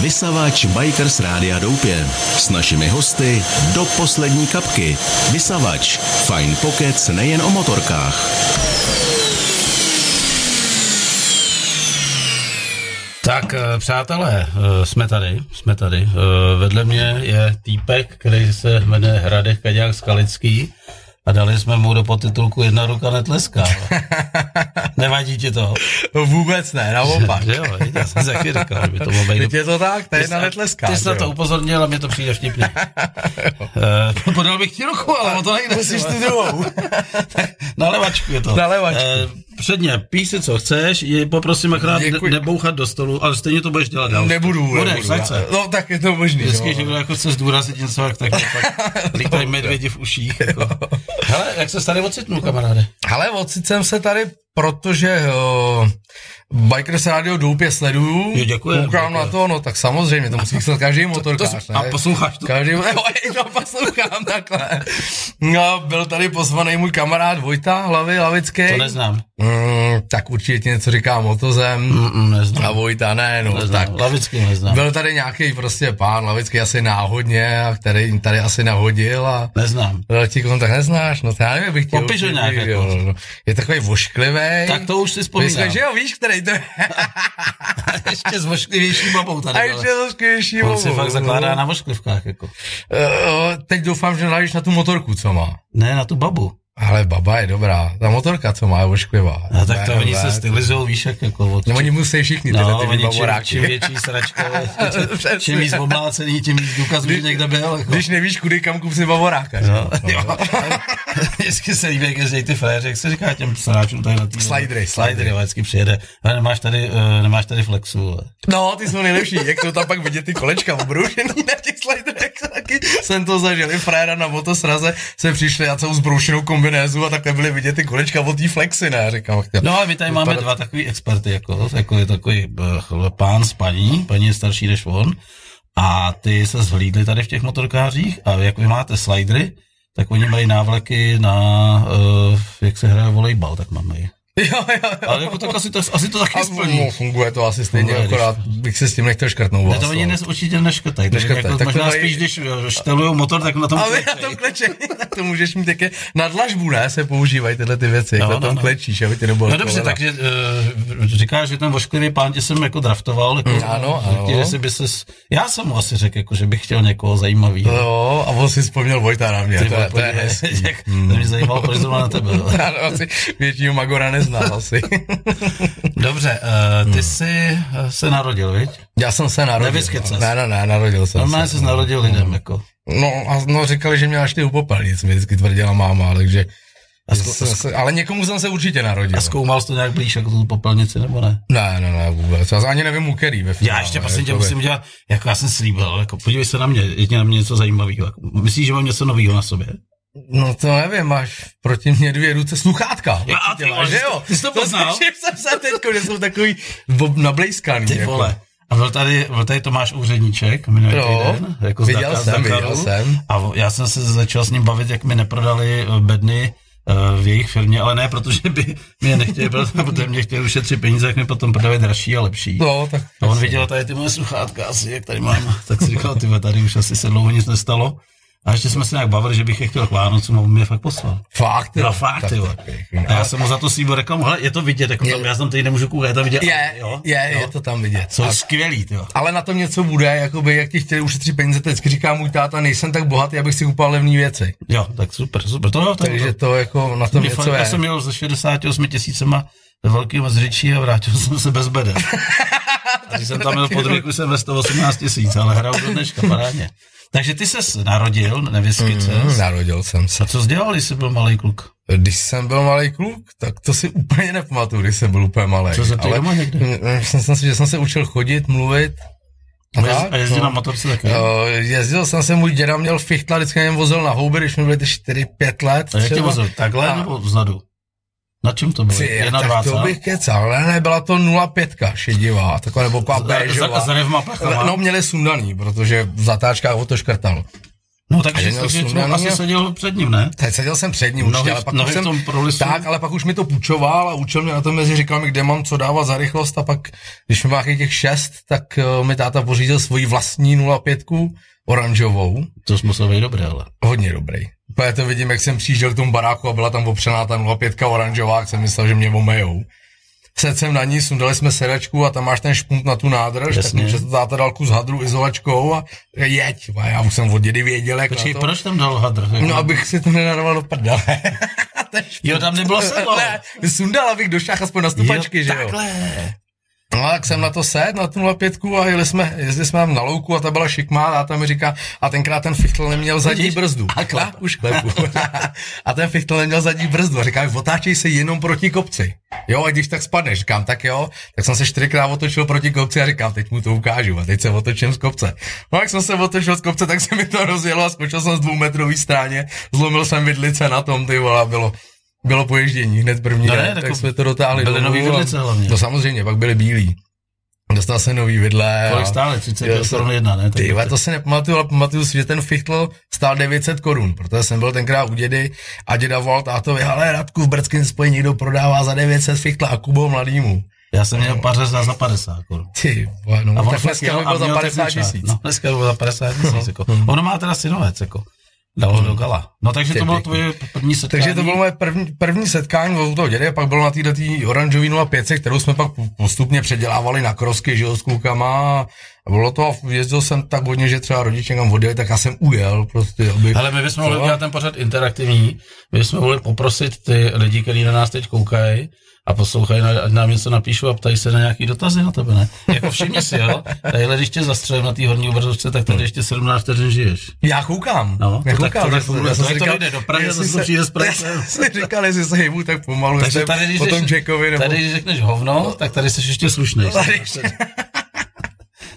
Vysavač Bikers Rádia Doupě. S našimi hosty do poslední kapky. Vysavač. Fajn pokec nejen o motorkách. Tak, eh, přátelé, eh, jsme tady, jsme tady. Eh, Vedle mě je týpek, který se jmenuje Hradek Kaďák Skalický a dali jsme mu do podtitulku Jedna ruka netleská. Nevadí ti to? No Vůbec ne, naopak. Že jo, viď, já jsem si taky říkal, že by to mohlo být Teď je to tak, ta Ty jedna jsi- netleská. Ty jsi na že to jo? upozornil a mě to přijde vtipně. Eh, Podal bych ti ruku, ale o to nejde. Musíš vole. tu druhou. Na levačku je to. Na levačku. Eh, Předně, píš si, co chceš, je poprosím akorát ne- Děkuji. nebouchat do stolu, ale stejně to budeš dělat dál. No, Nebudu, Budeš, nebudu. tak se. No tak je to možný. Vždycky, no. že kdo jako chce zdůraznit něco, jak tak pak lítají medvědi v uších. Jako. Hele, jak se tady ocitnul, kamaráde? Ale ocit jsem se tady, protože uh, Bikers Radio Doupě sleduju. Jo, děkujem, Koukám děkujem. na to, no tak samozřejmě, to musí chcet každý motorkář. s- a ne? posloucháš to? Každý, jo, to poslouchám takhle. No, byl tady pozvaný můj kamarád Vojta Hlavy Lavický. To neznám. Mm, tak určitě ti něco říká motozem. Mm, A neznám. Vojta ne, no tak. neznám. Lavický neznám. Byl tady nějaký prostě pán Lavický asi náhodně, a který tady asi nahodil a Neznám. ale ti kontakt neznáš, no to já nevím, bych ti Popiš ho určitě nějak viděl, jako. no. Je takový vošklivý. Tak to už si Myslím, vzpomínám. že jo, víš, který to je. Ještě s vošklivější babou tady. A ale- ještě vošklivější On se volbu, fakt no. zakládá na vošklivkách, jako. Eh, Teď doufám, že najdeš na tu motorku, co má. Ne, na tu babu. Ale baba je dobrá. Ta motorka, co má, je vošklivá. A No, tak to Ne, oni ne. se stylizují, víš, jak jako od... No, oni musí všichni, tyhle No, ty oni čím, baboráky. čím větší sračka, čím, Přesně. čím víc oblácený, tím víc důkazů, že někde byl. Jako. Když nevíš, kudy kam kup si bavoráka. že No, jo. vždycky se líbí, jak jezdí ty fléři, jak se říká těm sráčům tady na tým. Slidery, slidery. ale vždycky přijede. Ale nemáš tady, uh, nemáš tady flexu, vole. No, ty jsou nejlepší, jak jsou tam pak vidět ty kolečka obroušený na těch sliderech, taky jsem to zažil, i fréra na motosraze se přišli a celou zbroušenou kombinézu a takhle byly vidět ty kolečka od té flexy, ne, říkám. chtě- No ale my tady máme dva takový experty, jako, jako je takový eh, pán s paní, paní je starší než on, a ty se zhlídli tady v těch motorkářích a jak vy máte slidery, tak oni mají návleky na, uh, jak se hraje volejbal, tak máme je. Jo, jo, jo. Ale jako tak asi to, asi to A taky splní. no, funguje to asi stejně, Funguje, No, když- akorát bych se s tím nechtěl škrtnout. Ne, to vás, oni no. dnes určitě neškrtají. takže Neškrtají, Jako, tak to možná mají- spíš, když štelují motor, tak na tom Ale na klečej. tom klečení, tak to můžeš mít také na dlažbu, ne, se používají tyhle ty věci, jak No, na no, tom no. klečíš, aby ty nebylo No dobře, kolena. takže uh, říkáš, že ten vošklivý pán tě jsem jako draftoval. Jako, ano, ano. Že si by ses, já jsem mu asi řekl, jako, že bych chtěl někoho zajímavého. Jo, a on si vzpomněl Vojta na mě, Ty to, vole, je- to je podívej, hezký. jak- To mě zajímalo, proč zrovna na tebe. vole. Já asi většího Magora neznal asi. Dobře, eh, ty jsi eh, se narodil, viď? Já jsem se narodil. Nevyskyt ses. Ne, ne, ne, narodil jsem Normálně se. jsi narodil lidem, jako. No, a, no říkali, že mě našli u popelnic, mi vždycky tvrdila máma, takže... A zkou- jsem se, ale někomu jsem se určitě narodil. A zkoumal jsi to nějak blíž, jako tu popelnici, nebo ne? Ne, ne, ne, vůbec. Já ani nevím, u který ve Já ještě prostě tě musím dělat, jako já jsem slíbil, jako podívej se na mě, je tě na mě něco zajímavého. Jako, myslíš, že mám něco nového na sobě? No to nevím, máš proti mě dvě ruce sluchátka. Jo, a Určitě ty máš, vole, že jsi to- jo? jsi to poznal? slyšel jsem se teďko, že jsou takový ob- nablejskaný. Ty jako. vole. A byl tady, byl tady Tomáš Úředníček, minulý Jo, týden, jako z viděl Dakar- z jsem, viděl Dakaru. jsem. A vo- já jsem se začal s ním bavit, jak mi neprodali eh, bedny eh, v jejich firmě, ale ne, protože by mě nechtěli, proto- protože mě chtěli ušetřit peníze, jak mi potom prodali dražší a lepší. No, tak... A on viděl tady ty moje sluchátka asi, jak tady mám. Tak si říkal, ty vole, tady už asi se dlouho nic nestalo. A ještě jsme se nějak bavili, že bych je chtěl k Vánocům, a on mě fakt poslal. Fakt, No jo, fakt, tak ty vole. pěkný. A já jsem mu za to slíbil reklamu, hele, je to vidět, jako tam, já jsem tady nemůžu koukat, je to vidět. Je, jo, je, jo. je to tam vidět. Jsou A- skvělý, ty vole. ale na tom něco bude, jakoby, jak ti chtěli ušetřit peníze, teď vždycky říká můj táta, nejsem tak bohatý, abych si kupoval levné věci. Jo, tak super, super. To jo, tak Takže to jako na to tom mě fakt, něco já je. jsem měl ze 68 tisícema ve velkým mezřečí a vrátil jsem se bez beden. Takže jsem tam měl pod ruku, jsem ve 118 tisíc, ale hrál do dneška, parádně. Takže ty ses narodil, nevyskyce. Hm, Narodil jsem se. A co jsi dělal, když jsi byl malý kluk? Když jsem byl malý kluk, tak to si úplně nepamatuju, když jsem byl úplně malý. Co se ptej doma někde? Myslím jsem si, že jsem se učil chodit, mluvit. A jez- a jezdil no. na motorce taky? Jo, jezdil jsem se, můj děda měl fichtla, vždycky mě vozil na houby, když mi byly ty 4-5 let. A jak tě třeba. vozil? Takhle A- nebo vzadu? Na čem to bylo? Ty, Jedna tak to dvacet? bych kecal, ne, ne, byla to 0,5 šedivá, taková nebo taková Za- za- béžová. za revma pachama. No, měli sundaný, protože v zatáčkách ho to škrtal. No A že takže měl takže člověk sundaný asi a- seděl před ním, ne? Teď seděl jsem před ním Nohy- určitě, ale pak nohy už v jsem, tom prolisu. tak, ale pak už mi to půjčoval a učil mě na tom mezi, říkal mi, kde mám co dávat za rychlost a pak, když mi má těch šest, tak uh, mi táta pořídil svoji vlastní 0,5 oranžovou, To jsi musel být dobré, ale. hodně dobrý. Úplně to vidím, jak jsem přijížděl k tomu baráku a byla tam opřená ta 0,5 oranžová, jak jsem myslel, že mě omejou. Sedl jsem na ní, sundali jsme sedačku a tam máš ten špunt na tu nádrž, Jasně. Jasně. tak mi přesto táta dal kus hadru izolačkou a jeď. A já už jsem od dědy věděl, jak Počkej, na to. proč tam dal hadr? No, abych si to nenarval do prdele. Jo, tam nebylo sedlo. Ne, sundal, abych došel aspoň na stupačky, že jo. Takhle. No tak jsem na to set, na tu pětku a jeli jsme, jezdili jsme tam na louku a ta byla šikmá a tam mi říká, a tenkrát ten fichtl neměl zadní Vidíš? brzdu. A klap. už klepu. a ten fichtl neměl zadní brzdu a říká, otáčej se jenom proti kopci. Jo, a když tak spadneš, říkám, tak jo, tak jsem se čtyřikrát otočil proti kopci a říkám, teď mu to ukážu a teď se otočím z kopce. No jak jsem se otočil z kopce, tak se mi to rozjelo a skočil jsem z dvoumetrový stráně, zlomil jsem vidlice na tom, ty vole, a bylo, bylo poježdění hned první No den, ne, tak, tak jsme to dotáhli byly domů nový a- vidlice hlavně. No samozřejmě, pak byly bílí. Dostal se nový vidle. Kolik a- stále? Jo, 30 korun jedna, ne? Tak Ty, vole, to si nepamatuju, ale pamatuju si, že ten fichtl stál 900 korun, protože jsem byl tenkrát u dědy a děda volal tátovi, ale Radku v Brdském spoji někdo prodává za 900 fichtla a Kubo mladýmu. Já jsem měl paře za, za 50 korun. Ty, vole, no, A a on tak dneska fleskal by a byl za měl 50 takový tisíc. No. čas. No, dneska by byl za 50 tisíc. Jako. Ono má teda synovec, jako. Dalo do gala. No takže Ty to bylo pěkný. tvoje první setkání. Takže to bylo moje první, první setkání u toho dědy, a pak bylo na této tý oranžový 05, kterou jsme pak postupně předělávali na krosky, že jo, s klukama. A bylo to, a jezdil jsem tak hodně, že třeba rodiče někam odjeli, tak já jsem ujel prostě, aby... Ale my bychom mohli Co? udělat ten pořad interaktivní, my bychom mohli poprosit ty lidi, kteří na nás teď koukají a poslouchají, na- ať nám něco napíšou a ptají se na nějaký dotazy na tebe, ne? Jako všimni si, jo? Tadyhle, když tě zastřelím na té horní obrazovce, tak tady ještě 17 vteřin žiješ. Já koukám. No, já to tak- to koukám. tak že jsem- funguje. já jsem To si jak to jde do Prahy, jestli zase přijde z Prahy. Já jsem si říkal, jestli se hejbu tak pomalu, Takže jestli tady, když, po tom řeš- Jackovi nebo... tady, když řekneš hovno, tak tady jsi ještě slušnej.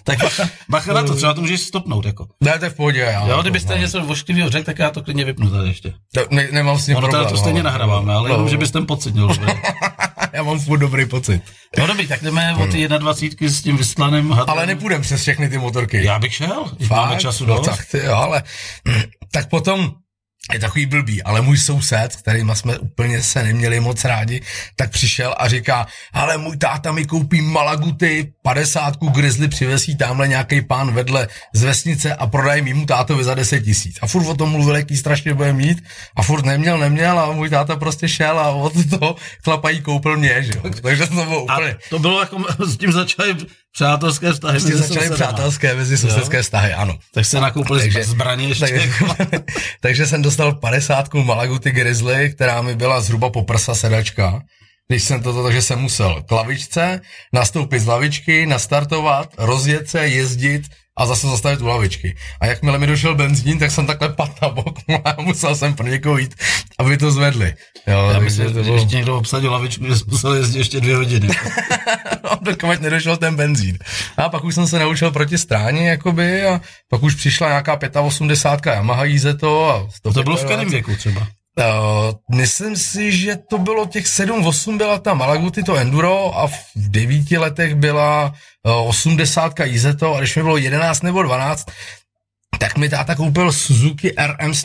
tak bacha, bacha na to, třeba to můžeš stopnout, jako. Ne, to je v pohodě, já. Jo, kdybyste něco vošklivého řekl, tak já to klidně vypnu tady ještě. To, ne, nemám s ním Ono problém. tady to stejně no. nahráváme, ale jenom, No. že bys ten pocit měl dobrý. Já mám furt dobrý pocit. No dobrý, tak jdeme o ty 21 s tím vyslaným hadrem. Ale nepůjdem přes všechny ty motorky. Já bych šel, když Fakt? máme času No dost. tak, ty, jo, ale tak potom je takový blbý, ale můj soused, s kterýma jsme úplně se neměli moc rádi, tak přišel a říká, ale můj táta mi koupí malaguty, 50 grizzly přivesí tamhle nějaký pán vedle z vesnice a prodají mýmu tátovi za 10 tisíc. A furt o tom mluvil, jaký strašně bude mít a furt neměl, neměl a můj táta prostě šel a od toho chlapají koupil mě, že jo. Takže to bylo A úplně... to bylo jako, s tím začaly přátelské vztahy. Prostě mezi začaly sousedama. přátelské mezi sousedské vztahy, ano. Tak se nakoupili Takže- takže, zbraně ještě. Takže, jako. takže jsem dostal 50 Malaguty Grizzly, která mi byla zhruba po prsa sedačka. Když jsem toto, takže jsem musel k lavičce, nastoupit z lavičky, nastartovat, rozjet se, jezdit a zase zastavit u lavičky. A jakmile mi došel benzín, tak jsem takhle pat na bok a musel jsem pro někoho jít, aby to zvedli. Jo, Já takže myslím, že ještě někdo obsadil lavičku, že jsme museli jezdit ještě dvě hodiny. No, dokud nedošel ten benzín. A pak už jsem se naučil proti stráně, jakoby, a pak už přišla nějaká 85 Yamaha JZ to. A To bylo v 125. kterém věku třeba? Uh, myslím si, že to bylo těch 7-8 byla ta Malaguti, to Enduro a v 9 letech byla uh, 80 Izeto a když mi bylo 11 nebo 12, tak mi táta koupil Suzuki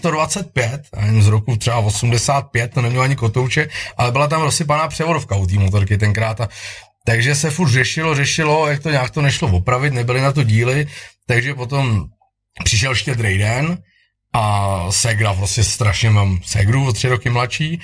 RM125, já nevím, z roku třeba 85, to nemělo ani kotouče, ale byla tam rozsypaná převodovka u té motorky tenkrát. A, takže se furt řešilo, řešilo, jak to nějak to nešlo opravit, nebyly na to díly, takže potom přišel štědrý den a Segra, prostě strašně mám Segru o tři roky mladší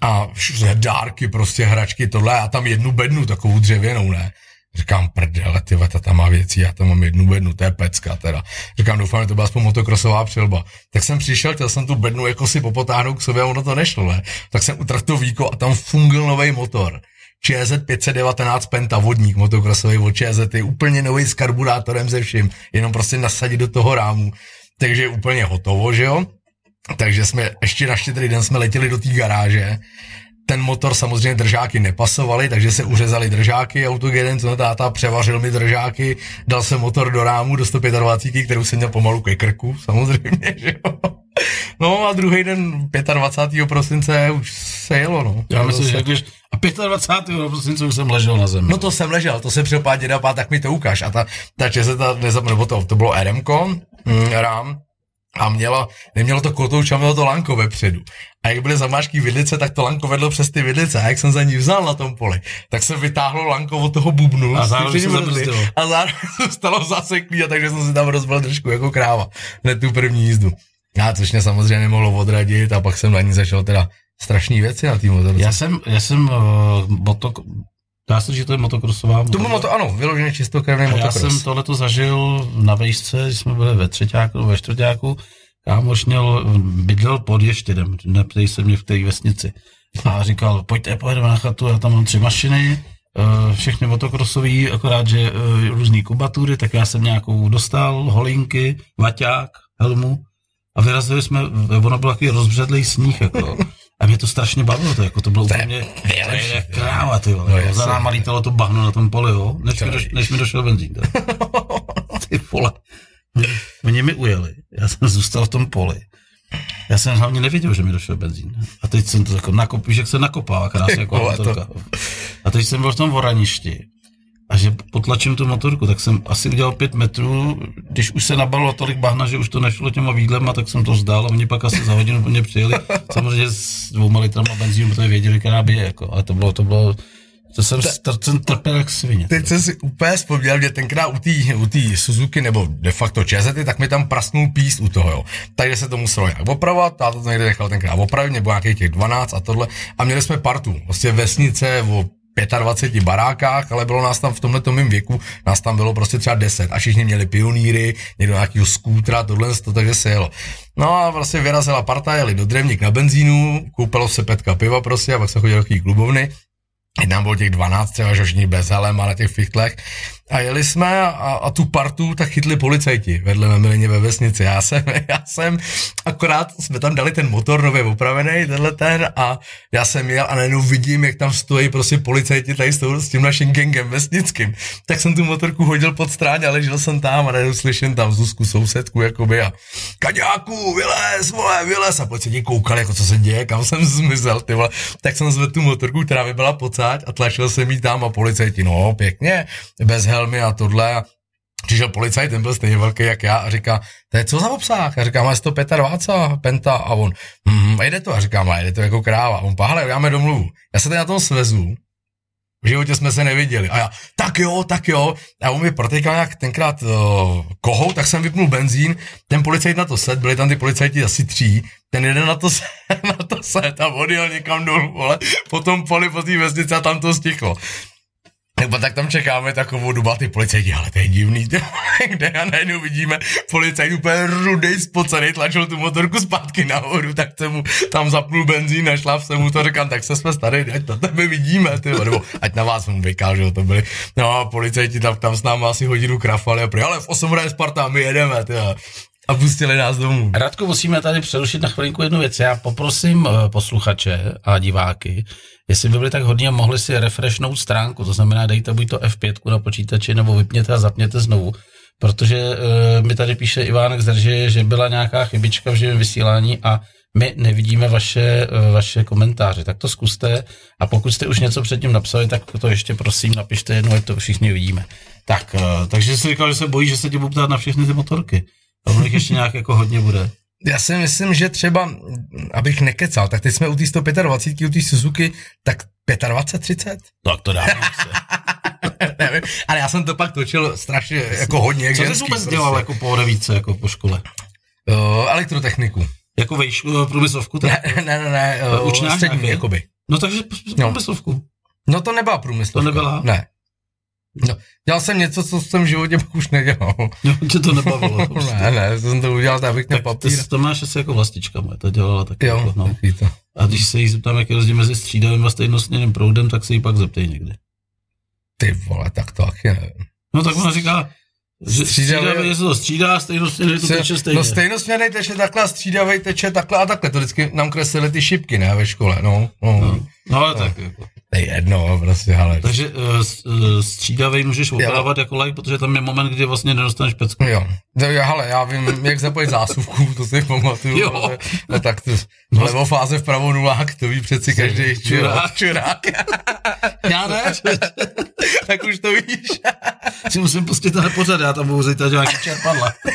a všude dárky, prostě hračky, tohle, a tam jednu bednu takovou dřevěnou, ne? Říkám, prdele, ty veta tam má věci, já tam mám jednu bednu, to je pecka teda. Říkám, doufám, že to byla aspoň motokrosová přilba. Tak jsem přišel, chtěl jsem tu bednu jako si popotáhnout k sobě a ono to nešlo, ne? Tak jsem utrhl to víko a tam fungl nový motor. ČZ 519 Penta, vodník motokrosový od ČZ, je úplně nový s karburátorem ze vším, jenom prostě nasadit do toho rámu. Takže je úplně hotovo, že jo? Takže jsme ještě na štědrý den jsme letěli do té garáže. Ten motor samozřejmě držáky nepasovaly, takže se uřezaly držáky, autogeden, co táta převařil mi držáky, dal jsem motor do rámu do 125, kterou jsem měl pomalu ke krku, samozřejmě, že jo. No a druhý den 25. prosince už se jelo, no. Já myslím, že když... A 25. prosince už jsem ležel na zemi. No to jsem ležel, to jsem přepá děda, pá, tak mi to ukáž. A ta, ta česeta, nezap, nebo to, to bylo RM, mm, rám, a měla, nemělo to kotouč a mělo to lanko vepředu. A jak byly zamášky vidlice, tak to lanko vedlo přes ty vidlice. A jak jsem za ní vzal na tom poli, tak se vytáhlo lanko od toho bubnu. A s zároveň chytřeným se brzdy zabrzdilo. A zároveň stalo zaseklý, a takže jsem si tam rozbil trošku jako kráva. Hned tu první jízdu. Já, což mě samozřejmě nemohlo odradit a pak jsem na ní zašel teda strašné věci na té motorce. Já jsem, já jsem uh, motok, dá se, říct, že to je motokrosová To bylo to, ano, vyloženě čistokrevný A Já motokros. jsem tohleto zažil na vejšce, když jsme byli ve třetíku, nebo ve čtvrtíku. Kámoš měl, bydlel pod ještědem, neptej se mě v té vesnici. A říkal, pojďte, pojedeme na chatu, já tam mám tři mašiny, eh, všechny motokrosový, akorát, že eh, různý kubatury, tak já jsem nějakou dostal, holinky, vaťák, helmu. A vyrazili jsme, eh, ono byl takový rozbředlej sníh, jako. A mě to strašně bavilo, to, jako to bylo To je úplně, to nejlepší, je kráva, ty vole, No, jako, za jasně. náma lítalo to bahno na tom poli, jo, než, To mi, je- doš, než mi došel benzín. teda. Ty vole. Mě mi ujeli, já jsem zůstal v tom poli. Já jsem hlavně nevěděl, že mi došel benzín. A teď jsem to jako nakopíš, jak se nakopává krásně jako vole, to- motorka. A teď jsem byl v tom voraništi. A že potlačím tu motorku, tak jsem asi udělal pět metrů, když už se nabalilo tolik bahna, že už to nešlo těma výdlema, tak jsem to vzdal a oni pak asi za hodinu po mě přijeli. Samozřejmě s dvouma litrama benzínu, protože věděli, která by je, jako. Ale to bylo, to bylo, to jsem, str- jsem trpěl jak svině. Teď jsem si úplně vzpomněl, že tenkrát u té u tý Suzuki nebo de facto ČZ, tak mi tam prasnul píst u toho, jo. Takže se to muselo nějak opravovat, táta to někde nechal tenkrát opravit, nebo nějakých těch 12 a tohle. A měli jsme partu, vlastně vesnice o 25 barákách, ale bylo nás tam v tomhle mém věku, nás tam bylo prostě třeba 10 a všichni měli pionýry, někdo nějakýho skútra, tohle, to, takže se jelo. No a vlastně vyrazila parta, jeli do Drevník na benzínu, koupilo se petka piva prostě a pak se chodilo do takový klubovny Jednám bylo těch 12 třeba, že všichni bez helem a na těch fichtlech. A jeli jsme a, a tu partu tak chytli policajti vedle ve Milině ve vesnici. Já jsem, já jsem, akorát jsme tam dali ten motor nově opravený, tenhle ten a já jsem jel a najednou vidím, jak tam stojí prostě policajti tady s, tou, s tím naším gengem vesnickým. Tak jsem tu motorku hodil pod stráň a ležel jsem tam a najednou slyším tam Zuzku sousedku jakoby a Kaďáku, vylez, vole, vylez a pojď se ti koukali, jako co se děje, kam jsem zmizel, ty vole. Tak jsem zvedl tu motorku, která mi byla pocáť a tlačil jsem jí tam a policajti, no pěkně, bez helmy a tohle a Přišel policajt, ten byl stejně velký jak já a říká, to je co za obsah? Já říkám, "Ale 125 penta a on, hm, a jde to? A říkám, a jde to jako kráva. A on, pahle, já domluvu. Já se tady na tom svezu, v životě jsme se neviděli. A já, tak jo, tak jo. A on mi protékal nějak tenkrát uh, kohou, tak jsem vypnul benzín, ten policajt na to set, byli tam ty policajti asi tří, ten jeden na to, se- na to set a odjel někam dolů, ale potom poli po té vesnici a tam to stichlo. Nebo tak tam čekáme takovou dobu a ty policajti, ale to je divný, ty, vole, kde a najednou vidíme policajt úplně rudej spocený, tlačil tu motorku zpátky nahoru, tak jsem mu tam zapnul benzín, našláp jsem mu to, říkám, tak se jsme starý, ať na tebe vidíme, ty, vole, nebo ať na vás mu vykážu, to byli, no a policajti tam, tam s námi asi hodinu krafali a prý, ale v 8 hodin Sparta, my jedeme, ty, vole." a pustili nás domů. Radku, musíme tady přerušit na chvilinku jednu věc. Já poprosím eh, posluchače a diváky, jestli by byli tak hodně a mohli si refreshnout stránku, to znamená dejte buď to F5 na počítači, nebo vypněte a zapněte znovu. Protože uh, mi tady píše Ivánek z Drže, že byla nějaká chybička v živém vysílání a my nevidíme vaše, eh, vaše komentáře. Tak to zkuste a pokud jste už něco předtím napsali, tak to ještě prosím napište jednou, ať to všichni vidíme. Tak, eh, takže jsi říkal, že se bojí, že se tě budu ptát na všechny ty motorky. A ono jich ještě nějak jako hodně bude. Já si myslím, že třeba, abych nekecal, tak teď jsme u té 125, u té Suzuki, tak 25, 30? Tak No, to dá. Nevím, ale já jsem to pak točil strašně jako hodně. jak Co jsi ženský vůbec dělal jako po revíce, jako po škole? Uh, elektrotechniku. Jako vejš, eh, průmyslovku? Tak? Ne, ne, ne, ne To uh, učňák střední, nějaký? jakoby. No takže p- No. průmyslovku. No to nebyla průmysl. To nebyla? Ne. No, dělal jsem něco, co jsem v životě pak už nedělal. No, tě to nebavilo. to prostě. ne, ne, to jsem to udělal, tak abych měl Ty, papír. s- to máš asi jako vlastička moje, to dělala tak. Jo, Jako, no. takový to. A když se jí zeptám, jak je rozdíl mezi střídavým a stejnosměrným proudem, tak se jí pak zeptej někdy. Ty vole, tak to taky nevím. No tak ona říká, že Střídavý- střídavý, že se to střídá, stejnosměrný to teče Se, no stejně. stejnosměrný teče takhle, a střídavej teče takhle a takhle. To vždycky nám kreslili ty šipky, ne, ve škole, no. no. no. No, no ale tak. Jako. To je jedno, prostě, ale. Takže uh, střídavý můžeš opravovat jako like, protože tam je moment, kdy vlastně nedostaneš pecku. Jo, no, jo, hele, já vím, jak zapojit zásuvku, to si pamatuju. Jo. ale- No, tak to, levo fáze vpravo nulák, to ví přeci každý Čurák. čurák. čurák. já ne, tak už to víš. si musím pustit tenhle pořad, já tam budu zítra nějaký čerpadla. ti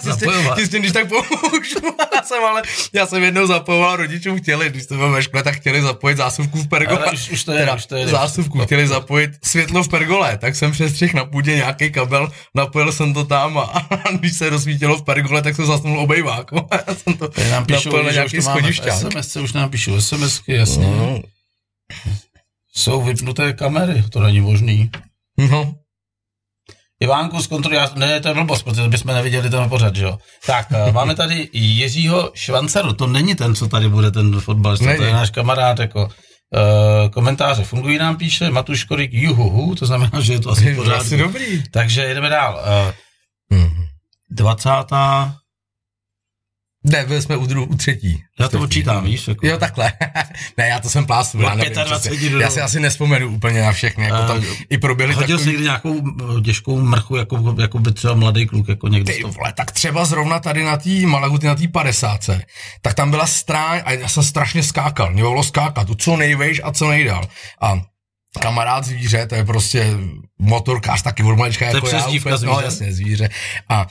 s tím, Zapojovat. ti s tím, když tak pomůžu. Já jsem, ale, já jsem jednou zapojoval rodičům chtěli, když jsme byli ve škole, tak chtěli zapojit zásuvku v pergole. Ale už- už to jede, už to No. jede. Zásuvku chtěli zapojit světlo v pergole, tak jsem přes třech na půdě nějaký kabel, napojil jsem to tam a když se rozsvítilo v pergole, tak jsem zasnul obejvák. Já jsem to Tady nám píšou, napojil na že už nějaký to máme v schodišťák. No. SMS, už nám píšou SMSky, jasně. Jsou vypnuté kamery, to není možný. No, Ivánku zkontroluj, já, ne, to je blbost, protože bychom neviděli ten pořad, že jo. Tak, eh, máme tady Jiřího Švancaru, to není ten, co tady bude, ten fotbalista, to je Není. náš kamarád, jako eh, komentáře fungují, nám píše Matuš Korik, juhuhu, to znamená, že je to asi je pořád. asi dobrý. Mhm. Takže jedeme dál. Eh, 20. Ne, byli jsme u, dru- u třetí. Já to počítám, víš? Jako. Jo, takhle. ne, já to jsem plástu. Já, nevím, 25 přesně. dodal. já si asi nespomenu úplně na všechny. Jako A- tam i proběhly Hodil takový... jsi někdy nějakou eh, těžkou mrchu, jako, jako by třeba mladý kluk, jako někdo. Ty to- vole, tak třeba zrovna tady na té Malaguty, na té 50, tak tam byla stráň a já jsem strašně skákal, mě bylo skákat, co nejvejš a co nejdál. A kamarád zvíře, to je prostě motorkář taky od malička je jako já. přezdívka úplně- No zvíře? jasně, zvíře. A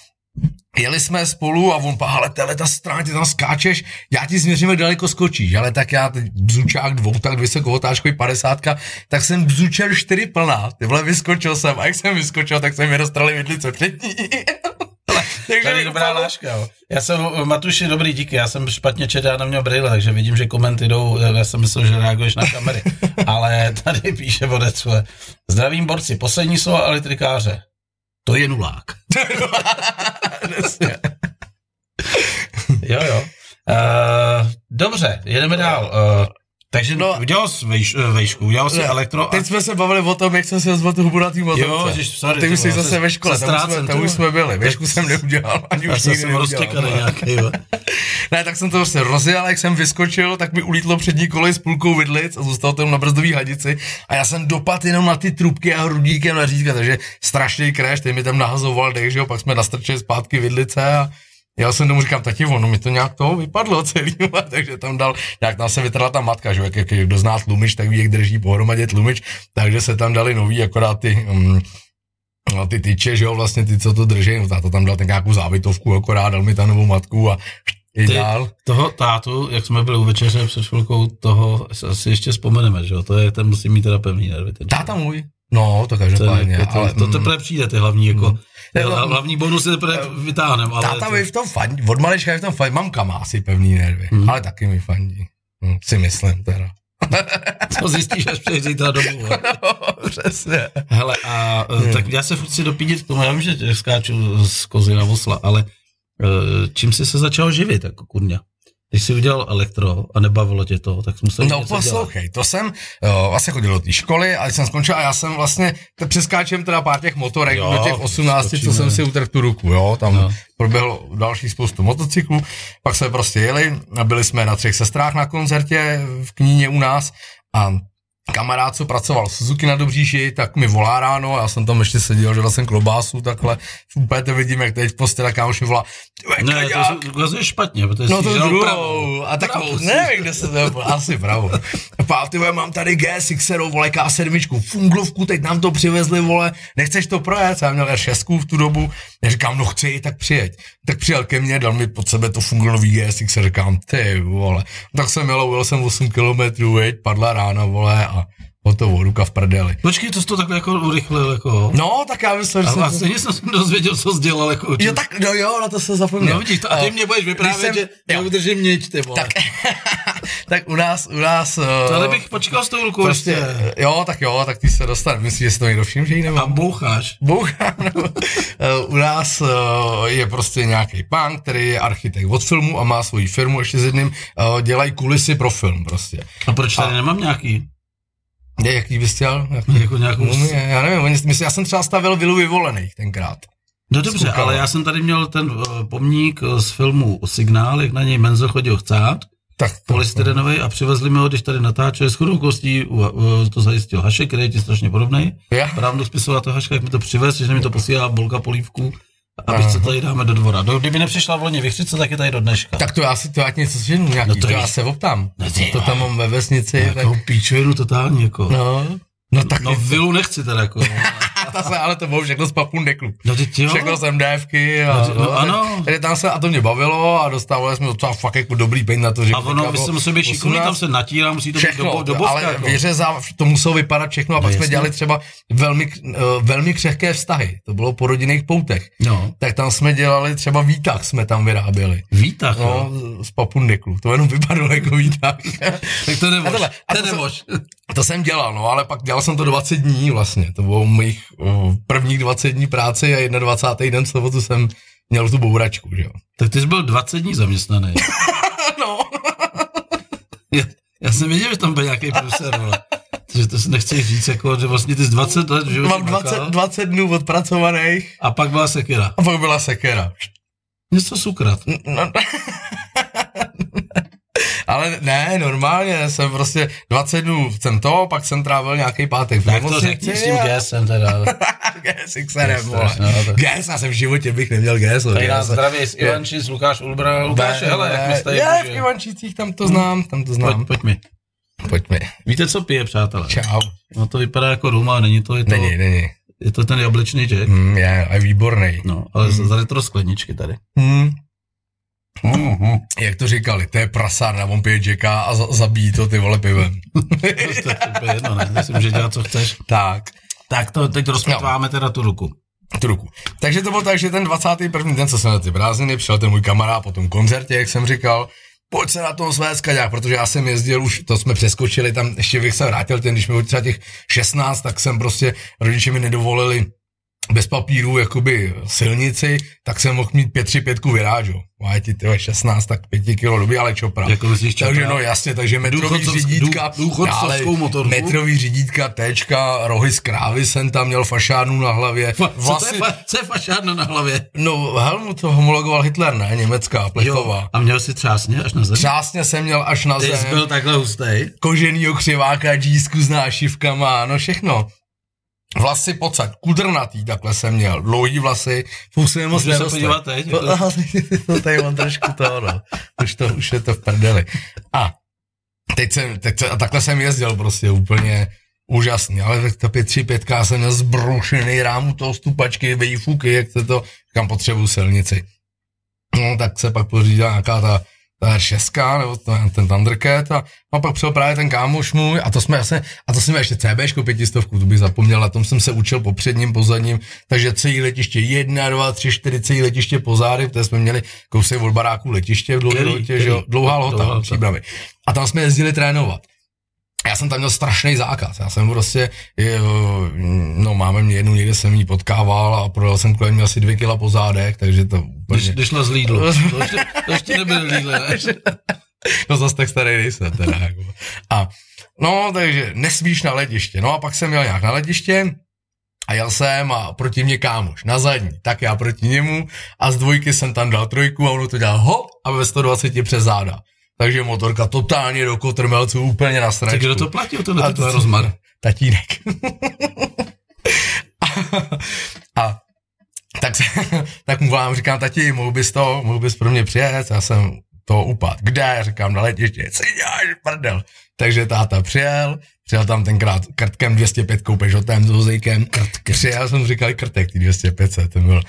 jeli jsme spolu a on pa, ale tele, ta strana, ty tam skáčeš, já ti změřím, jak daleko skočíš, ale tak já teď bzučák dvou, tak vysokohotáčkový padesátka, tak jsem bzučel čtyři plná, ty vole, vyskočil jsem a jak jsem vyskočil, tak jsem mi dostrali vidlice přední. Takže Tady je mi dobrá úplně- láška, jo. Já jsem, eh, Matuši, dobrý, díky, já jsem špatně četl, já neměl brýle, takže vidím, že komenty jdou, eh, já jsem myslel, že reaguješ na kamery, ale tady píše vodec, vole, zdravím borci, poslední jsou elektrikáře. To je nulák. jo, jo. Uh, dobře, jedeme dál. Uh, takže no, No. Eh, udělal jsi vejš, eh, vejšku, udělal jsi elektro... Teď jsme se bavili o tom, jak jsem se zval tu hubu na té motorce. Jo, ježiš, sorry, Ty ty už jsi vole, zase se- ve škole, se tam už, ztrácem, jsme, ty tam už vole. jsme byli. Věšku jsem neudělal, ani já už jsem nikdy se neudělal. roztěkaný nějaký, jo. Ne, tak jsem to prostě rozjel, jak jsem vyskočil, tak mi ulítlo přední kolo s půlkou vidlic a zůstalo tam na brzdové hadici a já jsem dopadl jenom na ty trubky a hrudíkem na řídka, takže strašný crash, ten mi tam nahazoval dech, že jo, pak jsme nastrčili zpátky vidlice a já jsem tomu říkám, tati, ono mi to nějak toho vypadlo celý, vole, takže tam dal, jak tam se vytrhla ta matka, že jo, jak, jak, kdo zná tlumič, tak ví, jak drží pohromadě tlumič, takže se tam dali nový, akorát ty, um, No, ty tyče, že jo, vlastně ty, co to drží, no, táta tam dal tak nějakou závitovku, akorát dal mi tam novou matku a i Ty- dál. Toho tátu, jak jsme byli u večeře před chvilkou, toho si ještě vzpomeneme, že jo? To je, ten musí mít teda pevný nervy. Ten Táta můj. No, to to, každopádně, je, to, ale... mm. to, to teprve přijde, ty hlavní, jako, Ne, no, hla- hlavní bonusy teprve vytáhneme, ale... Táta to- mi v tom fandí, od malička mi v tom fandí, mamka má asi pevný nervy, Mhm. hmm. ale taky mi fandí, hm, si myslím teda. To zjistíš, až přijdeš zítra domů. vole. No, Přesně. Hele, a eh, tak já se furt chci dopídit k tomu, já vím, že skáču z kozy na vosla, ale eh, čím jsi se začal živit, jako kurňa? Když jsi udělal elektro a nebavilo tě to, tak jsi musel No něco dělat. poslouchej, to jsem jo, vlastně chodil do té školy a když jsem skončil a já jsem vlastně te- přeskáčem teda pár těch motorek Jo, jo, do těch 18, skočíme. co jsem si utrhl tu ruku, jo, tam No. no. proběhlo další spoustu motocyklů, pak jsme prostě jeli a byli jsme na třech sestrách na koncertě v Kníně u nás a kamarád, co pracoval v Suzuki na Dobříši, tak mi volá ráno, já jsem tam ještě seděl, žil jsem klobásu, takhle, úplně to vidím, jak teď v posteli kámoš mi volá, "Ty, Ne, Kaďák, to ukazuješ špatně, protože No jsi to žral druhou. pravou. A tak Pravou jsi nevím, kde se to bylo. Asi pravou. Pátý, vole, mám tady G6, vole, K7, funglovku, teď nám to přivezli, vole, nechceš to projet? Já měl R6 v tu dobu, já říkám, no chci, tak přijeď. Tak přijel ke mně, dal mi pod sebe to funglový G6, říkám, ty vole. Tak jsem jel, a ujel jsem 8 km, veď, padla rána, vole, a hotovo, ruka v prdeli. Počkej, to jsi to takhle jako urychlil, jako. No, tak já myslím, že A jsem... to- vlastně jsem se dozvěděl, co jsi dělal, jako. Jo, tak, no jo, na to jsem zapomněl. No, vidíš, to, a ty Eh, mě budeš vyprávět, když jsem, jsem- že já jo. udržím nič, ty vole. Tak, tak u nás, u nás... to eh, ale bych počkal s tou rukou Prostě, prostě. jo, tak jo, tak ty se dostane. Myslíš, že si to někdo všim, že ji A nemám? boucháš. Bouchám, no. Eh, U nás eh, je prostě nějaký pán, který je architekt od filmu a má svoji firmu ještě s jedním, eh, dělají kulisy pro film prostě. A proč tady nemám nějaký? Je, jaký bys chtěl? Jaký? Jako nějakou... Mumie? Já nevím, oni, myslím, já jsem třeba stavil vilu vyvolených tenkrát. No dobře, Skoukala. ale já jsem tady měl ten eh, pomník eh, z filmu Signál, jak na něj Menzo chodil chcát, Tak to, polystyrenový a přivezli mi ho, když tady natáčel s chodou kostí, u- eh, to zajistil Hašek, který je ti strašně podobný. já, Právno spisovatel Haška, jak mi to přivez, že mi to posílá Bolka Polívku, aby se tady dáme do dvora. No, kdyby nepřišla v loni vychřice, tak je tady do dneška. tak to já si to já ti něco ženu, nějaký, No no to to, to já víš. se optám. No ty to tam mám ve vesnici. Jako Tak, píčovinu totálně, jako. no, no tak No vilu nechci teda, jako. ta se, ale to bylo všechno z papunde klub. No teď jo. Všechno z MDFky a, No ty- no ano. Tady tam se, a to mě bavilo a dostávali jsme docela fakt jako dobrý peníze na to, že... A ono, jako vy jste museli být šikovný, 18 tam se natírá, musí to být dobo, všechno, dobovka. ale jako. No, vyřezá, to muselo vypadat všechno a pak jsme jasně. dělali třeba velmi, k- eh, velmi křehké vztahy, to bylo po rodinných poutech. No, Tak tam jsme dělali třeba výtah, jsme tam vyráběli. výtah, No, no. z papundeklu, to jenom vypadalo jako výtah. Tak to A nemož, tohle, a to to se- nemož. To jsem dělal, no, ale pak dělal jsem to 20 dní vlastně, to bylo mých uh, prvních 20 dní práce a 21. den v sobotu jsem měl tu bouračku, že jo. Tak ty jsi byl 20 dní zaměstnaný. No, Já, já jsem věděl, že tam byl nějaký průser, vole. Takže to si nechci říct, jako, že vlastně ty jsi 20 let v životě mám 20, makal 20 dnů odpracovaných a pak byla sekira. a pak byla sekera. Něco sukrat. No. Ale ne, normálně jsem prostě 20 dnů jsem to, pak jsem trávil nějaký pátek v Tak to řekni s tím GSem teda. GSXerem, vole. No, tak- GS, já jsem v životě bych neměl GS. Tady nás zdraví z Ivančic, Lukáš Ulbra. Lukáš, hele, jak my jste Já v Ivančících, tam to znám, tam to Pojď, znám. pojď mi. Pojďme. Víte, co pije, přátelé? Čau. No. No to vypadá jako rum, ale není to, je to, Není, není. je to ten jablečný jack. Mm, je, a je výborný. No, ale mm. za retro skleničky tady. Mm. Mm-hmm. Jak to říkali, to je prasárna, on pije Jacka a za- zabíjí to ty vole pivem. To je úplně jedno, ne? Myslím, že dělat, co chceš. tak. Tak to teď rozpětváme teda tu ruku. tu ruku. Takže to bylo tak, že ten 21. den, co jsem na ty prázdniny, přišel ten můj kamarád po tom koncertě, jak jsem říkal, pojď se na tom své skaďák, protože já jsem jezdil už, to jsme přeskočili, tam ještě bych se vrátil, ten, když mi bylo třeba těch 16, tak jsem prostě, rodiče mi nedovolili bez papíru, jakoby silnici, tak jsem mohl mít 5-3-5 vyrážu. Má ti tyhle 16, tak 5 kilo doby, ale čopra. Jako myslíš čopra? Takže no jasně, takže metrový Důchodcovsk- řídítka, dů- důchodcovskou motorku? metrový řídítka, téčka, rohy z krávy jsem tam měl, fašánů na hlavě. Fa- vlasy- Co to je, fa- co je fašárna na hlavě? No, helmu to homologoval Hitler, ne? Německá, plechová. A měl jsi třásně až na zem? Třásně jsem měl až na Ty jsi zem, byl takhle hustej. koženýho křiváka, džísku s nášivkama, no všechno. Vlasy pocať, kudrnatý takhle jsem měl, dlouhý vlasy, fusy mi Můžu moc se nerostly. podívat teď? To, aha, to tady mám trošku to, no. Už, to, už je to v prdeli. A teď jsem, teď, se- a takhle jsem jezdil prostě úplně úžasný, ale tak ta 535 jsem měl zbrušený rám u toho stupačky, vejfuky, jak se to, kam potřebuju silnici. No, tak se pak pořídila nějaká ta, ta R6, nebo to, ten Thundercat a, a pak přijel právě ten kámoš můj a to jsme jasně, a to jsem měl ještě CBčko pětistovku, to bych zapomněl, na tom jsem se učil po předním, po zadním, takže celý letiště jedna, dva, tři, čtyři, celý letiště po zády, protože jsme měli kousek od baráku letiště v dlouhé Který? lotě, Který? že jo, dlouhá Dlouhá lhota, lhota. příbramy. A tam jsme jezdili trénovat. Já jsem tam měl strašný zákaz. Já jsem prostě, je, no máme mě jednu, někde jsem jí potkával a prodal jsem kolem ní asi dvě kila po zádech, takže to Když, úplně... když šla z Lidlu. To ještě, to ještě nebyl Lidl, ne? No zas tak starý nejsem teda. Jako. A no, takže nesmíš na letiště. No a pak jsem měl nějak na letiště a jel jsem a proti mě kámoš na zadní, tak já proti němu a z dvojky jsem tam dal trojku a ono to dělal hop a ve 120 přes záda. Takže motorka totálně do kotrmelců, úplně na Tak sračku. kdo to platil, tenhle A to to tvoje co? rozmar? Tatínek. a, a tak, se, tak mu volám, říkám, tati, mohl bys to, mohl bys pro mě přijet, já jsem to upad. Kde? Říkám, na letiště, co děláš, prdel. Takže táta přijel, přijel tam tenkrát krtkem 205 Peugeotem s vozejkem. Krtkem. Přijel jsem říkal krtek, ty 205, to byl.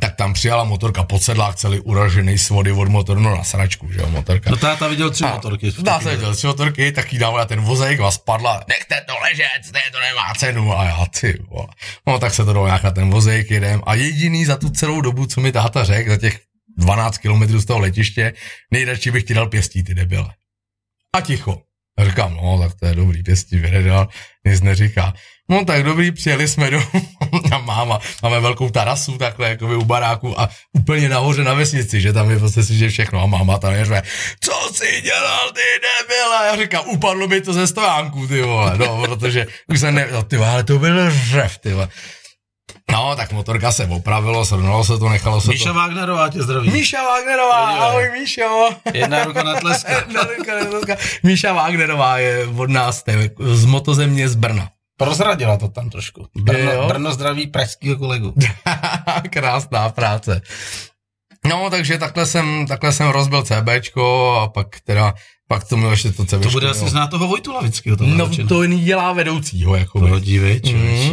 Tak tam přijela motorka pod sedlák, celý uražený svody od motoru, no na sračku, že jo, motorka. No táta viděl tři A- motorky. v Dá té se dělat tři motorky, tak jí dává na ten vozejk a spadla, nechte to ležet, ne, to nemá cenu. A já, ty vole. No tak se to dalo nějak na ten vozejk, jedem. A jediný za tu celou dobu, co mi táta řekl, za těch 12 kilometrů z toho letiště, nejradši bych ti dal pěstí, ty debile. A ticho. A říkám, no, tak to je dobrý, pěstí vydal, nic neříká. No tak dobrý, přijeli jsme do a máma, máme velkou tarasu takhle, jako u baráku a úplně nahoře na vesnici, že tam je prostě si, že všechno a máma tam je, řve, co jsi dělal, ty debila? Já říkám, upadlo mi to ze stojánku, ty vole, no, protože už jsem ne, no, ty vole, ale to byl řev, ty vole. No, tak motorka se opravilo, srovnalo se to, nechalo se Míša to. Wagnerová tě zdraví. Míša Wagnerová, Podívej. ahoj Míšo. Jedna ruka na tleska. Darinka Nerozka. Míša Wagnerová je od nás ten, z motozemě z Brna. Prozradila to tam trošku. Je, Brno, jo? Brno zdraví pražského kolegu. Krásná práce. No, takže takhle jsem, takhle jsem rozbil CBčko a pak teda Pak to měl ještě to cevečko. To bude asi no. znát toho Vojtu Lavického. toho No, Lavičina. to Mhm. jen dělá vedoucího, jako To dívej, člověče.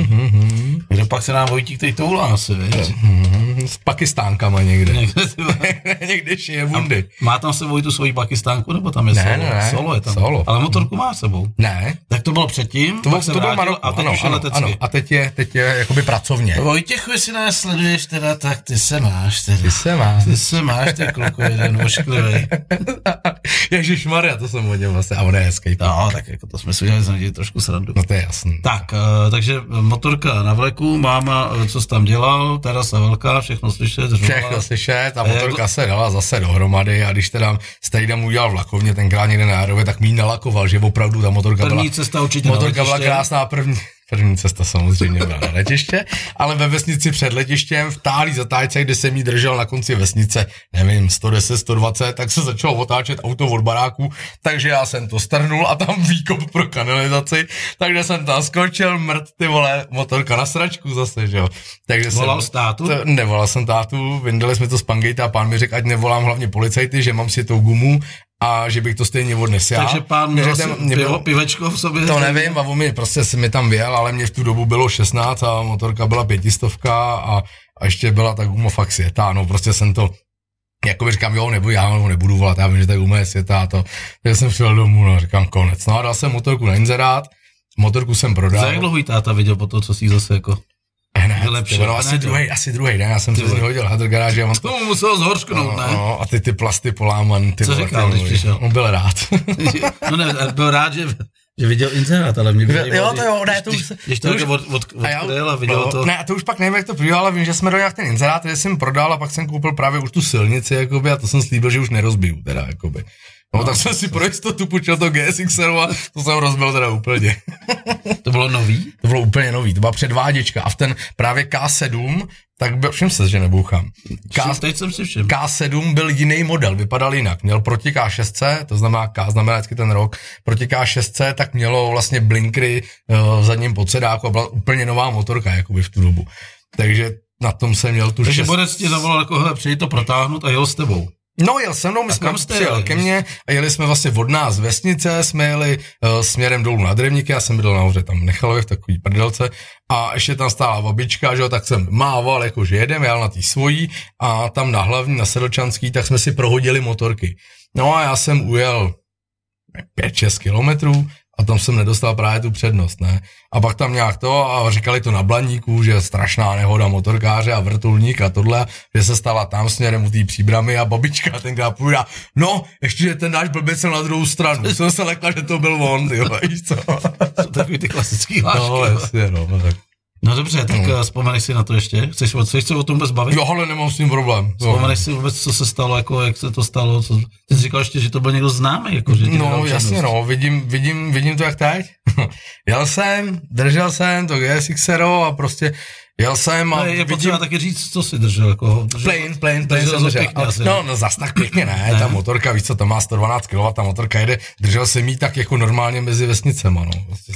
Kde pak se nám Vojtík teď toulá asi, víš? mhm. S pakistánkama někde. Někde, ty vole. někde šije bundy. Má tam s sebou i tu svoji pakistánku, nebo tam je Ne, solo? ne, ne. Solo je tam. Solo. Ale motorku má s sebou. Ne. Tak to bylo předtím, To, pak se to byl vrátil Maroko, a teď ano, už je ano, letecky. ano, A teď je, teď je jakoby pracovně. Vojtěchu, jestli nás sleduješ teda, tak ty se máš teda. Ty se má. Ty se máš, ty kluku, jeden ošklivý. Ježíš Maria, to jsem o něm vlastně, a on je hezký. No, tak jako to jsme si udělali z naději trošku srandu. No to je jasný. Tak, eh, takže motorka na vleku, máma, eh, co jsi tam dělal, terasa velká, všechno slyšet, řvala. Všechno slyšet a motorka no. jako- se dala zase dohromady a když teda Stejdam udělal vlakovně tenkrát někde na Jarově, tak mi ji nalakoval, že opravdu ta motorka byla... První cesta určitě na Motorka byla letiště. krásná, první, první cesta samozřejmě byla na letiště, ale ve vesnici před letištěm v tálí zatáčce, kde jsem jí držel na konci vesnice, nevím, 110, 120, tak se začalo otáčet auto od baráku, takže já jsem to strhnul a tam výkop pro kanalizaci, takže jsem tam skočil, mrt ty vole, motorka na sračku zase, že jo. Takže Volal jsem, jsi tátu? To, nevolal jsem tátu, vyndali jsme to z pangejta a pán mi řekl, ať nevolám hlavně policajty, že mám si tou gumu a že bych to stejně odnesl. já. Takže pán Takže měl si ten- mě pivo, bylo- pivečko v sobě. to nevím, a on mi prostě se mi tam věl, ale mě v tu dobu bylo 16 a motorka byla pětistovka a, a ještě byla ta guma fakt světá, no prostě jsem to jako říkám, jo, nebo já ho nebudu volat, já vím, že ta guma je světá a to. Takže jsem přijel domů, no, říkám konec. No a dal jsem motorku na inzerát, motorku jsem prodal. Za jak dlouho jí táta viděl po to, co si zase jako... Hned, vylepšil? ty vole, asi Hned, jo. druhý, asi druhý den, já jsem se z něj hodil hadr garáže a on To mu muselo zhoršknout, no, ne? no, a ty ty plasty poláman, ty Co vole, říkal, ty když vole. přišel? On byl rád. No ne, byl rád, že, že viděl inzerát, ale mě by Jo, zajímalo, to jo, ne, když- to už když- se- Když to to už- už od, od, A já- odkryl a viděl no, to... Ne, a to už pak nevím, jak to probíhalo, ale vím, že jsme dojeli ten inzerát, který jsem prodal a pak jsem koupil právě už tu silnici, jakoby, a to jsem slíbil, že už nerozbiju, teda, jakoby. No, no tak jsem si pro jistotu půjčil to GSX a to jsem rozbil teda úplně. To bylo nový? To bylo úplně nový, to byla předváděčka. A v ten právě K7, tak byl, všem se, že nebouchám. K, Teď jsem si všiml. K7 byl jiný model, vypadal jinak. Měl proti K6, to znamená K znamená vždycky ten rok, proti K6 tak mělo vlastně blinkry eh, v zadním podsedáku a byla úplně nová motorka jakoby v tu dobu. Takže na tom jsem měl tu Takže šest- Borec tě zavolal jako, hele, přijď to protáhnout a jel s tebou. No jel se mnou, my A jsme kam jste přijel jeli? ke mně a jeli jsme vlastně od nás z vesnice, jsme jeli uh, směrem dolů na Drevníky, já jsem bydlel nahoře tam v Nechalově v takový prdelce a ještě tam stála babička, že jo, tak jsem mával, jako že jedem, jel na tý svojí a tam na hlavní, na Sedlčanský, tak jsme si prohodili motorky. No a já jsem ujel 5-6 kilometrů a tam jsem nedostal právě tu přednost, ne? A pak tam nějak to a říkali to na Blaníku, že je strašná nehoda motorkáře a vrtulník a tohle, že se stala tam směrem u té příbramy a babička tenkrát půjde, no, ještě, že ten náš blbec jel na druhou stranu. Jsem se lekla, že to byl on, ty jo, víš co? Jsou takový ty klasický hlášky. No, No, jasně, no, no, tak. no dobře, tak eh, vzpomeneš si na to ještě? Chceš, o- chceš se o tom vůbec bavit? Jo, ale nemám s tím problém. No, Vzpomeneš si vůbec, co se stalo, jako, jak se to stalo? Co... Ty jsi říkal ještě, že to byl někdo známý. Jako, že ti dal no jasně, přednost. no, vidím, vidím, vidím to jak teď. jel jsem, držel jsem to GSXero a prostě jel jsem a Ale No, je vidím, potřeba taky říct, co si držel. Jako, držel Plain, plain, plain držel jsem to držel. pěkně asi, no, no zas tak pěkně ne, ta motorka, víš co, ta má 112 kW, ta motorka jede, držel jsem jí tak jako normálně mezi vesnicema, no. Prostě,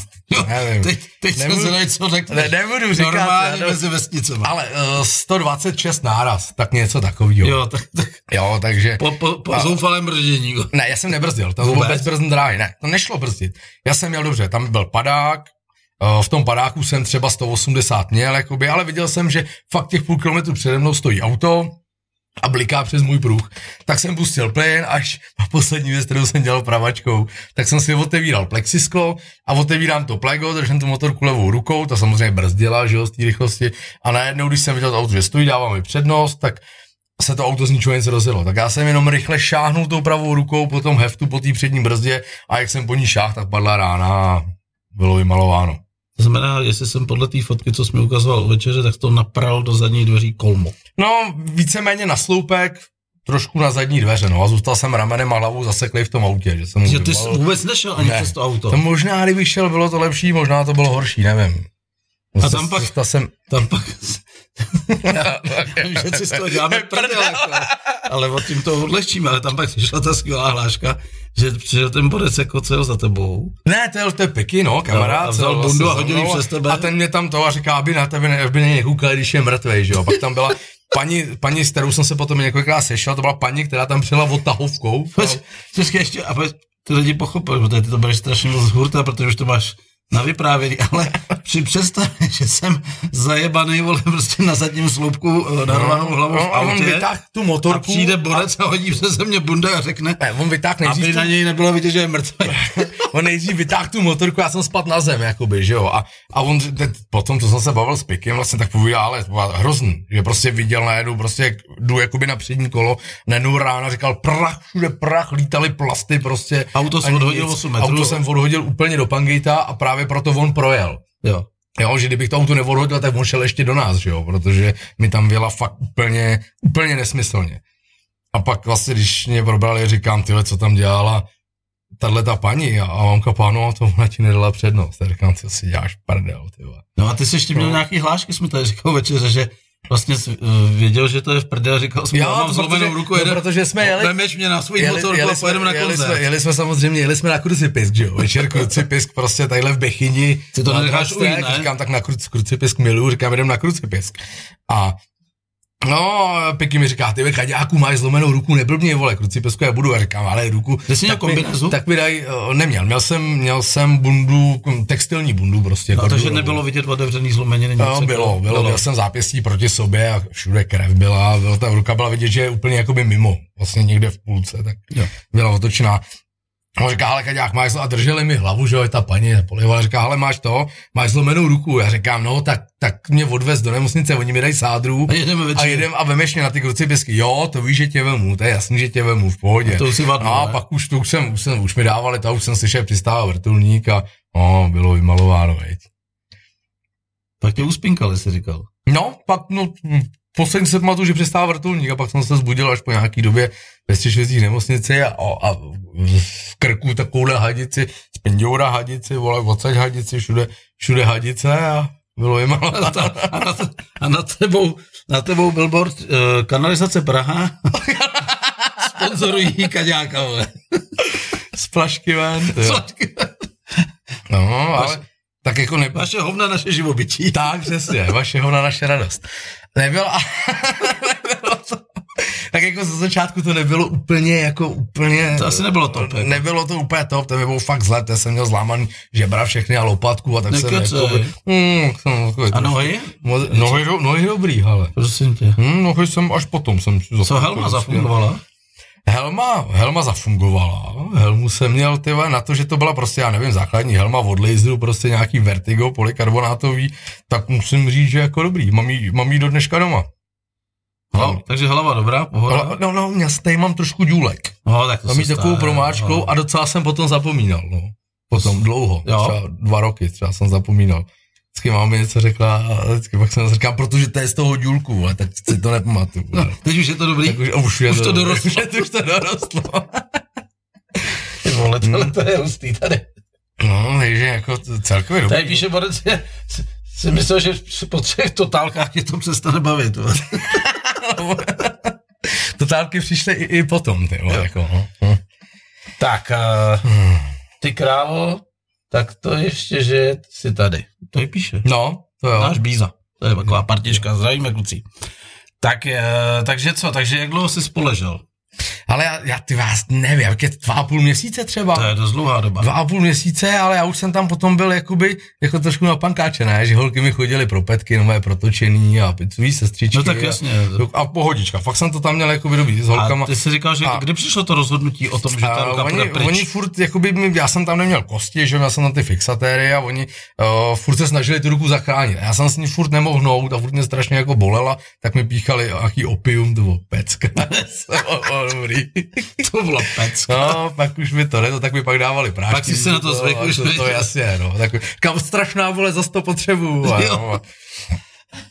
nevím. Teď, teď jsem Nebudu- zvedal, co řekneš. Ne, nebudu říkat, Normálně já to- mezi vesnicema. Ale uh, 126 náraz, tak něco takového. Jo. Jo, tak, tak jo, takže... po, po, po zoufalém brdění. Ne, já jsem nebrzdil, tam bylo Vůbec? bezbrzdný dráhy, ne, to nešlo brzdit. Já jsem měl dobře, tam byl padák, eh, v tom padáku jsem třeba 180 měl, jakoby, ale viděl jsem, že fakt těch půl kilometru přede mnou stojí auto a bliká přes můj pruh. Tak jsem pustil plyn, až na poslední věc, kterou jsem dělal pravačkou, tak jsem si otevíral plexisklo a otevírám to plego, držím tu motorku levou rukou, ta samozřejmě brzdila, že jo, z té rychlosti. A najednou, když jsem viděl to auto, že stojí, dávám mi přednost, tak se to auto z ničeho nic rozjelo. Tak já jsem jenom rychle šáhnul tou pravou rukou po tom heftu, po té přední brzdě a jak jsem po ní šáhl, tak padla rána a bylo vymalováno. To znamená, jestli jsem podle té fotky, co jsi mi ukazoval u večeře, tak to napral do zadní dveří kolmo. No, víceméně na sloupek, trošku na zadní dveře, no a zůstal jsem ramenem a hlavou zaseklý v tom autě, že jsem mu Že ty jsi vyvalil. vůbec nešel ani Ne. přes to auto. To možná, kdybych šel, bylo to lepší, možná to bylo horší, nevím. A tam pak- Zůstal jsem... Tam pak... že si z toho děláme prdel, jako. ale o tím to odlehčíme, ale tam pak přišla ta skvělá hláška, že přišel ten borec jako co jel za tebou. Ne, to je, to je piky, no, kamarád. a vzal co, bundu vlastně a hodil za ji mnou přes tebe. A ten mě tam to a říká, aby na tebe ne, aby na něj koukali, když je mrtvej, že jo. Pak tam byla paní, paní, s kterou jsem se potom několikrát sešel, to byla paní, která tam přijela odtahovkou. Počkej ještě, a, poč- ty lidi pochopili, protože ty to bereš strašně moc z hurta, protože už to máš na vyprávění, ale při představě, že jsem zajebaný, vole, prostě na zadním sloupku eh, narvanou hlavou v No, a on autě vytáhl tu a motorku. přijde borec a hodí se ze mě bunda a řekne, Ne, on vytáhl aby nejdřív, na tu, něj nebylo vidět, že je mrtvý. on nejdřív vytáhl tu motorku, já jsem spadl na zem, jakoby, že jo. A, a on, te- potom, co jsem se bavil s Pikem, vlastně tak povídal, ale to bylo hrozný, že prostě viděl najednou, prostě jak jdu jakoby na přední kolo, najednou rána říkal prach, všude prach, lítaly plasty prostě. Auto jsem Ani odhodil nic. 8 metrů. Auto jsem odhodil úplně do Pangejta a právě proto on projel. Jo. Jo, že kdybych to auto neodhodil, tak on šel ještě do nás, že jo, protože mi tam věla fakt úplně, úplně nesmyslně. A pak vlastně, když mě probrali, říkám, tyhle, co tam dělala tahle ta paní a, a mamka pánu a to ona ti nedala přednost. Já říkám, co si děláš prdel, ty vole. No a ty jsi ještě měl nějaký hlášky, jsme tady říkal večeře, že vlastně jsi, eh, věděl, že to je v prdě a říkal jsem, já Jo, mám to zlomenou protože- ruku, no, jeden, protože jsme jeli- Vemeš mě na svůj motorku a pojedeme na jeli, jsme, koncert. jeli jsme samozřejmě, jeli jsme na krucipisk, že jo, večer krucipisk, prostě tadyhle v Bechyni. Ty to Na necháš Dražstech, ujít, ne? Říkám, tak na kruc, krucipisk miluju, říkám, jdem na krucipisk. A No, Piky mi říká, ty ve kaďáku máš zlomenou ruku, neblbně, vole, krucipisku, já budu, já říkám, ale ruku. Ty jsi měl mi- kombinézu? Tak mi daj, eh, neměl, měl jsem, měl jsem bundu, kum, textilní bundu prostě. A to, že kordurovou. nebylo vidět otevřený zlomeniny. nic No, jako- bylo, bylo, měl jsem zápěstí proti sobě a všude krev byla, byla ta ruka byla vidět, že je úplně jakoby mimo, vlastně někde v půlce, tak Jo. byla otočená. On říká, hele, kaďák, máš zlo-" a drželi mi hlavu, že jo, je ta paní polivala, říká, hele, máš to, máš zlomenou ruku. Já říkám, no, tak, tak mě odvez do nemocnice, oni mi dají sádru A jedeme a večer. jedem a vemeš mě na ty krucipisky. Jo, to víš, že tě vemu, to je jasný, že tě vemu, v pohodě. A to už si vadlo, no, a ne? pak už, to už, jsem, už, jsem, už mi dávali, to už jsem slyšel, přistával vrtulník a no, bylo vymalováno, veď. Tak tě uspinkali, jsi říkal. No, pak, no, hm, poslední se pamatuju, že přestával vrtulník a pak jsem se zbudil až po nějaký době ve stěžvězích nemocnici a, a, a, v krku takovouhle hadici, z penděura hadici, vole, odsaď hadici, všude, všude hadice a bylo jim ale A, ta, a, na, te- a na, tebou, na tebou billboard uh, kanalizace Praha sponzorují kaďáka, vole. z flašky ven. ty jo. Sladké. No, ale tak jako ne... Vaše hovna, naše živobytí. Tak, přesně, vašeho na naše radost. Nebylo, nebylo to, tak jako ze začátku to nebylo úplně, jako úplně... To asi nebylo top, jako. Nebylo to úplně top, to mi bylo fakt zle, to jsem měl zlámaný žebra všechny a lopatku a tak jsem... Nekecej. jakoby- Hmm, jsem takový A trošku- nohy? Moc- Nohy, do- nohy dobrý, ale. Prosím tě. Hmm, nohy jsem až potom jsem si Co helma zafungovala? Helma, helma zafungovala. Helmu jsem měl ty vole, na to, že to byla prostě, já nevím, základní helma od laseru, prostě nějaký vertigo polikarbonátový, tak musím říct, že jako dobrý. Mám jí, mám jí do dneška doma. No, takže hlava dobrá, pohoda. Ale, no, no, já stej mám trošku důlek. No, tak to Mám se jí takovou stane, promáčkou no. a docela jsem potom zapomínal. No. Potom dlouho, Jo. třeba dva roky třeba jsem zapomínal. Vždycky máma něco řekla a vždycky pak jsem říkal, protože to je z toho důlku, vole, tak si to nepamatuju. No, teď už je to dobrý. Tak už, a už, je Už to dobrý. dorostlo. Už, je to- už to dorostlo. Hmm. Ty vole, tohle to je hustý tady. No, takže jako t- celkově dobrý. Tady píše Borec, že si- si myslel, že při- po třech totálkách tě to přestane bavit. vole. Totálky přišly i, i potom, ty vole, jako, no. Tak, a ty králo, tak to ještě, že jsi tady. To je píše. no. to jo. Náš Bíza. To je taková partička, zdravíme kluci. Tak, eh, takže co, takže jak dlouho jsi spoležel? Ale já, já ty vás nevím, jak je dva a půl měsíce třeba. To je dost dlouhá doba. Dva a půl měsíce, ale já už jsem tam potom byl jakoby, jako trošku na pankáče, ne? Že holky mi chodily pro petky, nové protočený a picový sestřičky. No tak a- jasně. A pohodička, fakt jsem to tam měl jakoby dobrý s holkama. A ty jsi říkal, že A- kdy přišlo to rozhodnutí o tom, že ta A ruka oni, půjde pryč? oni furt, jakoby, mi- já jsem tam neměl kosti, že jo, já jsem tam ty fixatéry a oni uh, furt se snažili tu ruku zachránit. A Já jsem s ní furt nemohl hnout a furt mě strašně jako bolela, tak mi píchali jaký opium, to bylo pecka. O, o, dobrý. to bylo pec. No, pak už mi to ne, to tak mi pak dávali prášky. Pak jsi se na to zvykl a už, to, to viď? jasně, no. Tak, kam strašná vole, za to potřebuju. a Jo. No.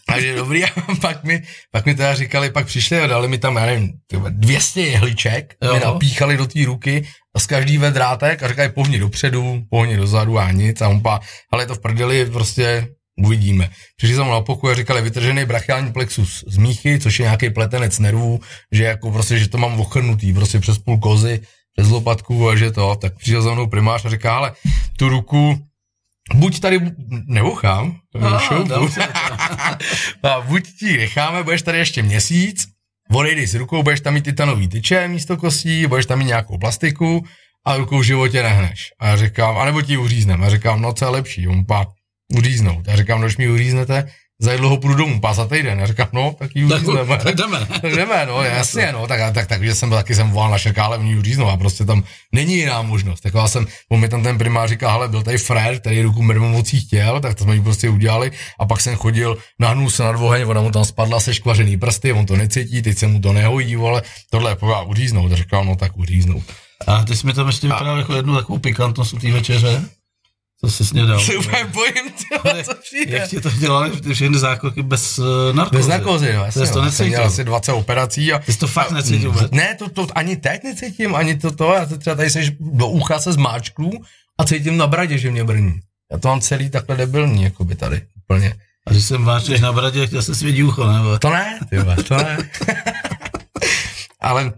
Takže dobrý, a pak mi, pak mi teda říkali, pak přišli a dali mi tam, já nevím, ty vole, 200 jehliček, Jo. jo. mi napíchali do té ruky a z každý ve drátek a říkají pohni dopředu, pohni dozadu a nic a on pá, ale to v prdeli prostě uvidíme. Přišli jsem na pokoj a říkali vytržený brachiální plexus z míchy, což je nějaký pletenec nervů, že jako prostě, že to mám ochrnutý prostě přes půl kozy, přes lopatku a že to, tak přišel za mnou primář a říká, ale tu ruku buď tady neuchám, A, no, dobře. a buď ti necháme, budeš tady ještě měsíc, odejdeš s rukou, budeš tam mít titanový tyče místo kostí, budeš tam mít nějakou plastiku a ruku v životě nehneš. A já říkám, anebo ti ji uříznem. A říkám, no co je lepší, on pa uříznout. A říkám, nož mi ji uříznete, za dlouho půjdu domů, pás za týden. A říkám, no, tak ji Tak, uřízneme. tak jdeme. ne? Tak jdeme, no, jasně, no, tak, tak, tak, že jsem byl, taky jsem volal na šakále v New Říznu a prostě tam není jiná možnost. Tak já jsem, on mi tam ten primář říká, hele, byl tady frér, který ruku mermomocí chtěl, tak to jsme ji prostě udělali a pak jsem chodil, nahnul se na dvoheň, ona mu tam spadla se škvařený prsty, on to necítí, teď se mu to nehojí, ale tohle je pořád uříznout, A říkal, no tak uříznout. A ty jsi mi tam ještě vyprávěl jako jednu takovou pikantnost u té večeře. To jsi snědal. Se úplně bojím, tyhle, co přijde. Jak ti to dělali ty všechny zákroky bez uh, narkozy? Bez narkózy, no, jasně, jsi to no, jsem necítil. měl asi 20 operací a Ty jsi to fakt necítil vůbec. Ne, to, to ani teď necítím, ani to, to já se třeba tady seš do ucha se zmáčknu a cítím na bradě, že mě brní. Já to mám celý takhle debilní, jakoby tady, úplně. A když jsem váčeš na bradě, chtěl se svědí ucho, nebo? To ne, ty vole, to ne. Ale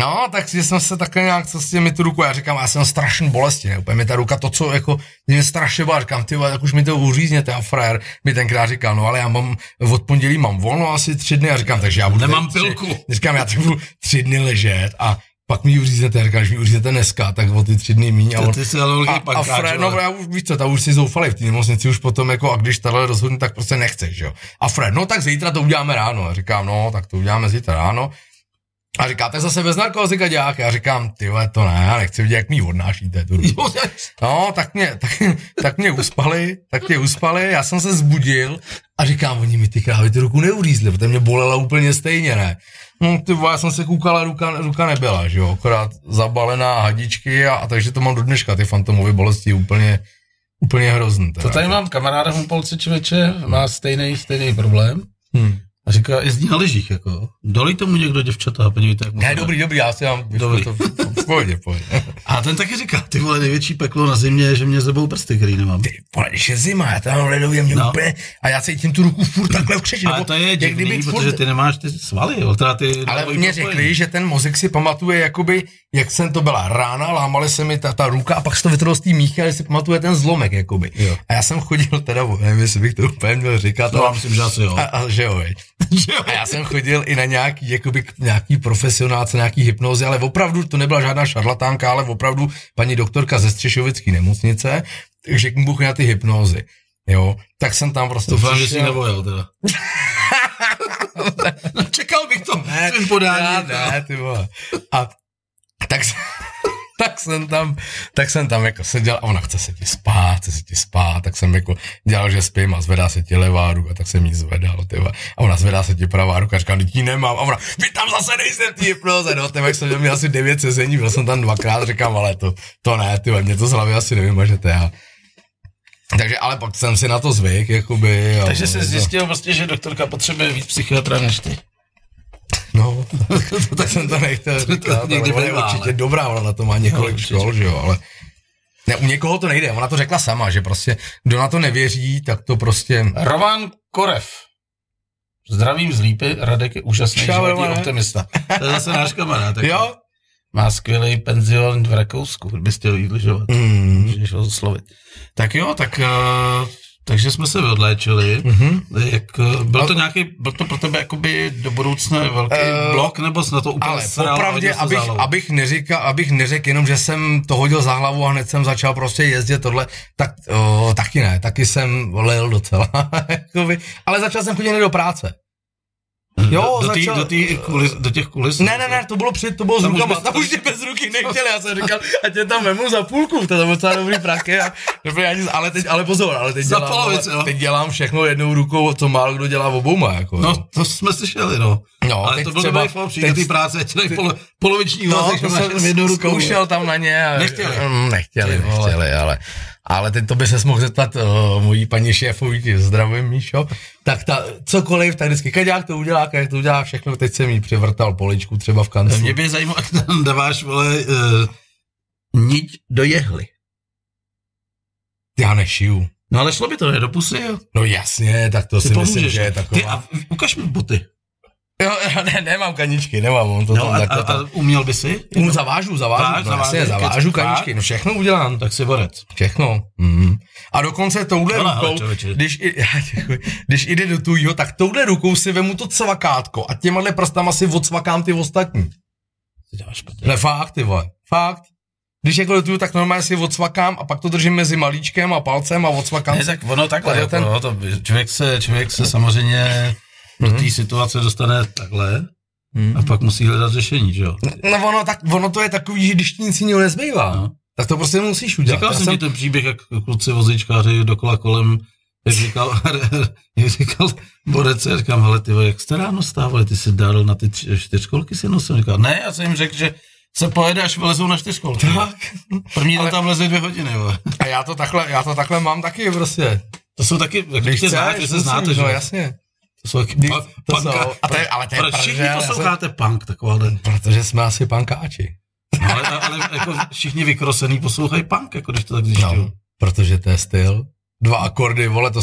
No, tak si jsem se takhle nějak co s těmi tu ruku, já říkám, já jsem strašný bolesti, ne? úplně mi ta ruka, to co, jako, mě strašně bá, říkám, ty vole, tak už mi to uřízněte a frajer mi tenkrát říkal, no ale já mám, od pondělí mám volno asi tři dny a říkám, takže já budu Nemám tady tři- pilku. Říkám, já tady budu tři dny ležet a pak mi ji uříznete, a říkám, když mi ji uříznete dneska, tak o ty tři dny míň. A, Ty- on- ty jsi ale velký a, a pankáč, Fred, no, vole. já už víš co, tam už si zoufali v té nemocnici už potom jako, a když tohle rozhodne, tak prostě nechceš, že jo. A Fred, no tak zítra to uděláme ráno. A říkám, no, tak to uděláme zítra ráno. A říkáte zase bez narkózy, kaďák? Já říkám, ty vole, to ne, já nechci vidět, jak mi ji odnášíte. Tu ruku. No, tak mě, tak, tak mě uspali, tak mě uspali, já jsem se zbudil a říkám, oni mi ty krávy tu ruku neuřízli, protože mě bolela úplně stejně, ne. No, ty vole, já jsem se koukal a ruka, ruka nebyla, že jo, akorát zabalená hadičky a, a takže to mám do dneška, ty fantomové bolesti úplně, úplně hrozný. To tady mám kamaráda Humpolce Čveče, má stejný, stejný problém. Hmm. A říká, jezdí na lyžích, jako. Dolej tomu někdo děvčata a podívejte, jak mu to Ne, jde. dobrý, dobrý, já si mám, Dobrý. To, v pohodě, v pohodě. A ten taky říká, ty vole, největší peklo na zimě je, že mě zebou prsty, který nemám. ty vole, když je zima, já tam mám ledově mě No. no. úplně, a já cítím tu ruku furt takhle v křeči. Ale nebo to je jak divný, kdybych protože ty nemáš ty svaly, jo, teda ty... Ale nebo i mě propojení. řekli, že ten mozek si pamatuje, jakoby, jak jsem to byla rána, lámale se mi ta, ta ruka a pak se to vytrhlo z té míchy, ale si pamatuje ten zlomek, jakoby. Jo. A já jsem chodil teda, nevím, jestli bych to úplně měl říkat, To já ale myslím, že asi jo. a, a, že jo, viď. A já jsem chodil i na nějaký, jakoby, k- nějaký profesionálce, nějaký hypnozy, ale opravdu to nebyla žádná šarlatánka, ale opravdu paní doktorka ze Střešovické nemocnice, takže mu na ty hypnózy. Jo, tak jsem tam prostě Doufám, že přišel. jsi nebojel, teda. No, Čekal bych to. ne, Což podání. no. Já, ne, ty vole. A tak, s- tak jsem tam, tak jsem tam jako seděl a ona chce se ti spát, chce se ti spát, tak jsem jako dělal, že spím a zvedá se ti levá ruka, tak jsem jí zvedal, ty vole. A ona zvedá se ti pravá ruka, říká, "Vždyť ji nemám. A ona, vy tam zase nejste v té hypnoze, no, ty vole, jak jsem měl asi devět sezení, byl jsem tam dvakrát, říkám, ale to, to ne, ty vole, mě to z hlavy asi nevymažete, já. Takže, ale pak jsem si na to zvyk, jakoby. jo, Takže je jsi to- zjistil prostě, že doktorka potřebuje víc psychiatra než ty. No, tak jsem to nechtěl říkat, ale někdy ona je bývá, ale- No, určitě dobrá, ona na to má několik určitě. škol, že jo, ale ne, u někoho to nejde, ona to řekla sama, že prostě, kdo na to nevěří, tak to prostě... Roman Korev. Zdravím z Lípy, Radek je úžasný Čau, životní Romane. optimista. To je zase náš kamarád. tak Jo? Má skvělý penzion v Rakousku, kdybyste chtěl jít lyžovat. Mm. Můžeš ho oslovit. Tak jo, tak... Uh, takže jsme se odléčili. Mhm. Jak, eh, byl to nějaký, byl to pro tebe jakoby do budoucna velký Eh, blok, nebo jsi na to úplně Ale sral, popravdě, hodil jsi abych, zálohu? abych, neříkal, abych neřekl jenom, že jsem to hodil za hlavu a hned jsem začal prostě jezdit tohle, tak o, taky ne, taky jsem lil docela. jakoby. ale začal jsem chodit do práce. Jo, Hmm. do, do, tý, začal- do, tý kulis, do těch kulis. Ne, ne, ne, to bylo před, to bylo s Tam už rukama, bez- tam už tě bez ruky nechtěli, já jsem říkal, a tě tam vemu za půlku, to bylo docela dobrý praky, a, nebyl ani, ale teď, ale pozor, ale teď, Za dělám, polovic, jo. ale, teď dělám všechno jednou rukou, co málo kdo dělá obouma, jako. No, to jsme slyšeli, no. No, ale teď to bylo třeba- dobrý fakt, přijde teď- No, ty práce, člověk polo, poloviční úvazek, že to máš jsem jenom jednu ruku. zkoušel tam na ně. A, Nechtěli. Mm, Nechtěli, Ty vole. nechtěli, ale, ale teď to by se mohl zeptat uh, mojí paní šéfový, zdravím Míšo, tak ta, cokoliv, tak vždycky, kaďák to udělá, kaďák to udělá, všechno, teď jsem jí přivrtal poličku třeba v kanclu. Mě by zajímalo, jak tam dáváš, vole, uh, niť do jehly. Já nešiju. No ale šlo by to, ne, do pusy, jo. No jasně, tak to Ty si pomůžeš. myslím, že je taková. Ty a v- ukaž mi boty. Jo, jo, ne, nemám kaničky, nemám, on to No tam a, takhle. a, tam- a uměl by si? Um, zavážu, Váž, zavážu, no, zavážeš, jasně, zavážu keď- kaničky, no všechno udělám, Tak si borec. všechno. Mm. A dokonce touhle Hele, hele, rukou, člověče. když, i, děkuji, když jde do tujího, tak touhle rukou si vemu to cvakátko a těmahle prstama si odsvakám ty ostatní. Ty dáš, prdel. Ne, fakt, ty vole, fakt. Když jako letuju, tak normálně si odsvakám a pak to držím mezi malíčkem a palcem a odsvakám. Ne, tak ono takhle, Ale jako, ten- ten... to, člověk, se, člověk se samozřejmě Mhm. do té situace dostane takhle a pak musí hledat řešení, že jo? No ono, tak, ono to je takový, že když ti nic jiného nezbývá, No. tak to prostě musíš udělat. Říkal Já jsem ti ten příběh, jak kluci vozičkáři dokola kolem, jak říkal, jak říkal Borec, já říkám, hele, ty, vole, jak jste ráno stávali, ty jsi dal na ty tři- čtyřkolky si nosil, říkal, ne, já jsem jim řekl, že se pojede, až vylezou na čtyřkolky. Tak. První den Ale- tam leze dvě hodiny, jo. A já to takhle, já to takhle mám taky prostě. To jsou taky, jak když tě znáte, že se musím, znáte, že No jo. jasně. To jsou taky Když- pa- to panka- jsou- a to je- ale to je Proč Všichni prdel, já jsem- posloucháte punk, takováhle. Protože jsme asi pankáči. Ale, ale jako všichni vykrosený poslouchají punk, jako když to tak zjišťují. No, protože to je styl. Dva akordy, vole, to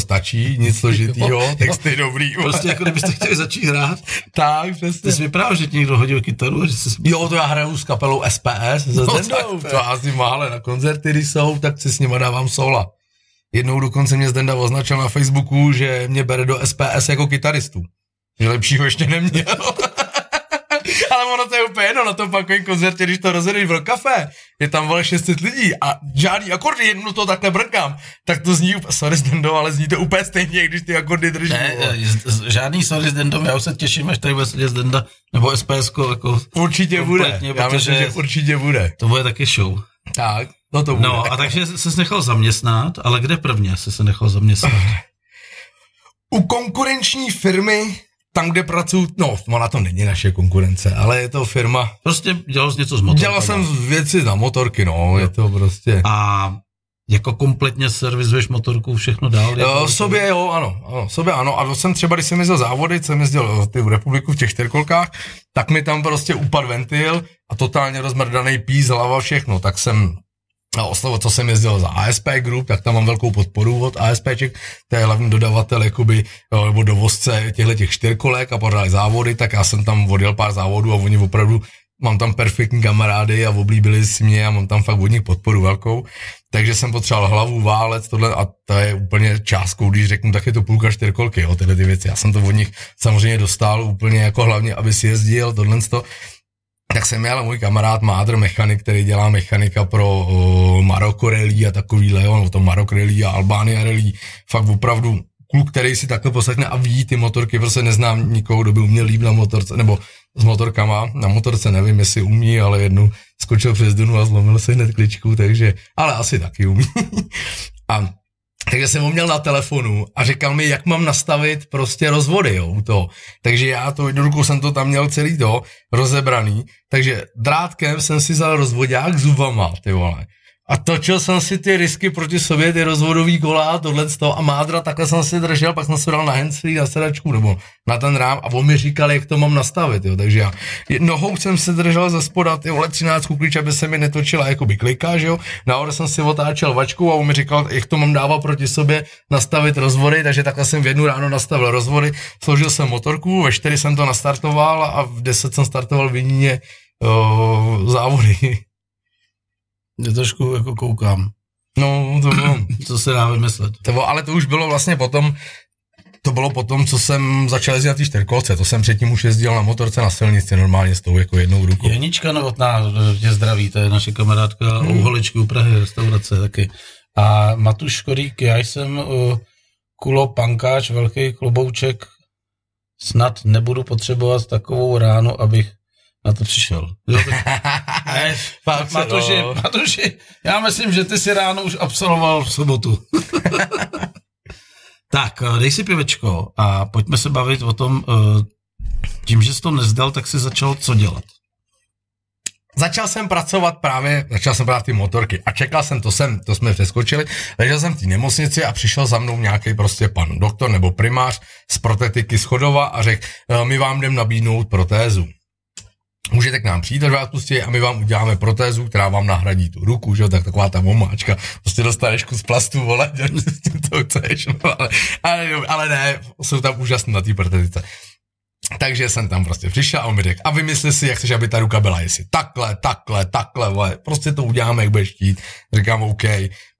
stačí, nic složitýho, texty dobrý. Vole. Prostě jako kdybyste chtěli začít hrát, tak, ty přesně. jsi mi právě, že ti někdo hodil kytaru a že jsi Jo, to já hraju s kapelou SPS ze No, Zdendou. tak to je. to já s ním mále na koncerty, když jsou, tak si s nima dávám sola. Jednou dokonce mě Zdenda označil na Facebooku, že mě bere do SPS jako kytaristu. Že lepšího ještě neměl. Ale ono to je úplně jedno na tom pakovém koncertě, když to rozjedeš v rock kafe, je tam vole 600 lidí a žádný akordy, jednu to takhle brnkám, tak to zní, úplně- sorry Zdendo, ale zní to úplně stejně, jak když ty akordy držíš. Ne, eh, vole. z- z- žádný sorry s Dendom, já už se těším, až tady bude sedět Denda, nebo SPS, jako, určitě bude, kompletně, já myslím, protože- že určitě bude. to bude taky show. Tak, no to bude. No, a takže jsi se nechal zaměstnat, ale kde prvně jsi se nechal zaměstnat? u konkurenční firmy, tam, kde pracuju, no, ona to není naše konkurence, ale je to firma. Prostě dělal jsi něco s motorem. Dělal jsem věci na motorky, no, je to prostě. A jako kompletně servisuješ motorku, všechno dál? Jo, jako, sobě jo, ano, ano, sobě ano. A to jsem třeba, když jsem jezdil závody, jsem jezdil eh, ty v republiku v těch čtyřkolkách, tak mi tam prostě upad ventil a totálně rozmrdaný pís, hlava, všechno. Tak jsem a oslovo, co jsem jezdil za ASP Group, tak tam mám velkou podporu od ASPček, to je hlavní dodavatel jakoby, jo, nebo dovozce těchto těch čtyřkolek a pořádají závody, tak já jsem tam odjel pár závodů a oni opravdu, mám tam perfektní kamarády a oblíbili si mě a mám tam fakt od nich podporu velkou, takže jsem potřeboval hlavu, válec, tohle a to je úplně částkou, když řeknu, tak je to půlka čtyřkolky, jo, tyhle ty věci. Já jsem to od nich samozřejmě dostal úplně jako hlavně, aby si jezdil, tohle to, tak jsem měl můj kamarád Mádr mechanik, který dělá mechanika pro o, Maroko rally a takovýhle, on to Marok rally a Albánia rally, fakt opravdu kluk, který si takhle poslechne a ví ty motorky, prostě neznám nikoho, kdo by uměl líp na motorce, nebo s motorkama, na motorce nevím, jestli umí, ale jednu skočil přes dunu a zlomil si hned kličku, takže, ale asi taky umí. a takže jsem ho měl na telefonu a říkal mi, jak mám nastavit prostě rozvody, jo, u toho. Takže já to jednou rukou jsem to tam měl celý to rozebraný, takže drátkem jsem si vzal rozvodák zubama, ty vole. A točil jsem si ty risky proti sobě, ty rozvodový kola, tohle z toho a mádra, takhle jsem si držel, pak jsem se dal na handsfree, na sedačku nebo na ten rám a on mi říkal, jak to mám nastavit, jo. Takže já je- nohou jsem se držel ze spoda, ty vole, 13 klíč, aby se mi netočila jakoby klika, že jo. Nahoře jsem si otáčel vačku a on mi říkal, jak to mám dávat proti sobě, nastavit rozvody, takže takhle jsem v jednu ráno nastavil rozvody, složil jsem motorku, ve 4 jsem to nastartoval a v 10 jsem startoval v Jiníně eh, závody. Já trošku jako koukám, No, to bylo. co se dá vymyslet. To, bylo- ale to už bylo vlastně potom, to bylo potom, co jsem začal jezdit na té čtyřkolce, to jsem předtím už jezdil na motorce na silnici normálně s tou jako jednou rukou. Janička Novotná, tě zdraví, to je naše kamarádka hmm. u Holečky u Prahy, restaurace taky. A Matuš Škodík, já jsem uh, kulo pankáč, velký klobouček, snad nebudu potřebovat takovou ránu, abych na to přišel. Jo, tak- ne, Fakt, Matuši, no. Matuši, já myslím, že ty si ráno už absolvoval v sobotu. tak, eh, dej si pivečko a pojďme se bavit o tom, eh, tím, že jsi to nezdal, tak si začal co dělat. Začal jsem pracovat právě, začal jsem právě ty motorky a čekal jsem, to jsem, to jsme přeskočili, ležel jsem v té nemocnici a přišel za mnou nějaký prostě pan doktor nebo primář z protetiky z Chodova a řekl, "Eh, my vám jdem nabídnout protézu. Můžete k nám přijít až vás pustí a my vám uděláme protézu, která vám nahradí tu ruku, že jo, tak taková ta omáčka, prostě dostaneš kus plastu, vole, děláš s tím, co chceš, no, ale, ale, ale ne, jsou tam úžasné na té protetice. Takže jsem tam prostě přišel a on mi řekl, a vymysli si, jak chceš, aby ta ruka byla, jestli takhle, takhle, takhle, vole, prostě to uděláme, jak budeš chtít. Říkám, OK.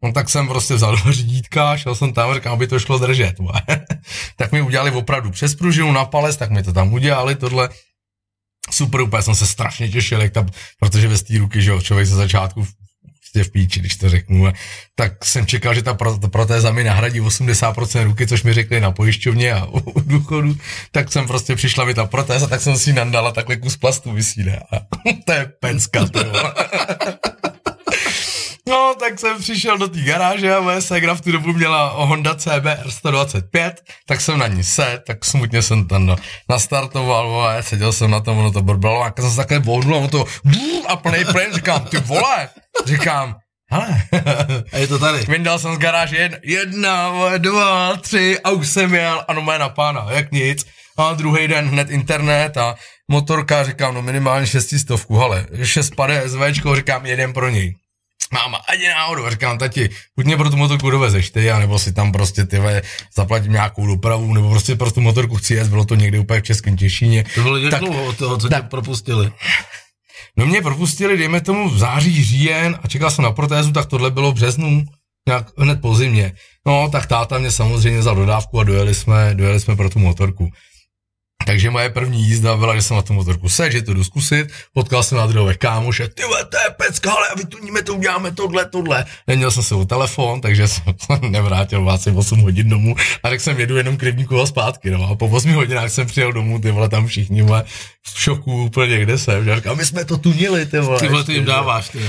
No tak jsem prostě vzal dva řídítka, šel jsem tam a říkám, aby to šlo držet, vole. tak mi udělali opravdu přes pružinu na palec, tak mi to tam udělali, tohle. Super, úplně jsem se strašně těšil, jak ta, protože bez té ruky, že jo, člověk ze začátku prostě v píči, když to řeknu. A tak jsem čekal, že ta pro- ta protéza mi nahradí 80% ruky, což mi řekli na pojišťovně a u u důchodu, tak jsem prostě přišla mi ta protéza, tak jsem si ji nandala takhle kus plastu vysí, ne? A to je penska, to jo. No, tak jsem přišel do té garáže a moje ségra v tu dobu měla Honda CBR 125, tak jsem na ní set, tak smutně jsem tam no, nastartoval, vole, seděl jsem na tom, ono to brblalo, a když jsem se takhle vohnul a ono to brr, a plný plyn, říkám, ty vole, říkám, hele, A je to tady. vyndal jsem z garáže jedna, jedna vole, dva, tři a už jsem jel, ano, mé na pána, jak nic. A druhý den hned internet a motorka, říkám, no minimálně šestistovku, ale šest pade SVčko, říkám, jeden pro něj. Máma, ani náhodou, říkám, tati, buď mě pro tu motorku dovezeš ty, anebo si tam prostě ty vole, zaplatím nějakou dopravu, nebo prostě pro tu motorku chci jet, bylo to někde úplně v Českém Těšíně. To bylo jak Tak- dlouho od toho, co tě propustili. No mě propustili, dejme tomu, v září, říjen a čekal jsem na protézu, tak tohle bylo v březnu, nějak hned po zimě. No, tak táta mě samozřejmě vzal dodávku a dojeli jsme, dojeli jsme pro tu motorku. Takže moje první jízda byla, že jsem na tu motorku se, že to jdu zkusit, potkal jsem na druhé kámoše, ty vole, to je pecka, ale vytuníme to, uděláme tohle, tohle. Neměl jsem sebou telefon, takže jsem se nevrátil v asi 8 hodin domů a řekl jsem, jedu jenom k rybníku a zpátky, no. A po 8 hodinách jsem přijel domů, ty vole, tam všichni, vole, v šoku úplně, kde jsem, že? A říkám, my jsme to tunili, ty vole. Ty vole, ty jim ještě, dáváš, ty.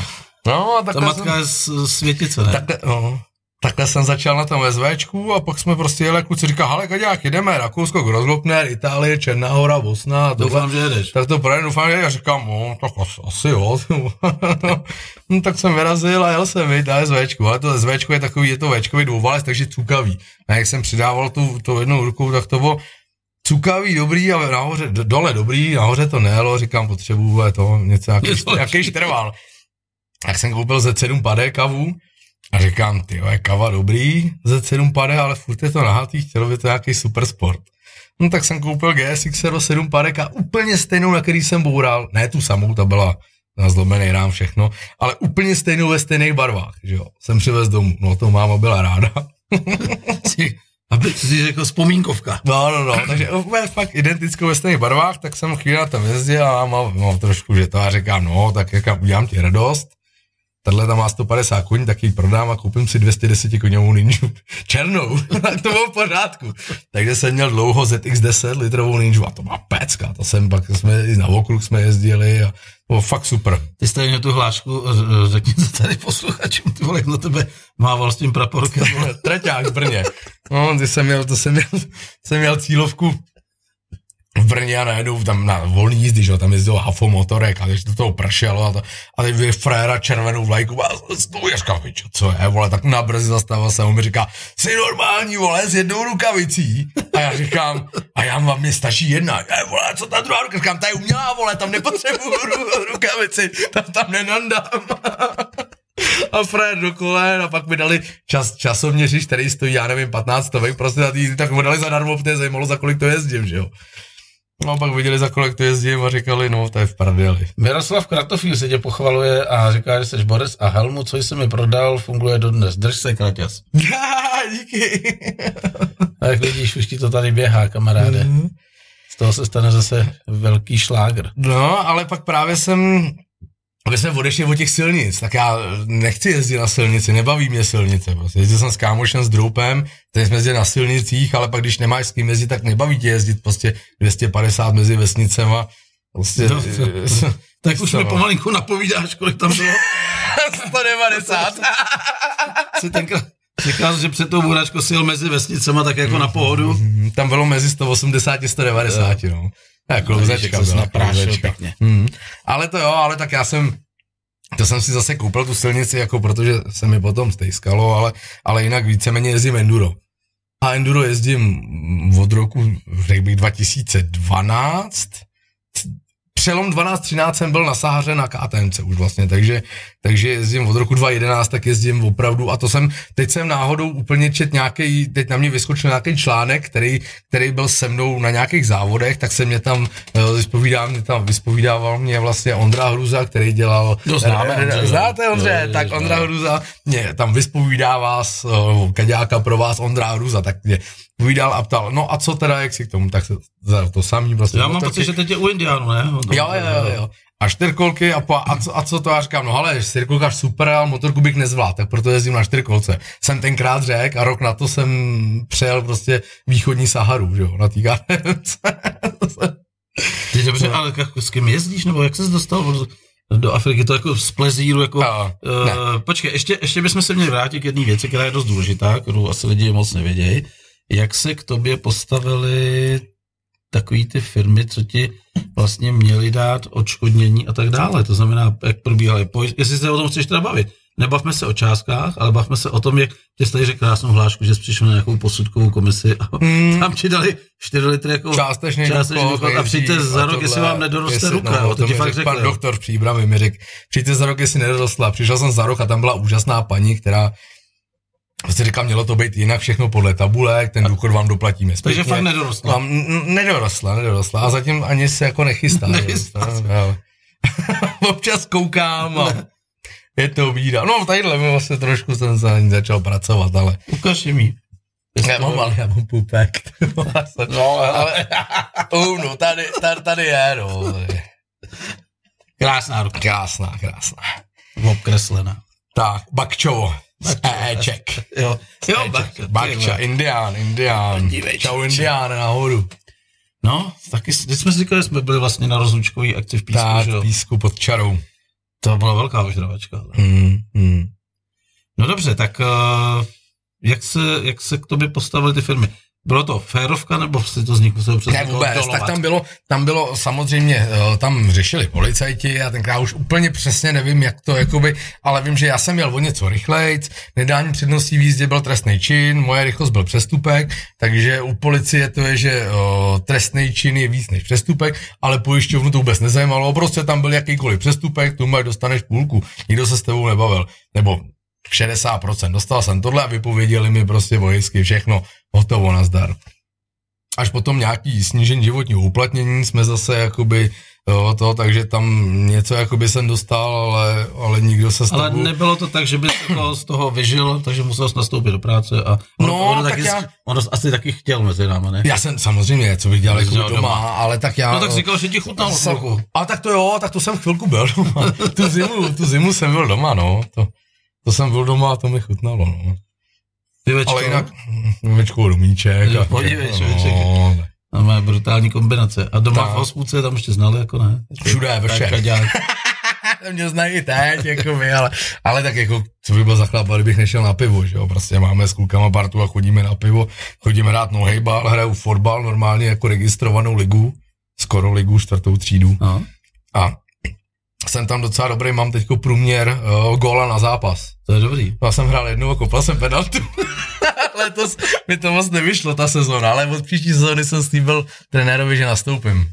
No, a Ta takhle jsem- matka je z světice, ne? Takhle, no. Takhle jsem začal na tom SVčku a pak jsme prostě jeli, kluci říká, hele, kaďák, jedeme, Rakousko, Grozlopner, Itálie, Černá hora, Bosna a tohle. Doufám, že jedeš. Tak to projedu, doufám, že já říkám, no, tak asi, asi jo. no, tak jsem vyrazil a jel jsem, viď, na SVčku, ale to SVčko je takový, je to Včkový dvouvalec, takže cukavý. A jak jsem přidával tu, tu jednou rukou, tak to bylo cukavý, dobrý a nahoře, d- dole dobrý, nahoře to nejelo, říkám, potřebuju vole, to, něco, jaký, Něco jaký štrval. Tak jsem koupil Z7 padé kavu a říkám, ty je kava dobrý, Z7 padé, ale furt je to nahatý, chtělo by to nějaký super sport. No tak jsem koupil GSX 7 padek a úplně stejnou, na který jsem boural, ne tu samou, ta byla na zlomený rám všechno, ale úplně stejnou ve stejných barvách, že jo, jsem přivez domů, no to máma byla ráda. Ty, Aby ty jsi jako vzpomínkovka. No, no, no, takže úplně fakt identickou ve stejných barvách, tak jsem chvíli na tom jezdil a mám, mám trošku, že to a říkám, no, tak říkám, udělám ti radost, Tahle tam má 150 koní, tak ji prodám a koupím si 210 koněvou ninju. Černou, tak to bylo v pořádku. Takže jsem měl dlouho ZX10 litrovou ninju a to má pecka. To jsem pak, jsme i na okruh jsme jezdili a to bylo fakt super. Ty stejně tu hlášku eh, řekni to tady posluchačům, ty vole, jak na tebe mával s tím praporkem. vole. Traťák v Brně. No, ty jsem měl, to jsem měl, jsem měl cílovku v Brně a najednou tam na volný jízdy, že jo, tam jezdil hafo motorek a když do toho pršelo a, to, a teď je fréra červenou vlajku a stůj, já říkám, "Pičo, co je, vole, tak na brzy zastavil se, on mi říká, jsi normální, vole, s jednou rukavicí. A já říkám, a já mám, mě stačí jedna. Je, vole, co ta druhá ruka? Říkám, ta je umělá, vole, tam nepotřebuju ru, rukavici, tam, tam nenandám. A frajer do kolen a pak mi dali čas, časovměřič, který stojí, já nevím, 15 stovek, prostě na tý, tak mu dali zadarmo, protože je zajímalo, za kolik to jezdím, že jo. No a pak viděli, za kolik to jezdím a říkali, no to je v prdeli. Miroslav Kratofil se tě pochvaluje a říká, že jsi borec a helmu, co jsi mi prodal, funguje dodnes. Drž se, kraťas. díky. A jak vidíš, už ti to tady běhá, kamaráde. Z toho se stane zase velký šlágr. No, ale pak právě jsem, když jsme odešli od těch silnic, tak já nechci jezdit na silnici, nebaví mě silnice. Prostě. Jezdil jsem s kámošem, s droupem, teď jsme jezdili na silnicích, ale pak když nemáš s kým jezdit, tak nebaví tě jezdit prostě 250 mezi vesnicema. Prostě, No, to- Tak už Co? mi pomalinku napovídáš, kolik tam bylo. 190. Si tenkrát říkal, že před tou buračkou sil mezi vesnicema, tak jako na pohodu. Mhm, Tam bylo mezi 180 a 190, no. Tak, klouzačka Co jsi byla, naprášil klouzačka. pěkně. Hmm. Ale to jo, ale tak já jsem, to jsem si zase koupil tu silnici, jako protože se mi potom stejskalo, ale, ale jinak víceméně jezdím enduro. A enduro jezdím mm, od roku, řekl bych, 2012. Přelom 12-13 jsem byl na Sahaře na KTMC už vlastně, takže, takže jezdím od roku 2011, tak jezdím opravdu a to jsem, teď jsem náhodou úplně čet nějaký, teď na mě vyskočil nějaký článek, který, který byl se mnou na nějakých závodech, tak se mě tam, eh, vyspovídá, mě tam vyspovídával mě vlastně Ondra Hruza, který dělal... eh, No, známe Ondře. Znáte Ondře, Jo, jo, tak známe. Ondra Hruza mě tam vyspovídá vás, eh, kaďáka pro vás Ondra Hruza, tak mě povídal a ptal, no a co teda, jak si k tomu, tak se za to samý vlastně. Já mám motorky- pocit, že teď je u Indiánu, ne? Jo, jo, jo, jo. a čtyřkolky a, po, a, co, a co to já říkám, no ale čtyřkolka super, ale motorku bych nezvládl, tak proto jezdím na čtyřkolce. Jsem tenkrát řekl a rok na to jsem přejel prostě východní Saharu, že jo, na té Gardence. Ty dobře, ale k- s kým jezdíš, nebo jak jsi dostal do Afriky, to jako z plezíru, jako... No, ne. Uh, počkej, ještě, ještě bychom se měli vrátit k jedné věci, která je dost důležitá, kterou asi lidi moc nevědějí. Jak se k tobě postavili takový ty firmy, co ti vlastně měli dát odškodnění a tak dále. To znamená, jak probíhaly pojist, jestli se o tom chceš teda bavit. Nebavme se o částkách, ale bavme se o tom, jak ty jsi tady řekl krásnou hlášku, že jsi přišel na nějakou posudkovou komisi a Hmm. tam ti dali 4 litry jako Částečný, částečný důchod a přijďte za rok, jestli vám nedoroste ruka. No, jo, to to ti mi fakt řekl pan řekl. doktor v příbrami, mi řekl, přijďte za rok, jestli nedorostla. Přišel jsem za rok a tam byla úžasná paní, která Prostě říkám, mělo to být jinak, všechno podle tabulek, ten důchod vám doplatíme zpětně. Takže fakt nedorostla. Vám n- n- nedorostla, nedorostla. A zatím ani se jako nechystá. Nechystá že jo, to- jo. Občas koukám a je to bída. No tadyhle mi vlastně trošku jsem se na ní začal pracovat, ale Ukaž mi. já mám, ale já mám pupek. no, ale... Uh, no, tady, tady, tady je, no. Krásná ruka. Krásná, krásná. Obkreslená. Tak, bakčo. No, Éček. Jo, jo, Bakča, indián, indián. Dívej, Čau, indián, nahoru. No, taky, s- když jsme si říkali, jsme byli vlastně na rozlučkový akci v Písku, Tak, že jo? písku pod čarou. To byla velká ožravačka. Hmm, hmm. No dobře, tak eh, jak se, jak se k tobě postavily ty firmy? Bylo to férovka, nebo si to z nich musel přes Ne, někoho vůbec, dolovat? tak tam bylo, tam bylo samozřejmě, eh, tam řešili policajti a tenkrát už úplně přesně nevím, jak to jakoby, ale vím, že já jsem jel o něco rychlejc, nedání předností v jízdě byl trestný čin, moje rychlost byl přestupek, takže u policie to je, že eh, trestný čin je víc než přestupek, ale pojišťovnu to vůbec nezajímalo, prostě tam byl jakýkoliv přestupek, tu máš dostaneš půlku, nikdo se s tebou nebavil, nebo 60%, dostal jsem tohle a vypověděli mi prostě vojensky všechno, hotovo, nazdar až potom nějaký snížení životního uplatnění jsme zase jakoby jo, to, takže tam něco jakoby jsem dostal, ale, ale nikdo se s Ale tebou... nebylo to tak, že by se to z toho vyžil, takže musel jsi nastoupit do práce a ono, No, ono, tak taky, já- s- ono asi taky chtěl mezi náma, ne? Já jsem samozřejmě, co bych dělal jako Dělal doma, doma. doma, ale tak já... no tak říkal, že ti chutnalo. jsem, trochu. a tak to jo, tak to jsem chvilku byl doma. tu, zimu, tu zimu jsem byl doma, no. To, to jsem byl doma a to mi chutnalo, no. Ty večko, Ale jinak večku rumíček. Jo, a- podívej, no, člověče. Tam má brutální kombinace. A doma Tak. v hospůdce tam ještě znali, jako ne? Všude je Tak, vršek. kaďák. To mě znají i teď, jako my, ale, ale tak jako, co by byl za chlapa, kdybych nešel na pivo, že jo, prostě máme s klukama partu a chodíme na pivo, chodíme hrát nohejbal, hraju fotbal, normálně jako registrovanou ligu, skoro ligu, čtvrtou třídu No. a jsem tam docela dobrý, mám teď průměr uh, góla na zápas. To je dobrý. Já jsem hrál jednou a kopal jsem penaltu. Letos mi to moc nevyšlo, ta sezóna, ale od příští sezóny jsem slíbil trenérovi, že nastoupím.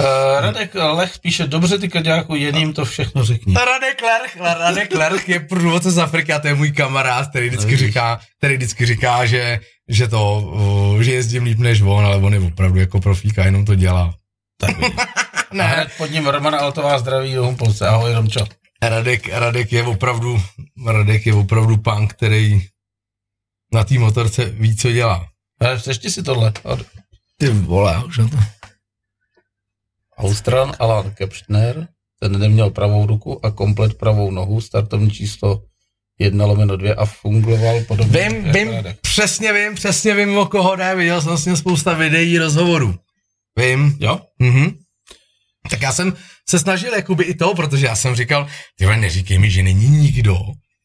Eh, Radek Lech píše, dobře ty kaďáku, jeným to všechno řekni. No, Radek Lerch, Radek Lerch je průvodce z Afriky a to je můj kamarád, který vždycky vidíš. říká, který vždycky říká, že, že to, uh, že jezdím líp než on, ale on je opravdu jako profík a jenom to dělá. Ne. A hned pod ním Roman Altová zdraví do Humpolce. Ahoj Romčo. Radek, Radek je opravdu, Radek je opravdu pán, který na té motorce ví, co dělá. Ale přešti Eh, si tohle. Od Ty vole, už na to. Austran Alan Kepštner, ten neměl pravou ruku a komplet pravou nohu, startovní číslo 1 lomeno 2 a fungoval podobně. Vím, jak vím, Radek. přesně vím, přesně vím, o koho jde, viděl jsem s ním spousta videí, rozhovorů. Vím, Jo? Mm-hmm. Tak já jsem se snažil jakoby i to, protože já jsem říkal, ty vole, neříkej mi, že není nikdo.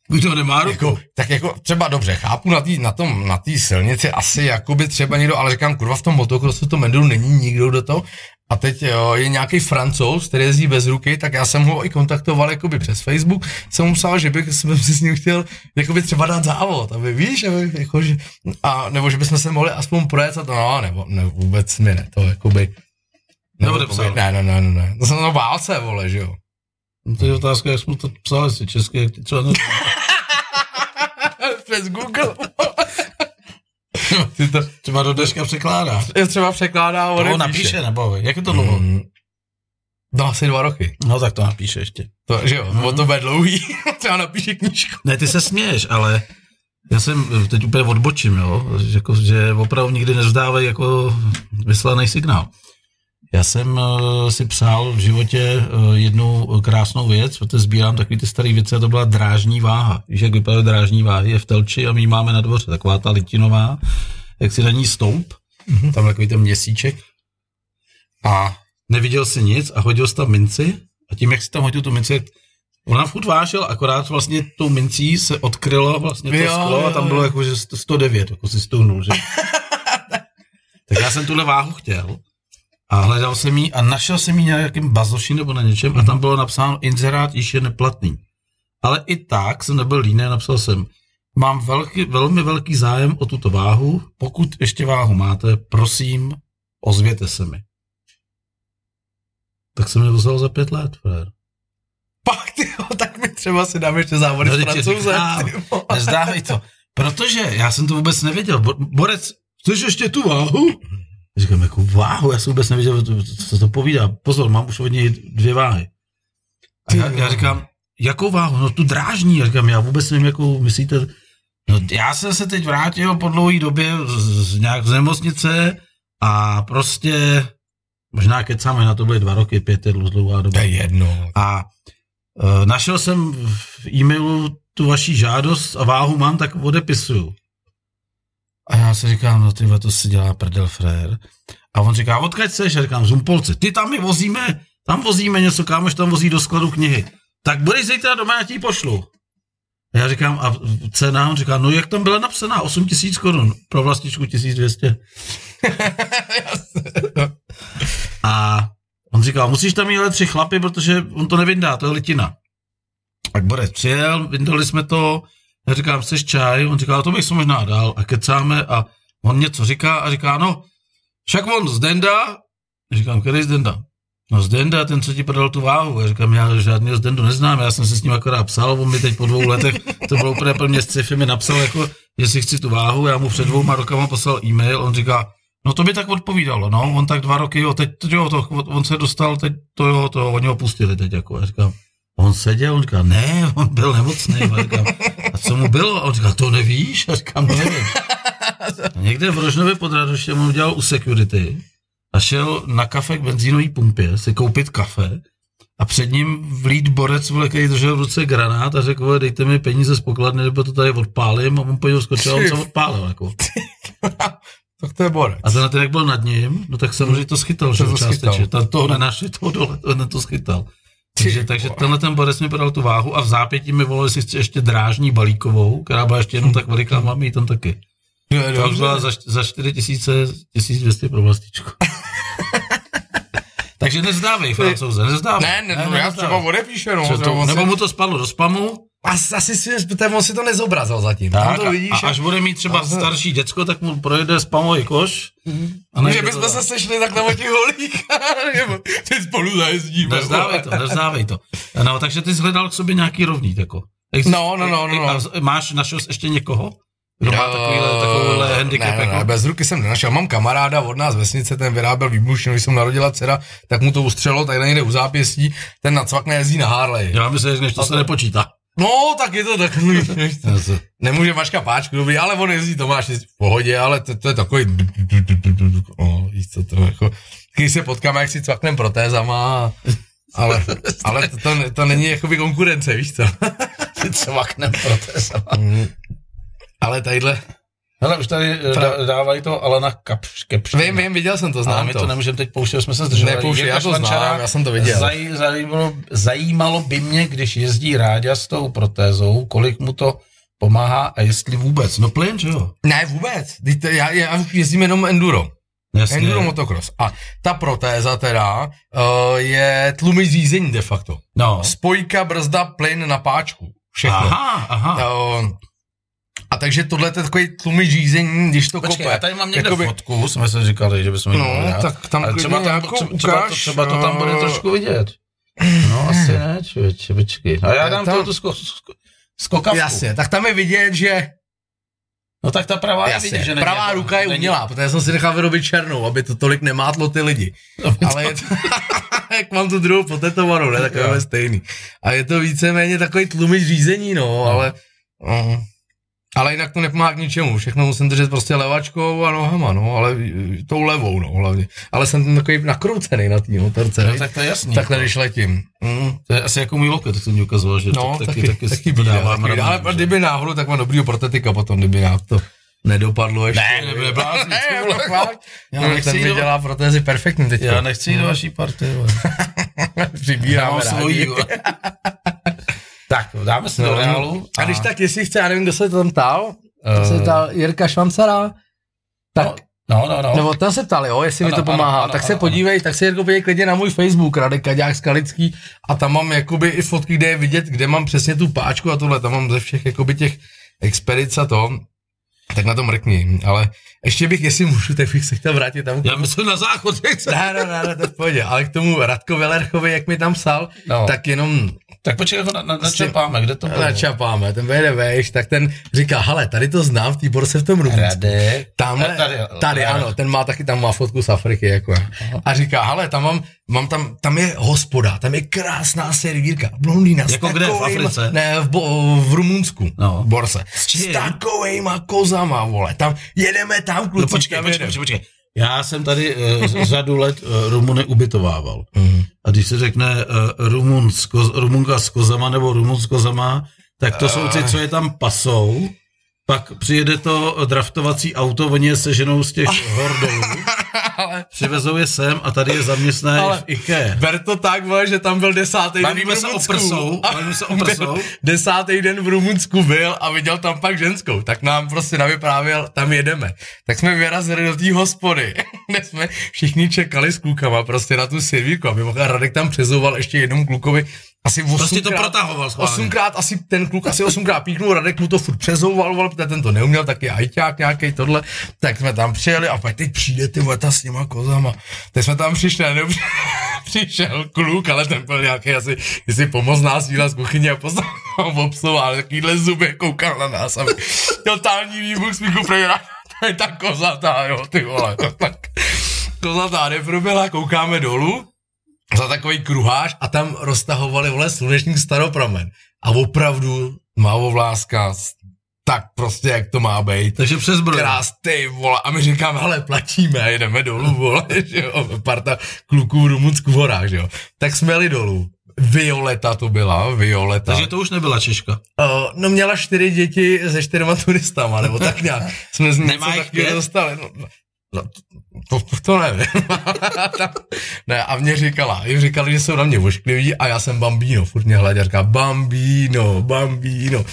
Kdo nemá ruku? Jako, tak jako třeba dobře, chápu na té na tom, na tý silnici asi jakoby třeba někdo, ale říkám, kurva, v tom motokrosu, v tom Enduru není nikdo do toho. A teď jo, je nějaký francouz, který jezdí bez ruky, tak já jsem ho i kontaktoval jakoby přes Facebook, jsem mu psal, že bych jsem si s ním chtěl jakoby třeba dát závod, aby víš, aby, jako, že, a, nebo že bychom se mohli aspoň projet a to, no, nebo ne, vůbec mi ne, to jakoby, Neodepsal. Ne, ne, ne, ne, ne. To jsem na válce, vole, že jo. No To je otázka, jak jsme to psali si česky, jak ty třeba ne... Přes Google. Ty to třeba do dneška překládá. je třeba překládá, To on on napíše, nebo jak je to dlouho? Hmm. Mm. No asi dva roky. No tak to napíše ještě. To, že jo, mm. on to bude dlouhý. třeba napíše knížku. Ne, ty se směješ, ale já eh, jsem teď úplně odbočím, jo, že jako, že opravdu nikdy nevzdávají jako vyslaný signál. Já jsem eh, si přál v životě eh, jednu eh, krásnou věc, protože sbírám takový ty staré věci a to byla drážní váha. Víš, jak vypadaly drážní váhy, je v Telči a my ji máme na dvoře, taková ta litinová, jak si na ní stoup, Mhm. tam takový ten měsíček a neviděl si nic a hodil si tam minci a tím, jak si tam hodil tu minci, jak- ona furt vážil, akorát vlastně tou mincí se odkrylo vlastně to Jo, sklo a tam jo, bylo jo. jako, že 109, jako si stouhnul, že? tak já jsem tuhle váhu chtěl a hledal jsem ji a našel jsem ji na nějakém bazoši nebo na něčem a tam bylo napsáno inzerát již je neplatný. Ale i tak jsem nebyl líný a napsal jsem, mám velký, velmi velký zájem o tuto váhu, pokud ještě váhu máte, prosím, ozvěte se mi. Tak jsem je vzal za pět let, frér. Pak, ty jo, tak mi třeba si dáme ještě závody No, s teď ti francouzem. říkám. ty vole. Nezdávej to. Protože já jsem to vůbec nevěděl. Bo- Borec, chceš ještě tu váhu? Říkám, jako váhu, já jsem vůbec nevěděl, to- co to povídá. Pozor, mám už od něj dvě váhy. A Ty já, já jo. říkám, jakou váhu? No tu drážní. Já říkám, já vůbec nevím, jakou myslíte. No, já jsem se teď vrátil po dlouhé době z, z, nějak z nemocnice a prostě možná kecáme, na to byly dva roky, pět je dlouhá To doba. je jedno. A e, našel jsem v e-mailu tu vaši žádost a váhu mám, tak odepisuju. A já si říkám, no ty vole, to si dělá prdel frér. A on říká, odkaď seš? Já říkám, z Humpolce. Ty tam my vozíme, tam vozíme něco, kámoš tam vozí do skladu knihy. Tak budeš zítra doma, já ti ji pošlu. A já říkám, a cena? On říká, no jak tam byla napsaná? 8 tisíc korun, pro vlastničku 1200. A on říkal, musíš tam jít ale tři chlapy, protože on to nevyndá, to je litina. Tak Borec přijel, vyndali jsme to, já říkám, chceš čaj? On říká, to bych si možná dal. A kecáme a on něco říká a říká, no, však on z Denda, říkám, který z Denda? No z Denda, ten, co ti prodal tu váhu. Já říkám, já žádného z Dendu neznám, já jsem se s ním akorát psal, on mi teď po dvou letech, to bylo úplně pro mě s sci-fi, mi napsal, jako, jestli chci tu váhu, já mu před dvouma rokama poslal e-mail, on říká, no to by tak odpovídalo, no, on tak dva roky, jo, teď, teď jo, to, on se dostal, teď to jo, to oni ho pustili teď, jako, já říkám, on seděl, on říká, ne, on byl nemocný, já říkám, a co mu bylo? A on říká, to nevíš? Já říkám, "No, nevím. A Někde v Rožnově pod Radoštěm on udělal u security a šel na kafe k benzínové pumpě si koupit kafe a před ním vlít borec, vole, který držel v ruce granát a řekl, vole, dejte mi peníze z pokladny, nebo to tady odpálím a on po něm skočil a on se odpálil. Jako. Tak to je borec. A ten, ten, jak byl nad ním, no tak samozřejmě to schytal, že To to schytal. částečně. Ta, toho nenašli, toho dole, ten to schytal. Takže, Ty takže vole. tenhle ten borec mi podal tu váhu a v zápětí mi volal, jestli chci ještě drážní balíkovou, která byla ještě jenom tak veliká, mám ji tam taky. To je To Hmm. už dobře. byla za, št- za 4 tisíce, 1200 pro vlastičku. Takže nezdávej, francouze, nezdávej. Ne, ne, no já třeba nezdávej. odepíšu, no. Třeba třeba to, on si- nebo mu to spadlo do spamu As- Asi si, ten on si to nezobrazil zatím. tak, Tam to vidíš, a, a až bude mít třeba Aha. starší děcko, tak mu projede spamový koš. A že najde to bychom tam. se sešli takhle o těch holích. nebo Ty spolu zajezdíme. Nevzdávej to, nevzdávej to. No, takže ty jsi hledal k sobě nějaký rovný, jako. Exist- No, no, no, no, no. A z- máš našel jsi ještě někoho? Kdo má No, takovýhle, takovýhle handicap, ne, ne, ne, jako? bez ruky jsem nenašel. Mám kamaráda od nás z vesnice, ten vyráběl výbušinu, když jsem narodila dcera, tak mu to ustřelo tak někde u zápěstí, ten na cvak jezdí na Harley. Já myslím, že to se nepočítá. No, tak je to takový. víš co. Nemůže Vaška páčku, dobrý, ale on jezdí, to máš v pohodě, ale to, to je takový... O, víš co to, jako... Když se potkáme, jak si cvaknem protézama, ale, ale to, to, to není jakoby konkurence, víš co? Cvaknem protest. Ale tadyhle... Hele, už tady eh, dá- dávají to Alana Kapš, Kepš. Vím, vím, viděl jsem to, Ale znám my to. to nemůžeme teď pouštět, jsme se zdrželi. Nepouštěj, Jirka já to znám, Švančara, já jsem to viděl. Zaj, zajímalo, zajímalo by mě, když jezdí Ráďa s tou protézou, kolik mu to pomáhá a jestli vůbec. No plyn, že jo? Ne, vůbec. Vždyť to- Já, já už jezdím jenom enduro. Jasně. Enduro motocross. A ta protéza teda uh, je tlumič řízení de facto. No. Spojka, brzda, plyn na páčku. Všechno. Aha, aha. Uh, a takže tohle je takový tlumič řízení, když to Počkej, kope. já tady mám někde Jakoby- Jakoby... fotku, jsme si říkali, že bychom ji No, mohli dát. tak tam Ale třeba, klidně tam, nějakou třeba, třeba, to, jako ukáž, třeba to tam bude eh. trošku vidět. No, asi ne, člověče, počkej. No, A já Já dám tam- tam... tu sko, sko, skokavku. Jasně, tak tam je vidět, že, No tak ta pravá je jasně, vidět, že není. pravá jako- ruka je není- umělá, protože jsem si nechal vyrobit černou, aby to tolik nemátlo ty lidi. No, Ale je to, jak mám tu druhou potetovanou, ne, tak Jo. je stejný. A je to víceméně takový tlumič řízení, no, ale... No. Ale jinak to nepomáhá k ničemu, všechno musím držet prostě levačkou a nohama, no, ale eh, tou levou, no, hlavně. Ale jsem tam takový nakroucený na té motorce, No, viď? tak to je jasný. takhle když letím. Mm. To je asi jako můj loket, jak jsem mi ukazoval, že No, tak, taky, taky, taky, taky bída, dávám taky bída. ramena, Ale že? kdyby náhodou, tak mám dobrýho protetika potom, kdyby nám to nedopadlo ještě. Ne, ne, ne, blázni, ne, co vole, jako- fakt. Já No, nechci ten mi jít do- dělá protézy perfektní teď. Já nechci No. jít do vaší party, vole. Já přibírám mám svojí, vole. Tak, dáme No, se do reálu. No, A Eh. když tak, jestli chce, já nevím, kdo se tam ptal, kdo se ptal Jirka Švamcara, tak No, No, no, no. Nebo ten se ptal, jo, jestli mi Ano, to pomáhá. ano, ano, tak se ano, podívej, tak se Jirko podívej klidně na můj Facebook, Radek Kaďák Skalický, a tam mám jakoby i fotky, kde je vidět, kde mám přesně tu páčku a tohle, tam mám ze všech jakoby těch expedic a to, tak na to mrkni, ale ještě bych, jestli můžu, tak bych se chtěl vrátit tam. Já myslím na záchod, že chce. Ne, ne, ne, ne, to v pohodě, ale k tomu Radko Velerchovi, jak mi tam psal, No. no. tak jenom prostě Tak počkej, jako na, na, načepáme, kde to bylo? načapáme, ten vede vejš, tak ten říká, hele, tady to znám, v té borce v tom Rumunsku. Radek. Tam, Ne, tady, Eh, tady, tady, tady. ano, ten má taky, tam má fotku z Afriky, jako já. A říká, hele, tam mám, mám tam, tam je hospoda, tam je krásná servírka, blondýna. s Jako kde, v takovejma- Africe? Ne, v, bo, v Rumunsku, No. no. v Borse. S čím? takovejma kozama, vole, tam, jedeme tam, kluci. No počkej, tam počkej, jedeme. počkej, počkej. Já jsem tady eh, z- řadu let eh, Rumuny ubytovával. Mhm. A když se řekne eh, Rumun s koz, Rumunka s kozama nebo Rumun s kozama, tak to jsou ty, co je tam pasou. Pak přijede to eh, draftovací auto, oni je seženou z těch hor dolů, Ale přivezou je sem a tady je zaměstnají Ale- v IKEA. ber to tak, vole, že tam byl desátý den Bavíme v se o Rumunsku. prsou, A bavíme se o prsou. byl- Desátý den v Rumunsku byl a viděl tam pak ženskou, tak nám prostě navyprávěl, tam jedeme. Tak jsme vyrazili do té hospody, kde jsme všichni čekali s klukama prostě na tu servírku a mimochodem Radek tam přezouval ještě jednom klukovi asi Prostě to osmkrát- protahoval schválně. Osmkrát asi ten kluk asi osmkrát píknul, Radek mu to furt přezouval, vole, protože ten to neuměl, taky ajťák nějaký tohle, tak jsme tam přijeli a pak teď přijde ty veta s těma kozama. Teď jsme tam přišli a dobře, přišel kluk, ale ten byl nějaký asi, jestli pomocná síla z kuchyně a poznal obsluhoval, takovýhle zuby koukal na nás a my- totální výbuch smíchu prejra. To je ta kozatá, jo, ty vole. Tak, kozatá neproběhla, koukáme dolů, za takový kruháž a tam roztahovali vole slunečník staropramen. A opravdu mávovláska, s- tak prostě jak to má být. Takže přes Hmm. brno. Krásný, vole. A my říkáme, hele, platíme a jedeme dolů, vole, že jo. Parta kluků v Rumunsku v horách, že jo. Tak jsme jeli dolů. Violeta to byla, Violeta. Takže to už nebyla Češka. Uh, no měla čtyři děti se čtyřma turistama, nebo tak nějak. Jsme z ní Nemá něco jich takového pět? dostali. No, no, to, to, to nevím. Tam- ne, a mě říkala, jim říkali, že jsou na mě oškliví a já jsem bambíno, furt mě hledě, říká bambíno, bambíno.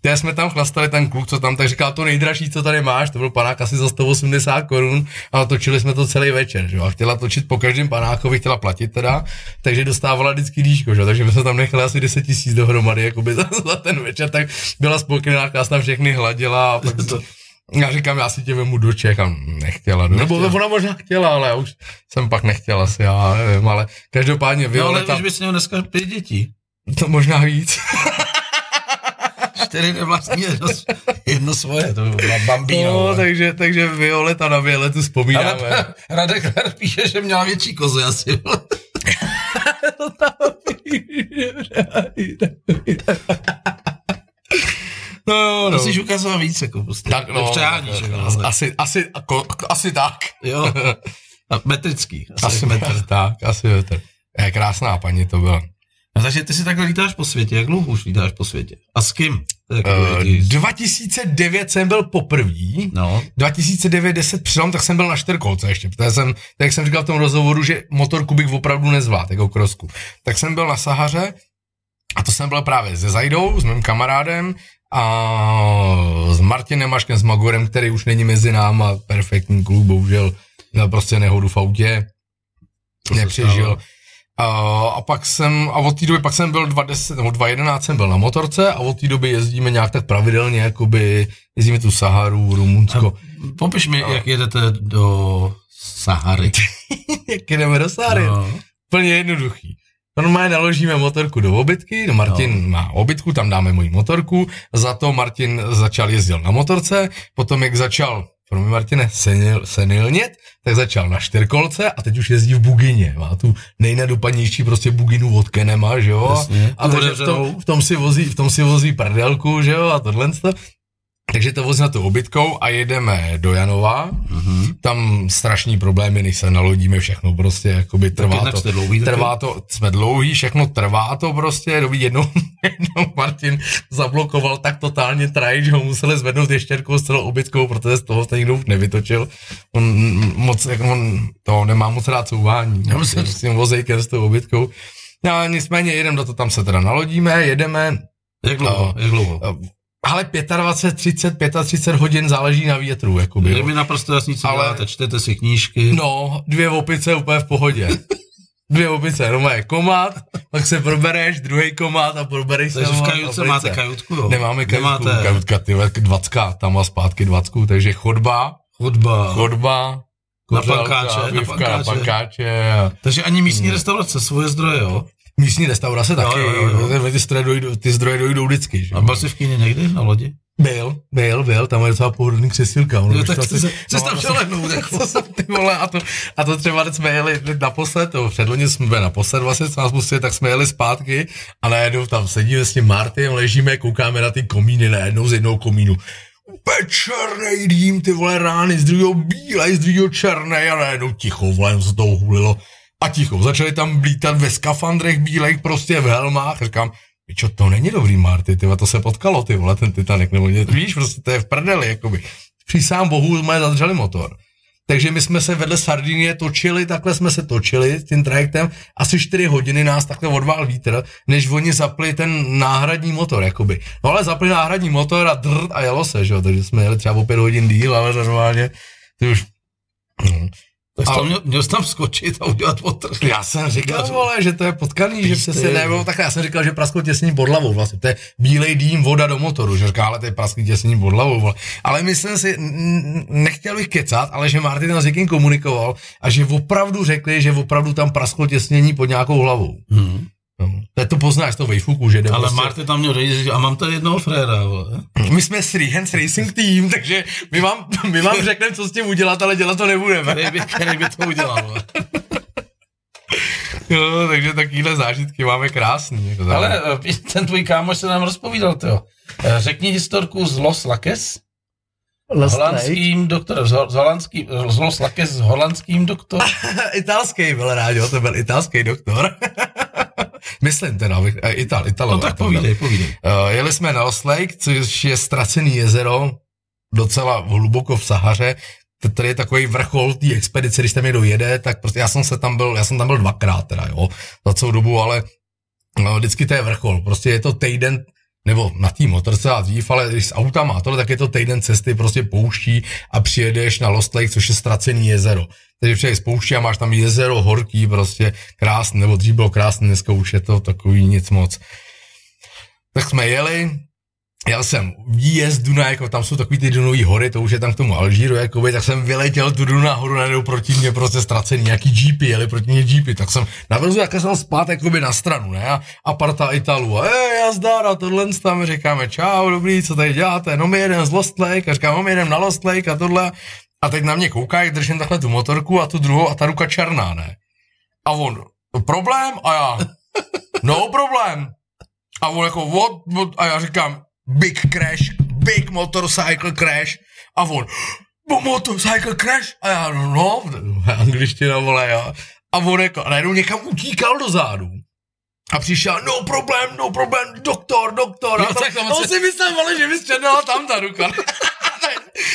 Teď jsme tam chlastali ten kluk, co tam, tak říkal, to nejdražší, co tady máš, to byl panák asi za 180 korun a točili jsme to celý večer, že jo, a chtěla točit po každém panákovi, chtěla platit teda, takže dostávala vždycky díško, že jo, takže my jsme tam nechali asi 10 tisíc dohromady, jakoby za, za ten večer, tak byla spokojená, nás tam všechny hladila a pak To- já říkám, já si tě vemu do Čech a nechtěla. nechtěla. Nebo ona možná chtěla, ale já už jsem pak nechtěla asi, já nevím, ale každopádně No, ale Violeta, už bys měl dneska pět dětí. to možná víc. Čtyři nevlastní, jedno, jedno svoje, to byla bambíno. No, vole. takže, takže Violeta na Violetu vzpomínáme. Ale Radek Hr píše, že měla větší kozy asi. no, jo, no. Musíš ukazovat víc, jako prostě. Tak no, Nepřeháníš, jako, asi, ale- asi, asi, ako, asi tak. Jo. A metrický. Asi metr. tak, asi metr. Je, krásná paní to byla. No, takže ty si takhle lítáš po světě. Jak dlouho už lítáš po světě? A s kým? Tak, Eh, uh, 2009 jsem byl poprvý. no. 2009-10 přilom, tak jsem byl na čtyřkolce ještě, protože jsem, tak jak jsem říkal v tom rozhovoru, že motorku bych opravdu nezvládl, jako krosku. Tak jsem byl na Sahaře a to jsem byl právě se Zajdou, s mým kamarádem a s Martinem Maškem, s Magorem, který už není mezi náma, perfektní kluk, bohužel měl prostě nehodu v autě, se nepřežil. stalo. A, a pak jsem, a od té doby, pak jsem byl 2010, nebo 2011 jsem byl na motorce a od té doby jezdíme nějak tak pravidelně, jakoby jezdíme tu Saharu, Rumunsko. Popiš mi, No. jak jedete do Sahary. Jak jdeme do Sáry. No. No. Plně jednoduchý. Normálně naložíme motorku do obytky, no Martin no. má obytku, tam dáme moji motorku, za to Martin začal jezdil na motorce, potom jak začal, pro mě Martine, senil, senilnět, tak začal na čtyřkolce a teď už jezdí v bugině, má tu nejnadupanější prostě buginu od Kenema, že jo, Jasně. a Tu takže v otevřenou. tom, v, tom si vozí, v tom si vozí prdelku, že jo, a tohle to. Takže to voz na tu obytkou a jedeme do Janova. Mm-hmm. Tam strašní problémy, než se nalodíme, všechno prostě, jakoby trvá jednak to. jste dlouhý taky? trvá to, jsme dlouhý, všechno trvá to prostě. Dobrý, jednou, jednou Martin zablokoval tak totálně traj, že ho museli zvednout ještěrkou s celou obytkou, protože z toho se nikdo už nevytočil. On moc, jako on to nemá moc rád prostě couvání. myslím. S tím vozejkem, s tou obytkou. No, a nicméně jedeme do to, tam se teda nalodíme, jedeme, Jak dlouho, No. jak dlouho? ale 25, 30, 35 hodin záleží na větru, jakoby. Je jo. mi naprosto jasný, co Ale- Ale... děláte, čtete si knížky. No, dvě opice úplně v pohodě. Dvě opice, no je komát, pak se probereš, druhý komát a probereš Takže se. v doma kajutce opice. máte kajutku, jo? Nemáme kajutku, Nemáte. kajutka, ty vole, dvacka, tam a zpátky dvacku, takže chodba, Hudba. chodba, Na kořelka, pankáče, na pivka, na pankáče. pankáče. a- Takže ani Hmm. místní restaurace, svoje zdroje, jo? Místní restaurace taky, jo, jo, Ty, zdroje dojdou, ty zdroje dojdou vždycky. Že? A byl jsi v kyně někdy na lodi? Byl, byl, byl, tam je docela pohodlný křesílka. ono Jo, už tak to se- se tam ono šel se- lehnout, jako. Co jsem, ty vole, a to, a to třeba teď jsme jeli naposled, to předloni jsme byli naposled vlastně, co nás pustili, tak jsme jeli zpátky a najednou tam sedíme s tím Martinem, ležíme, koukáme na ty komíny, najednou z jednou komínu. Úplně černý dým, ty vole rány, z druhého bílej, z druhého černý a najednou ticho, vole, jenom se to hulilo a ticho. Začali tam blítat ve skafandrech bílejch, prostě v helmách. Říkám, čo, to není dobrý, Marty, ty vole, to se potkalo, ty vole, ten Titanic, nebo něco, víš, prostě to je v prdeli, jakoby. Přísám bohu, jsme zadrželi motor. Takže my jsme se vedle Sardinie točili, takhle jsme se točili s tím trajektem, asi 4 hodiny nás takhle odvál vítr, než oni zapli ten náhradní motor, jakoby. No ale zapli náhradní motor a drrt a jelo se, že jo, takže jsme jeli třeba o 5 hodin díl, ale normálně, ty už Tak jsi Ale- tam měl, měl jsi tam skočit a udělat potrh. já jsem říkal, No, vole, že to je potkaný, že Píste, přesně jo. nebo tak no, já jsem říkal, že praskl těsní pod hlavou, vlastně to je bílej dým, voda do motoru, že říká, ale to je prasklý těsní pod hlavou, vole. ale myslím si, n- n- nechtěl bych kecat, ale že Martin tam s někým komunikoval a že opravdu řekli, že opravdu tam prasklo těsnění pod nějakou hlavou. Hmm. No. To je to poznáš z toho vejfuku, že jde Ale prostě... Marty tam měl dojít, že- a mám tady jednoho fréra, vole. My jsme Three Hands Racing Team, takže my vám, my vám řekneme, co s tím udělat, ale dělat to nebudeme. Který by, který by to udělal, vole. Jo, takže takovýhle zážitky máme krásný. Jako Ale eh, ten tvůj kámoš se nám rozpovídal, to. Řekni historku z Los Lakes. holandským doktorem, z, ho- z, holandský, z Los Lakes s holandským doktorem. italský byl rád, jo, to byl italský doktor. Myslím teda, abych- eh, Ital, Italové. No tak to byl. povídej, povídej. Eh, Jeli jsme na Oslake, což je ztracený jezero, docela hluboko v Sahaře. T- Tady je takový vrchol té expedice, když tam někdo jede, tak prostě já jsem se tam byl, já jsem tam byl dvakrát teda, jo, za celou dobu, ale no, vždycky to je vrchol, prostě je to týden, nebo na té motorce a dřív, ale když s autama a tohle, tak je to týden cesty prostě pouští a přijedeš na Lost Lake, což je ztracený jezero. Takže přijedeš z pouští a máš tam jezero horký, prostě krásný, nebo dřív bylo krásný, dneska už je to takový nic moc. Tak jsme jeli, jel jsem výjezd Duna, jako tam jsou takový ty Dunové hory, to už je tam k tomu Alžíru, jakoby, tak jsem vyletěl tu Duna horu, najednou proti mě prostě ztracený, nějaký jeepy, jeli proti mě jeepy, tak jsem navrzu, jak jsem spát jakoby na stranu, ne, a, a parta Italů, a "Ej, nazdar, a tohle tam říkáme, čau, dobrý, co tady děláte, no my jedem z Lost Lake, a říkám, no my jedem na Lost Lake a tohle, a teď na mě kouká, jak držím takhle tu motorku a tu druhou a ta ruka černá, ne. A on, "No, problém? A já, no problém. A on jako, what, what? A já říkám, big crash, big motorcycle crash. A on, "Mo- motorcycle crash. A já, no, angličtina, vole, jo. A on jako, a najednou někam utíkal do zádu. A přišel, no problém, no problém, doktor, doktor. Jo, a to, tak on on se- si myslel, vole, že mi střednala tam ta ruka.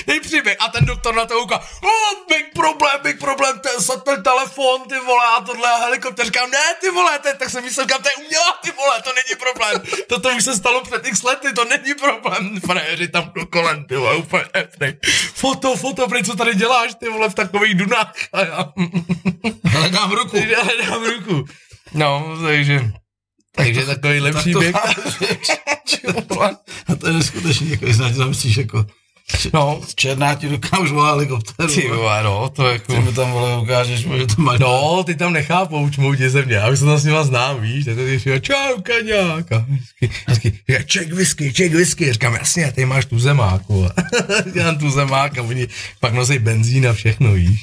Dej příběh. A ten doktor na to kouká, oh, big problém, big problém, ten satl telefon, ty vole, a tohle a helikopter. Říkám, ne, ty vole, ten, tak jsem myslel, říkám, to je umělá, ty vole, to není problém. Toto už se stalo před x lety, to není problém. Frajeři tam do kolen, ty vole, úplně efnej. Foto, foto, proč co tady děláš, ty vole, v takových dunách. A já, mm, Ale dám ruku. takže já dám ruku. No, takže... Takže takový lepší běh. A to je neskutečný, jako když se zamyslíš, jako No, černá ti ruka už volá helikopteru. ty vole, no, to jako... Ty mi tam vole ukážeš, že to máš. No, ty tam nechápou, čmou tě země. Já už se tam s nima znám, víš, tak ty říká, čau, kaňák. A vždycky, vždycky říká, check whisky, check whisky. Říkám, jasně, ty máš tu zemáku. Dělám tu zemák a oni pak nosí benzín a všechno, víš.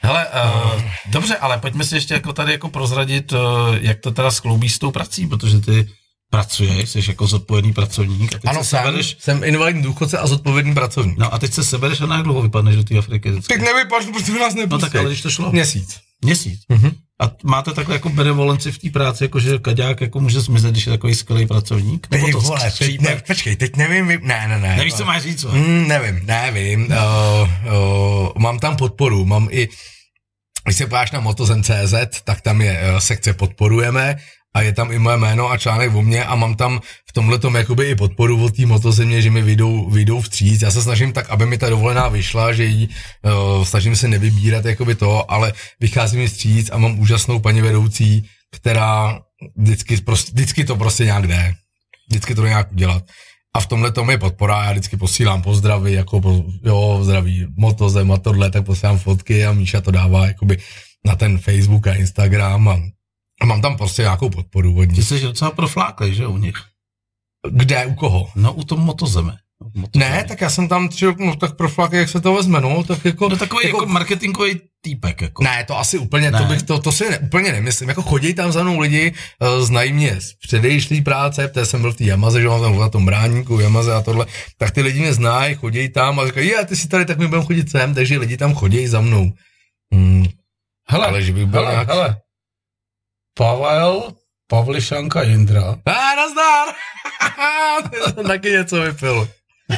Hele, uh, eh, dobře, ale pojďme si ještě jako tady jako prozradit, uh, jak to teda skloubí s tou prací, protože ty pracuješ, jsi jako zodpovědný pracovník a teď Ano, se sám sebereš, jsem invalidní důchodce a zodpovědný pracovník. no a teď se sebereš a na jak dlouho vypadneš do té Afriky? Tak nevypadl, protože nás No nepustí. tak ale když to šlo. Měsíc. Měsíc. Mhm. A t- máte takhle jako benevolenci v té práci, jako že kaďák jako může zmizet, když je takový skvělý pracovník? Ty Nebo to vole, teď, ne, ne, počkej, teď nevím, vy- ne, ne, ne. nevíš, no. co máš říct, co? Mm, nevím, nevím. Uh, uh, mám tam podporu, mám i, když se podíváš na motozem.cz, tak tam je uh, sekce podporujeme a je tam i moje jméno a článek o mně a mám tam v tomhle tom jakoby i podporu od té motozemě, že mi vyjdou, vyjdou vstříc. Já se snažím tak, aby mi ta dovolená vyšla, že ji uh, snažím se nevybírat jakoby to, ale vychází mi vstříc a mám úžasnou paní vedoucí, která vždycky, prostě, vždycky to prostě nějak jde. Vždycky to jde nějak udělat. A v tomhle tom je podpora, já vždycky posílám pozdravy, jako po, jo, zdraví motozem a tohle, tak posílám fotky a Míša to dává jakoby na ten Facebook a Instagram a, a mám tam prostě nějakou podporu od Ty nich. jsi docela profláklý, že u nich? Kde, u koho? No u tom motozeme. Ne, tak já jsem tam tři roky, no tak pro flaky, jak se to vezme, no, tak jako... No takový jako, jako jako marketingový týpek, jako. Ne, to asi úplně, Ne. to, bych, to, to si ne, úplně nemyslím. Jako chodí tam za mnou lidi, eh, znají mě z předejšlý práce, protože jsem byl v té Yamaze, že mám tam na tom bráníku, Yamaze a tohle, tak ty lidi mě znají, chodí tam a říkají, je, ty jsi tady, tak my budeme chodit sem, takže lidi tam chodí za mnou. Hmm, Hele, ale že bych byl hele, nějak... hele. Pavel, Pavlišanka Jindra. A, nazdar! To jsem taky něco vypil.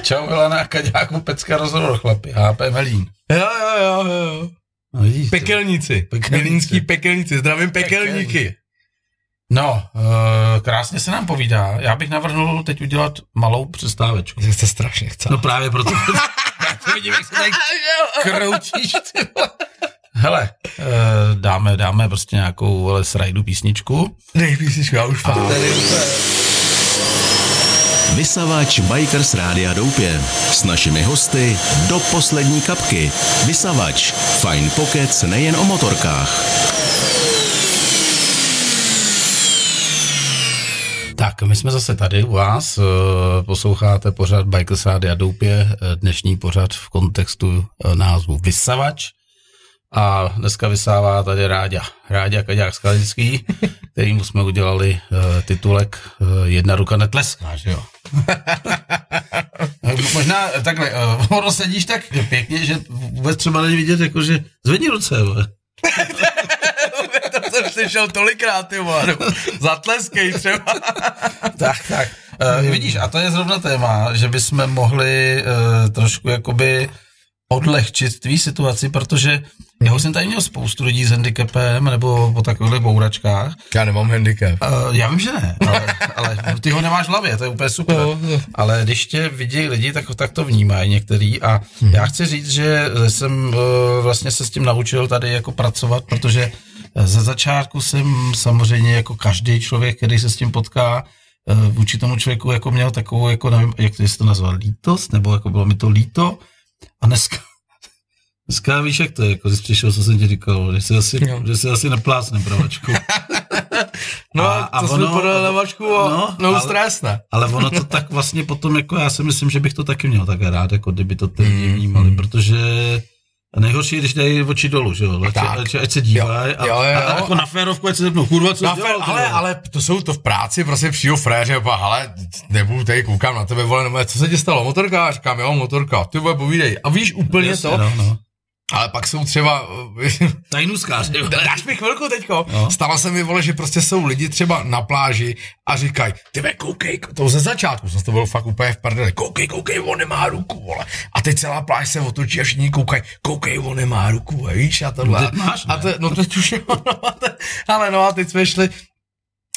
Čau, Milana, Kaďáku, Pecka, rozhovor, chlapi. HP Melín. Jo, jo, jo, jo. No, vidíš, ty. Pekelníci. Pekelníci. Milínský pekelníci. Zdravím pekelníky. No, eh, krásně se nám povídá. Já bych navrhnul teď udělat malou přestávečku. Mně se strašně chce. No právě proto. Já to vidím, jak se tady kroutíš. Ty. vole. Hele, eh, dáme, dáme prostě nějakou vole, srajdu písničku. Dej písničku, já už fakt. Vysavač Bikers Rádia Doupě s našimi hosty do poslední kapky. Vysavač Fine Pockets nejen o motorkách. Tak, my jsme zase tady u vás, eh, posloucháte pořad Bikers Rádia Doupě, eh, dnešní pořad v kontextu eh, názvu Vysavač. A dneska vysává tady Ráďa, Ráďa Kaďák Skalický, kterým jsme udělali eh, titulek eh, Jedna ruka netleská, že jo? Eh, Možná eh, takhle, eh, ono sedíš tak pěkně, že vůbec třeba není vidět, jako že zvedni ruce, vole. To jsem slyšel tolikrát, ty vole. Zatleskej třeba. Tak, tak. Uh, vidíš, a to je zrovna téma, že bychom mohli uh, trošku jakoby odlehčit tvý situaci, protože já už jsem tady měl spoustu lidí s handicapem nebo po takových bouračkách. Já nemám handicap. Uh, já vím, že ne, ale, ale ty ho nemáš v hlavě, to je úplně super. Jo, jo. Ale když tě vidějí lidi, tak, tak to vnímají některý a já chci říct, že jsem uh, vlastně se s tím naučil tady jako pracovat, protože ze začátku jsem samozřejmě jako každý člověk, který se s tím potká, eh, vůči tomu člověku jako měl takovou, jako nevím, jak to, jestli to nazval, lítost, nebo jako bylo mi to líto a dneska Dneska víš, jak to je, jako když přišel, co jsem ti říkal, že si asi, Jo. že si asi neplácnem pravačku. No, A- a, a a co ono, ono- jsme podali na vašku a no, no, no ale- ale... stres, ne? Ale ono to tak vlastně potom, jako já si myslím, že bych to taky měl tak rád, jako kdyby to ty Mhm. lidi vnímali, protože nejhorší je, když dají oči dolů, že jo, ale Tak. ať, ať se dívají a, Jo, jo, a, jo. a, jako na férovku, ať se zepnou, kurva, co Na jsi fe, dělal, ty ale, vole? ale to jsou to v práci, prostě přijdu fréři a ale nebudu tady, koukám na tebe, vole, no, co se ti stalo, motorka? A říkám, jo, motorka, ty bude povídej. A víš úplně Jasně, to, No, no. ale pak jsou třeba, eh, Tajnuskář, jo. Da- Dáš mi chvilku teďko. No. No. Stalo se mi, vole, že prostě jsou lidi třeba na pláži a říkají, ty ve, koukej, to ze začátku jsem to byl fakt úplně v prdeli, koukej, koukej, on nemá ruku, vole. A teď celá pláž se otočí a všichni koukají, koukej, on nemá ruku, vole, víš, a tohle. No, teď máš, ne? a te, no teď už jo, no, a te, ale no a teď jsme šli,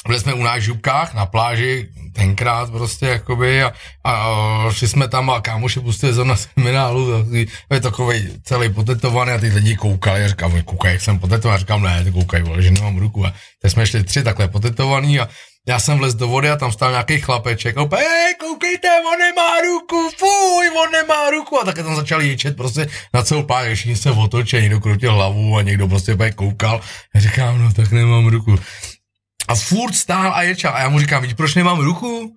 byli jsme u nás v Žubkách na pláži, tenkrát prostě jakoby a, a, šli jsme tam a kámoši pustili za na seminálu, takový- je takový celý potetovaný a ty lidi koukali a říkám, koukaj, jak jsem potetovaný, a říkám, ne, ty koukaj, vole, že nemám ruku a teď jsme šli tři takhle potetovaný a já jsem vlez do vody a tam stál nějaký chlapeček, a úplně, hej, koukejte, on nemá ruku, fuj, on nemá ruku. A také tam začali ječet prostě na celou pár, všichni se otočili, někdo krutil hlavu a někdo prostě úplně koukal. Já říkám, no tak nemám ruku. A furt stál a ječel. A já mu říkám, vidíš, proč nemám ruku?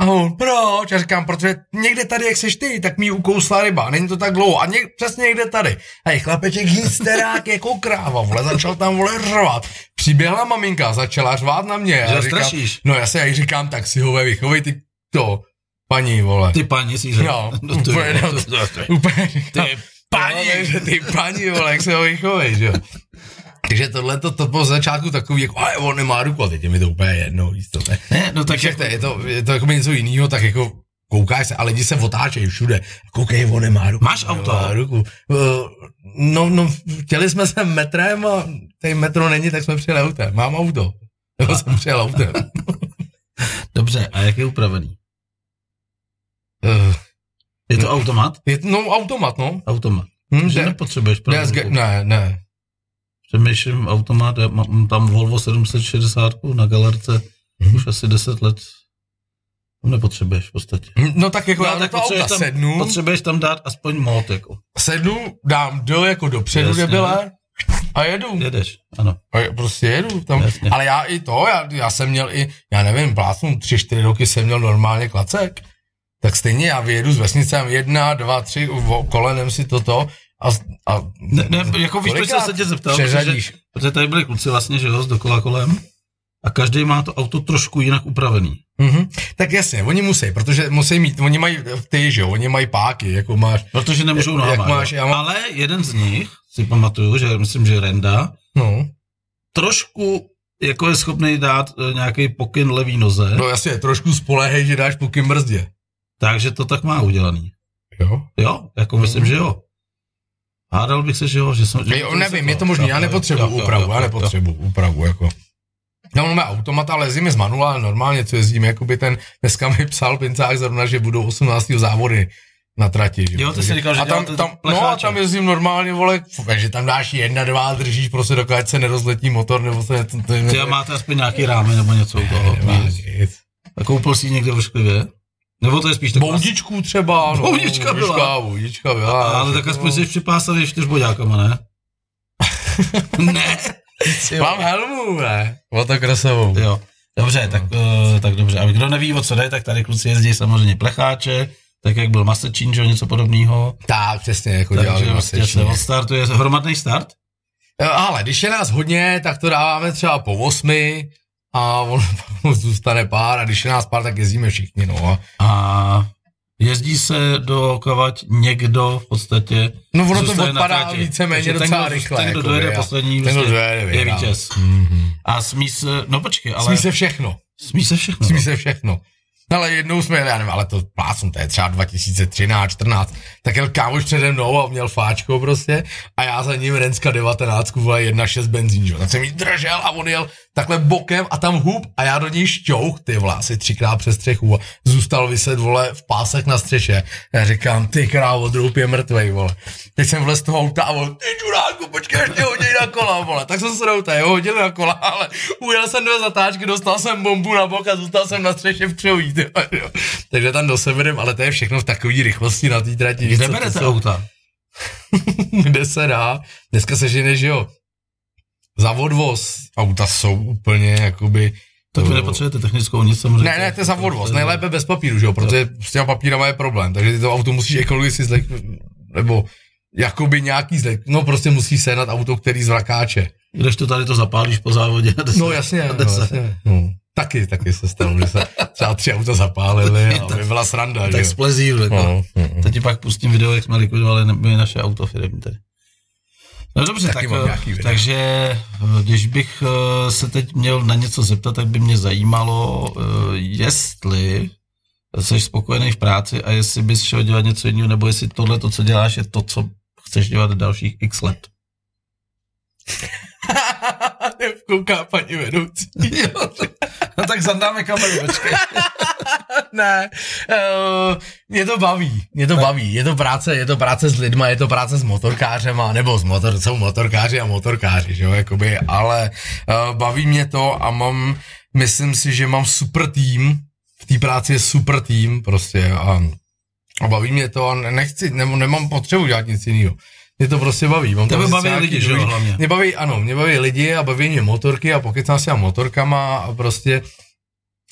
A on, proč? Já říkám, protože někde tady, jak seš ty, tak mi ukousla ryba, není to tak dlouho. A něk, přesně někde tady. A je chlapeček hysterák jako kráva, vole, začal tam vole řvat. Přiběhla maminka, začala řvát na mě. Že Já říkám, strašíš. no já se já jí říkám, tak si ho ve vychovej ty to, paní, vole. Ty paní si řekl. Jo, no, to, úplně, je, no, to, to, to, Úplně říkám, ty paní. No, takže ty paní, vole, jak se ho vychovej, že jo. Takže tohle to, to bylo z začátku takový, jako, ale on nemá ruku, a teď je mi to úplně jedno, víš co, to je. Ne, no tak Tak jak jak, to, je to, je to jako něco jiného, tak jako koukáš se, ale lidi se otáčejí všude. Koukej, on nemá ruku. Máš on auto? nemá ruku. Eh, No, no, chtěli jsme se metrem a tady metro není, tak jsme přijeli autem. Mám auto. Nebo jsem přijel autem. dobře, a jak je upravený? Eh, Je to automat? je, to- no, automat, no. Automat. Hm, Že ne, nepotřebuješ pravou ne, ruku. ne, ne. Přemýšlím automat, já mám tam Volvo 760 na galerce už asi 10 let. Tam nepotřebuješ v podstatě. Hm, No tak jako já do toho potřebuješ auta tam, sednu, potřebuješ tam dát aspoň mód, jako. sednu, dám do jako dopředu, Jasně. kde byla, a jedu. Jedeš, ano. A je- prostě jedu tam. Jasně. Ale já i to, já, já jsem měl i, já nevím, plácnu tři, čtyři roky jsem měl normálně klacek. Tak stejně já vyjedu s vesnicem jedna, dva, tři, vo- kolenem si toto a, a Ne, ne jako víš, proč jsem Kolikrát se tě zeptal, přeřadíš? protože, protože tady byli kluci vlastně, že jo, z dokola kolem a každý má to auto trošku jinak upravený. Mhm. Tak jasně, oni musí, protože musí mít, oni mají ty, že jo, oni mají páky, jako máš, Protože nemůžou Jak- jak nohama. máš, jo. já mám- Ale jeden z nich, si pamatuju, že myslím, že Renda, no, trošku jako je schopný dát nějaký pokyn levý noze, no jasně, trošku spolehej, že dáš puky brzdě, takže to tak má udělaný. jo. Jo, jako myslím, že jo. Hádal bych se, že jo, že jsem... Že Jo, nevím, je to možný, já nepotřebuju úpravu, já nepotřebuju úpravu, jako. Já mám nové automata, ale jezdím je z manuálu, ale normálně, co jezdím, jakoby ten, dneska mi psal pincák zrovna, že budou 18. závody na trati. Že? Jo, ty jsi Takže- říkal, že a děláte tam, tam, no a plecháče. tam jezdím normálně, vole, f- že tam dáš jedna, dva, držíš prostě, dokud se nerozletí motor, nebo se... To, to, Ty a máte aspoň nějaký rámy nebo něco u toho. Nemá víš? nic. A koupil si ji někde v Ošklivě? Nebo to je spíš tak... Boudičku třeba, no, Boudička byla. boudička, boudička byla. Ale tak aspoň jsi připásaný čtyřboďákama, ne? ne. Mám helmu, ne? O to krasavou. Jo. Dobře, tak, eh, tak dobře. A kdo neví, o co jde, tak tady kluci jezdí samozřejmě plecháče, tak jak byl Masečín, že jo, něco podobného. Tak, přesně, jako dělali Takže vlastně se masečně. odstartuje hromadný start. Eh, Ale když je nás hodně, tak to dáváme třeba po osmi a on pak zůstane pár a když je nás pár, tak jezdíme všichni, no. A- A jezdí se do kavať někdo v podstatě. No ono to zůstane na odpadá trati. víceméně Takže ten, docela kdo- rychle. Ten, kdo jakoby, dojede a- ten, poslední, kdo prostě dojede, je vyhrál. vítěz. Mhm. A smí se, no počkej, ale No. Smí se všechno, smí se všechno. smí se všechno. Ale jednou jsme, jeli, já nevím, ale to plácnu, to je třeba 2013, 14, tak jel kámoš přede mnou a měl fáčko prostě a já za ním Renska 19, vole 1,6 benzín, že? jo. tak jsem jí držel a on jel takhle bokem a tam hub a já do něj šťouch, ty vole, asi třikrát přes střechu a zůstal vyset, vole, v pásek na střeše. Já říkám, ty krávo, droub je mrtvej, vole. Teď jsem vlez z toho auta a on, ty čuráku, počkej, ještě hodí na kola, vole. Tak jsem se do auta, jo, hodil na kola, ale ujel jsem dvě zatáčky, dostal jsem bombu na bok a zůstal jsem na střeše v třeví, ty vole, jo. Takže tam do sebe jdem, ale to je všechno v takové rychlosti na té trati. víš Kde co, to berete jsou- auta? kde se dá. Dneska se žene, že jo. Za odvoz auta jsou úplně jakoby... Tak vy to- nepotřebujete technickou nic samozřejmě. Ne, ne, to je za odvoz, nejlépe bez papíru, že jo, protože s těma papírama je problém, takže ty to auto musíš ekologicky zlek, nebo jakoby nějaký zlek, no prostě musíš sehnat auto, který z vrakáče. Když to tady to zapálíš po závodě. No jasně, no, Deset. jasně. No. Taky, taky se stalo, že se třeba tři auta zapálily a by byla sranda, že Tak jo. splezíl, jako. No, no, no. To ti pak pustím video, jak jsme likvidovali na- my naše auto firmní tady. No dobře, tak, Taky mám nějaký video. takže eh, když bych eh, se teď měl na něco zeptat, tak by mě zajímalo, eh, jestli jsi spokojený v práci a jestli bys šel dělat něco jiného, nebo jestli tohle, to, co děláš, je to, co chceš dělat dalších x let. Kouká paní vedoucí. No tak zadáme kameru, počkej. ne, uh, mě to baví, mě to baví, je to práce, je to práce s lidma, je to práce s motorkářema, nebo s motor, jsou motorkáři a motorkáři, že jo, jakoby, ale uh, baví mě to a mám, myslím si, že mám super tým, v té práci je super tým prostě a, a baví mě to a ne- nechci, nebo nemám potřebu dělat nic jiného. Mě to prostě baví. Mám Tebe tam baví sice lidi, nějaký že jo, dobrý- hlavně. Mě baví, ano, mě baví lidi a baví mě motorky a pokecám si a motorkama a prostě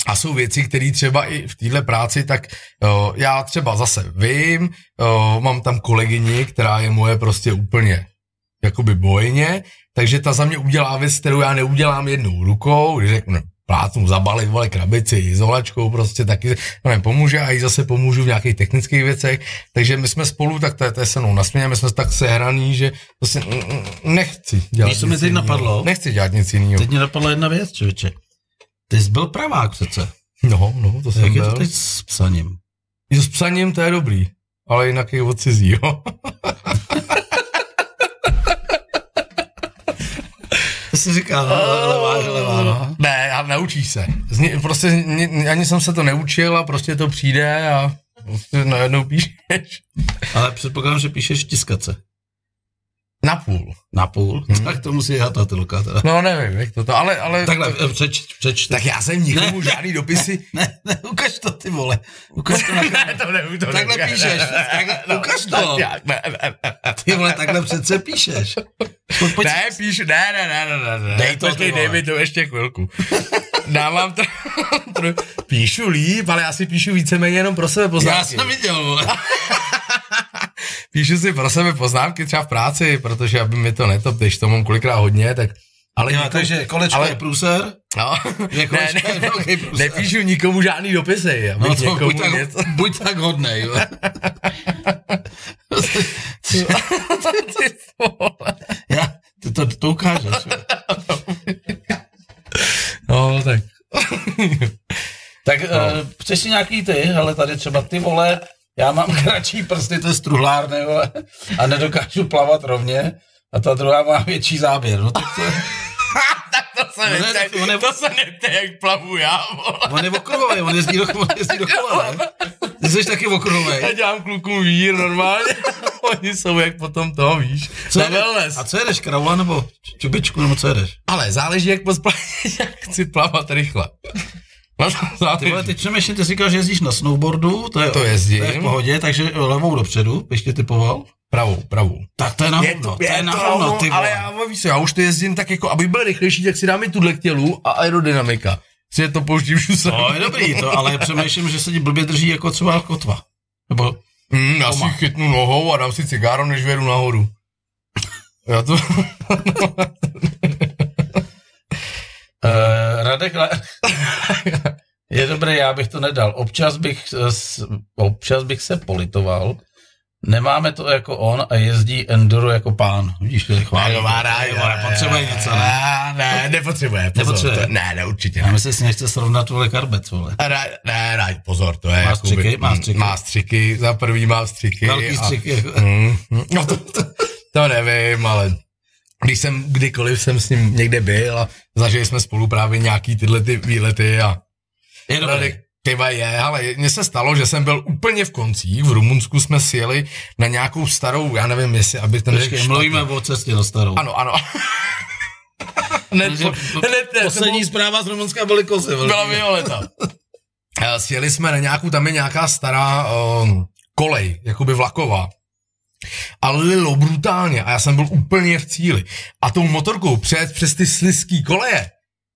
A jsou věci, které třeba i v téhle práci, tak o, já třeba zase vím, o, mám tam kolegyni, která je moje prostě úplně jakoby bojně, takže ta za mě udělá věc, kterou já neudělám jednou rukou, když řeknu, "No, plátnu zabalit, vole, krabici, izolačkou prostě taky, to mi pomůže a jí zase pomůžu v nějakých technických věcech, takže my jsme spolu, tak to je, to je se mnou nasměně, my jsme tak sehraný, že prostě mm, mm, nechci dělat Víš, co mi nic teď jinýho. napadlo? Nechci dělat nic jiného. Teď mě napadla jedna věc, člověče. Ty jsi byl pravák přece. No, no, to jsem Jak je to byl. teď s psaním? Jo, s psaním to je dobrý, ale jinak je od cizího. To jsi říkal, levá, levá, no. ne, ale naučíš se. Z ní, prostě ni- ni- ani jsem se to neučil a prostě to přijde a prostě najednou píšeš. Ale předpokládám, že píšeš tiskace. Napůl. Na půl. Hmm. Tak to musí jehat na ty luka. Teda. No nevím, jak to to, ale... ale Takhle, eh, přeč, přeč. tak já jsem nikomu žádný dopisy... Ne, ne, ukaž to, ty vole. Ukaž to na kameru. to ne, to Takhle ne- píšeš, takhle, ukaž to. Já- ne, ne, ne. Ty vole, takhle přece píšeš. Pojď, pojď. Ne, píšu, ne, ne, ne, ne, ne, ne. Dej to, počkej, ty vole. dej mi to ještě chvilku. Dávám to, tro, píšu líp, ale já si píšu víceméně jenom pro sebe poznámky. Já jsem viděl, vole. Píšu si pro sebe poznámky třeba v práci, protože aby mi to netop, když to mám kolikrát hodně, tak... Ale Jo, takže kolečko ale- je průser. No, Je ne, kolečko je ne, velký průser. nepíšu nikomu žádný dopisy, abych No to někomu buď tak, něco... buď tak hodnej. vole. Ty vole. Já, ty to, to ukážeš. jo. no, tak... Tak no. uh, chceš si nějaký ty, ale tady třeba ty vole, já mám kratší prsty, to je struhlárny, vole, a nedokážu plavat rovně, a ta druhá má větší záběr. No tak to je, tak to se ne, neptej, to ne- to se neptej, jak plavu já, vole. on je okruhový, on jezdí do, on jezdí do kola, ne? Ty jsi taky okruhový. Já dělám klukům vír normálně. Oni jsou jak potom to, víš. Co na wellness. a co jedeš, kraula nebo čubičku, nebo co jedeš? Ale záleží, jak moc pla- jak chci plavat rychle. No to záleží. Ty vole, teď přemýšlím, ty říkal, že jezdíš na snowboardu, to je, To jezdím. to je v pohodě, takže levou dopředu, ještě typoval. pravou, pravou. Tak to je na hovno, to je na hovno, ty ale vole. já víš, co, já už to jezdím tak jako, aby byl rychlejší, tak si dám i tuhle k tělu a aerodynamika. Si to pouštím všude. To No, je dobrý, to, ale přemýšlím, že se ti blbě drží jako třeba kotva. Nebo Mm, já si Doma. chytnu nohou a dám si cigáro, než vědu nahoru. Já to... Uh, Radek Le... je dobré, já bych to nedal. Občas bych, eh, s- občas bych se politoval. Nemáme to jako on a jezdí enduro jako pán. Vidíš, to je chválí. potřebuje něco, ne? ne? Ne, nepotřebuje, pozor, Nepotřebuje. to je- Ne, ne, určitě Já ne. myslím, že nechce srovnat vole karbec, vole. A Ra, ne, ra, pozor, to je Má jakoby- střiky, má mm, střiky. Má střiky, za prvý má střiky. Velký a- střik. jako. Mm, mm, no to, to, to nevím, ale když jsem kdykoliv jsem s ním někde byl a zažili jsme spolu právě nějaký tyhle ty výlety a Je dobrý. Radek, Tyva je, ale mně se stalo, že jsem byl úplně v koncích, v Rumunsku jsme sjeli na nějakou starou, já nevím, jestli, aby ten Počkej, mluvíme o cestě na starou. Ano, ano. hned, po, hned, hned, Poslední zpráva z Rumunska byly kozy. vole. byla Violeta. Eh, Sjeli jsme na nějakou, tam je nějaká stará um, kolej, jakoby vlaková. A lilo brutálně a já jsem byl úplně v cíli. A tou motorkou přejet přes ty slizký koleje,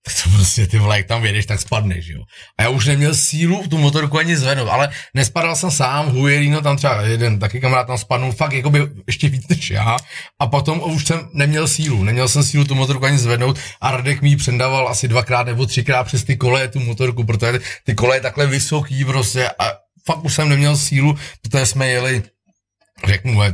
tak to prostě ty vole, jak tam vědeš, tak spadneš, jo. A já už neměl sílu tu motorku ani zvednout, ale nespadal jsem sám, hujerino tam třeba jeden taky kamarád tam spadnul, fakt jakoby ještě víc než já. A potom už jsem neměl sílu, neměl jsem sílu tu motorku ani zvednout a Radek mi ji přendával asi dvakrát nebo třikrát přes ty koleje tu motorku, protože ty koleje takhle vysoký prostě a fakt už jsem neměl sílu, protože jsme jeli řeknu, eh,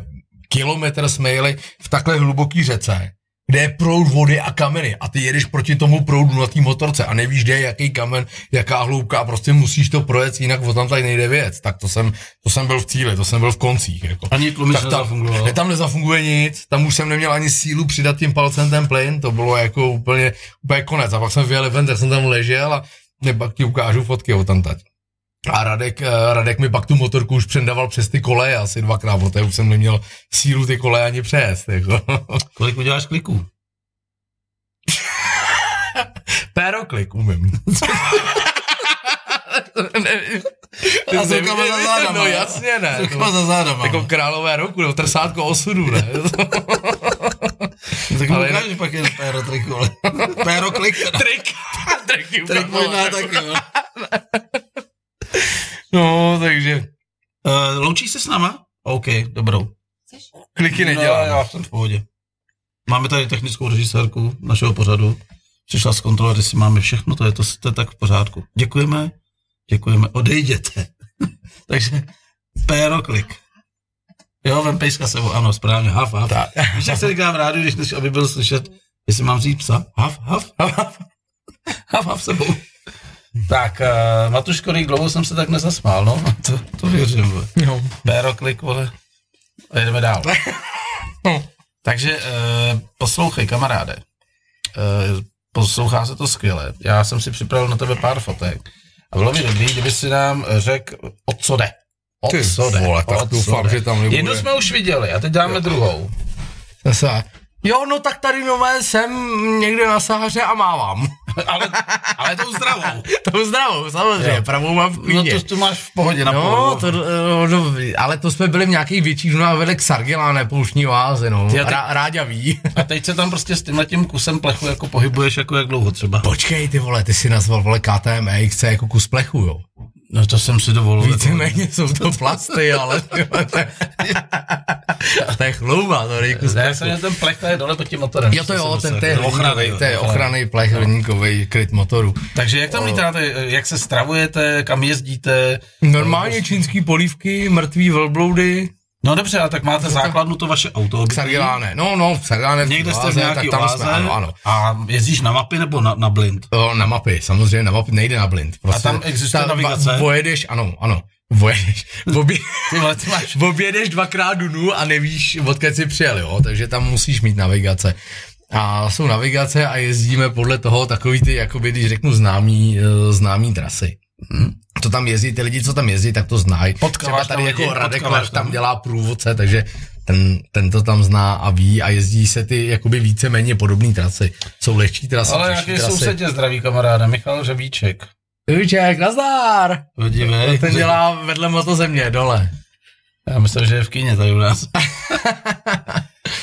kilometr jsme jeli v takhle hluboký řece, kde je proud vody a kameny a ty jedeš proti tomu proudu na té motorce a nevíš, kde je jaký kamen, jaká hloubka a prostě musíš to projet, jinak o tam tady nejde věc. Tak to jsem, to jsem byl v cíli, to jsem byl v koncích. Jako. Ani tlumič Tak tam, nezafungoval. ne, tam nezafunguje nic, tam už jsem neměl ani sílu přidat tím palcem ten plyn, to bylo jako úplně, úplně konec. A pak jsem vyjel ven, tak jsem tam ležel a ne, pak ti ukážu fotky o tam tať. A Radek, eh, Radek mi pak tu motorku už přendaval přes ty koleje asi dvakrát, protože už jsem neměl sílu ty koleje ani přejest. Jako. Kolik uděláš kliků? Péroklik umím. Nevím. A s rukama za Nevím, zádama, No jo? jasně ne. Rukama za zádama. Jako králové roku, nebo trsátko osudu, ne? Tak Ale- ale... ukážeš pak jen péro trik, vole. Péro klik. teda. Trik. Trik, Trik možná taky, vole. No, takže Uh, loučíš se s náma? OK, dobrou. kliky no, nedělám. já jsem v pohodě. Máme tady technickou režisérku našeho pořadu. Přišla z kontroly, jestli máme všechno, to je, to, to je tak v pořádku. Děkujeme, děkujeme, odejděte. Takže péro klik. Jo, vem pejska sebou, ano, správně, haf, haf. Víš, jak se říká v rádiu, když nech, aby byl slyšet, jestli mám říct psa, haf, haf, haf, haf, haf, haf sebou. Tak, uh, Matuško, Rýk, dlouho jsem se tak nezasmál, no, to, to věřím, vole. Jo. Péro klik, vole. A jedeme dál. Takže eh, poslouchej, kamaráde. Eh, poslouchá se to skvěle. Já jsem si připravil na tebe pár fotek. A bylo by dobrý, kdyby si nám řekl, o co jde. O Ty co jde. vole, tak o co doufám, jde. že tam nebude. Jednu jsme už viděli a teď dáme druhou. Zase. Jo, no tak tady nové jsem někde na Sahaře a mávám. Ale, ale tou zdravou. Tou zdravou, samozřejmě, Jo. jo. pravou mám v No klíně. to, to máš v pohodě na No, půl. to, no, no, ale to jsme byli v nějakých větších dunách vedle Xargeláne, pouštní oáze, no. já teď- Rá, Ráďa ví. A teď se tam prostě s tímhle tím kusem plechu jako pohybuješ jako jak dlouho třeba. Počkej, ty vole, ty si nazval, vole, KTM EXC jako kus plechu, jo. No to jsem si dovolil. Víceméně jsou to plasty, ale ty vole, to, je- to je chlouba, to není kus Ne, jsem měl ten plech tady dole pod tím motorem. Jo, to jo, ten, to je ochrany. hliníkovej, to je ochranný plech hliníkový kryt motoru. Takže jak tam lítáte, jak se stravujete, kam jezdíte? Normálně čínský polívky, mrtví velbloudy, No dobře, ale tak máte základnu to vaše auto. obytný. Xargeláne, no, no, Xargeláne, v Někde jste v oáze, nějaký tak tam oáze jsme, ano, ano. a jezdíš na mapy nebo na, na blind? Jo, na mapy, samozřejmě na mapy, nejde na blind. Prostě, tam existuje navigace? va- Vojedeš, ano, ano, vojedeš, obě, Ty vole, ty máš... objedeš dvakrát Dunu a nevíš, odkud jsi přijel, jo, takže tam musíš mít navigace. A jsou navigace a jezdíme podle toho takový ty, jakoby, když řeknu známý, eh, známý trasy. To tam jezdí, ty lidi, co tam jezdí, tak to znají. Třeba Mhm. Potkáváš tady tam jako lidi, Radek potkáváš Lech tam. tam dělá průvodce, takže ten, ten to tam zná a ví a jezdí se ty jakoby víceméně podobné trasy. Jsou lehčí trasy, Ale těžší nějaký trasy. soused je zdraví kamaráda, Michal Řebíček. Juček, nazdár! Podívej. To ten dělá vedle moto země, dole. Já myslím, že je v kyně tady u nás.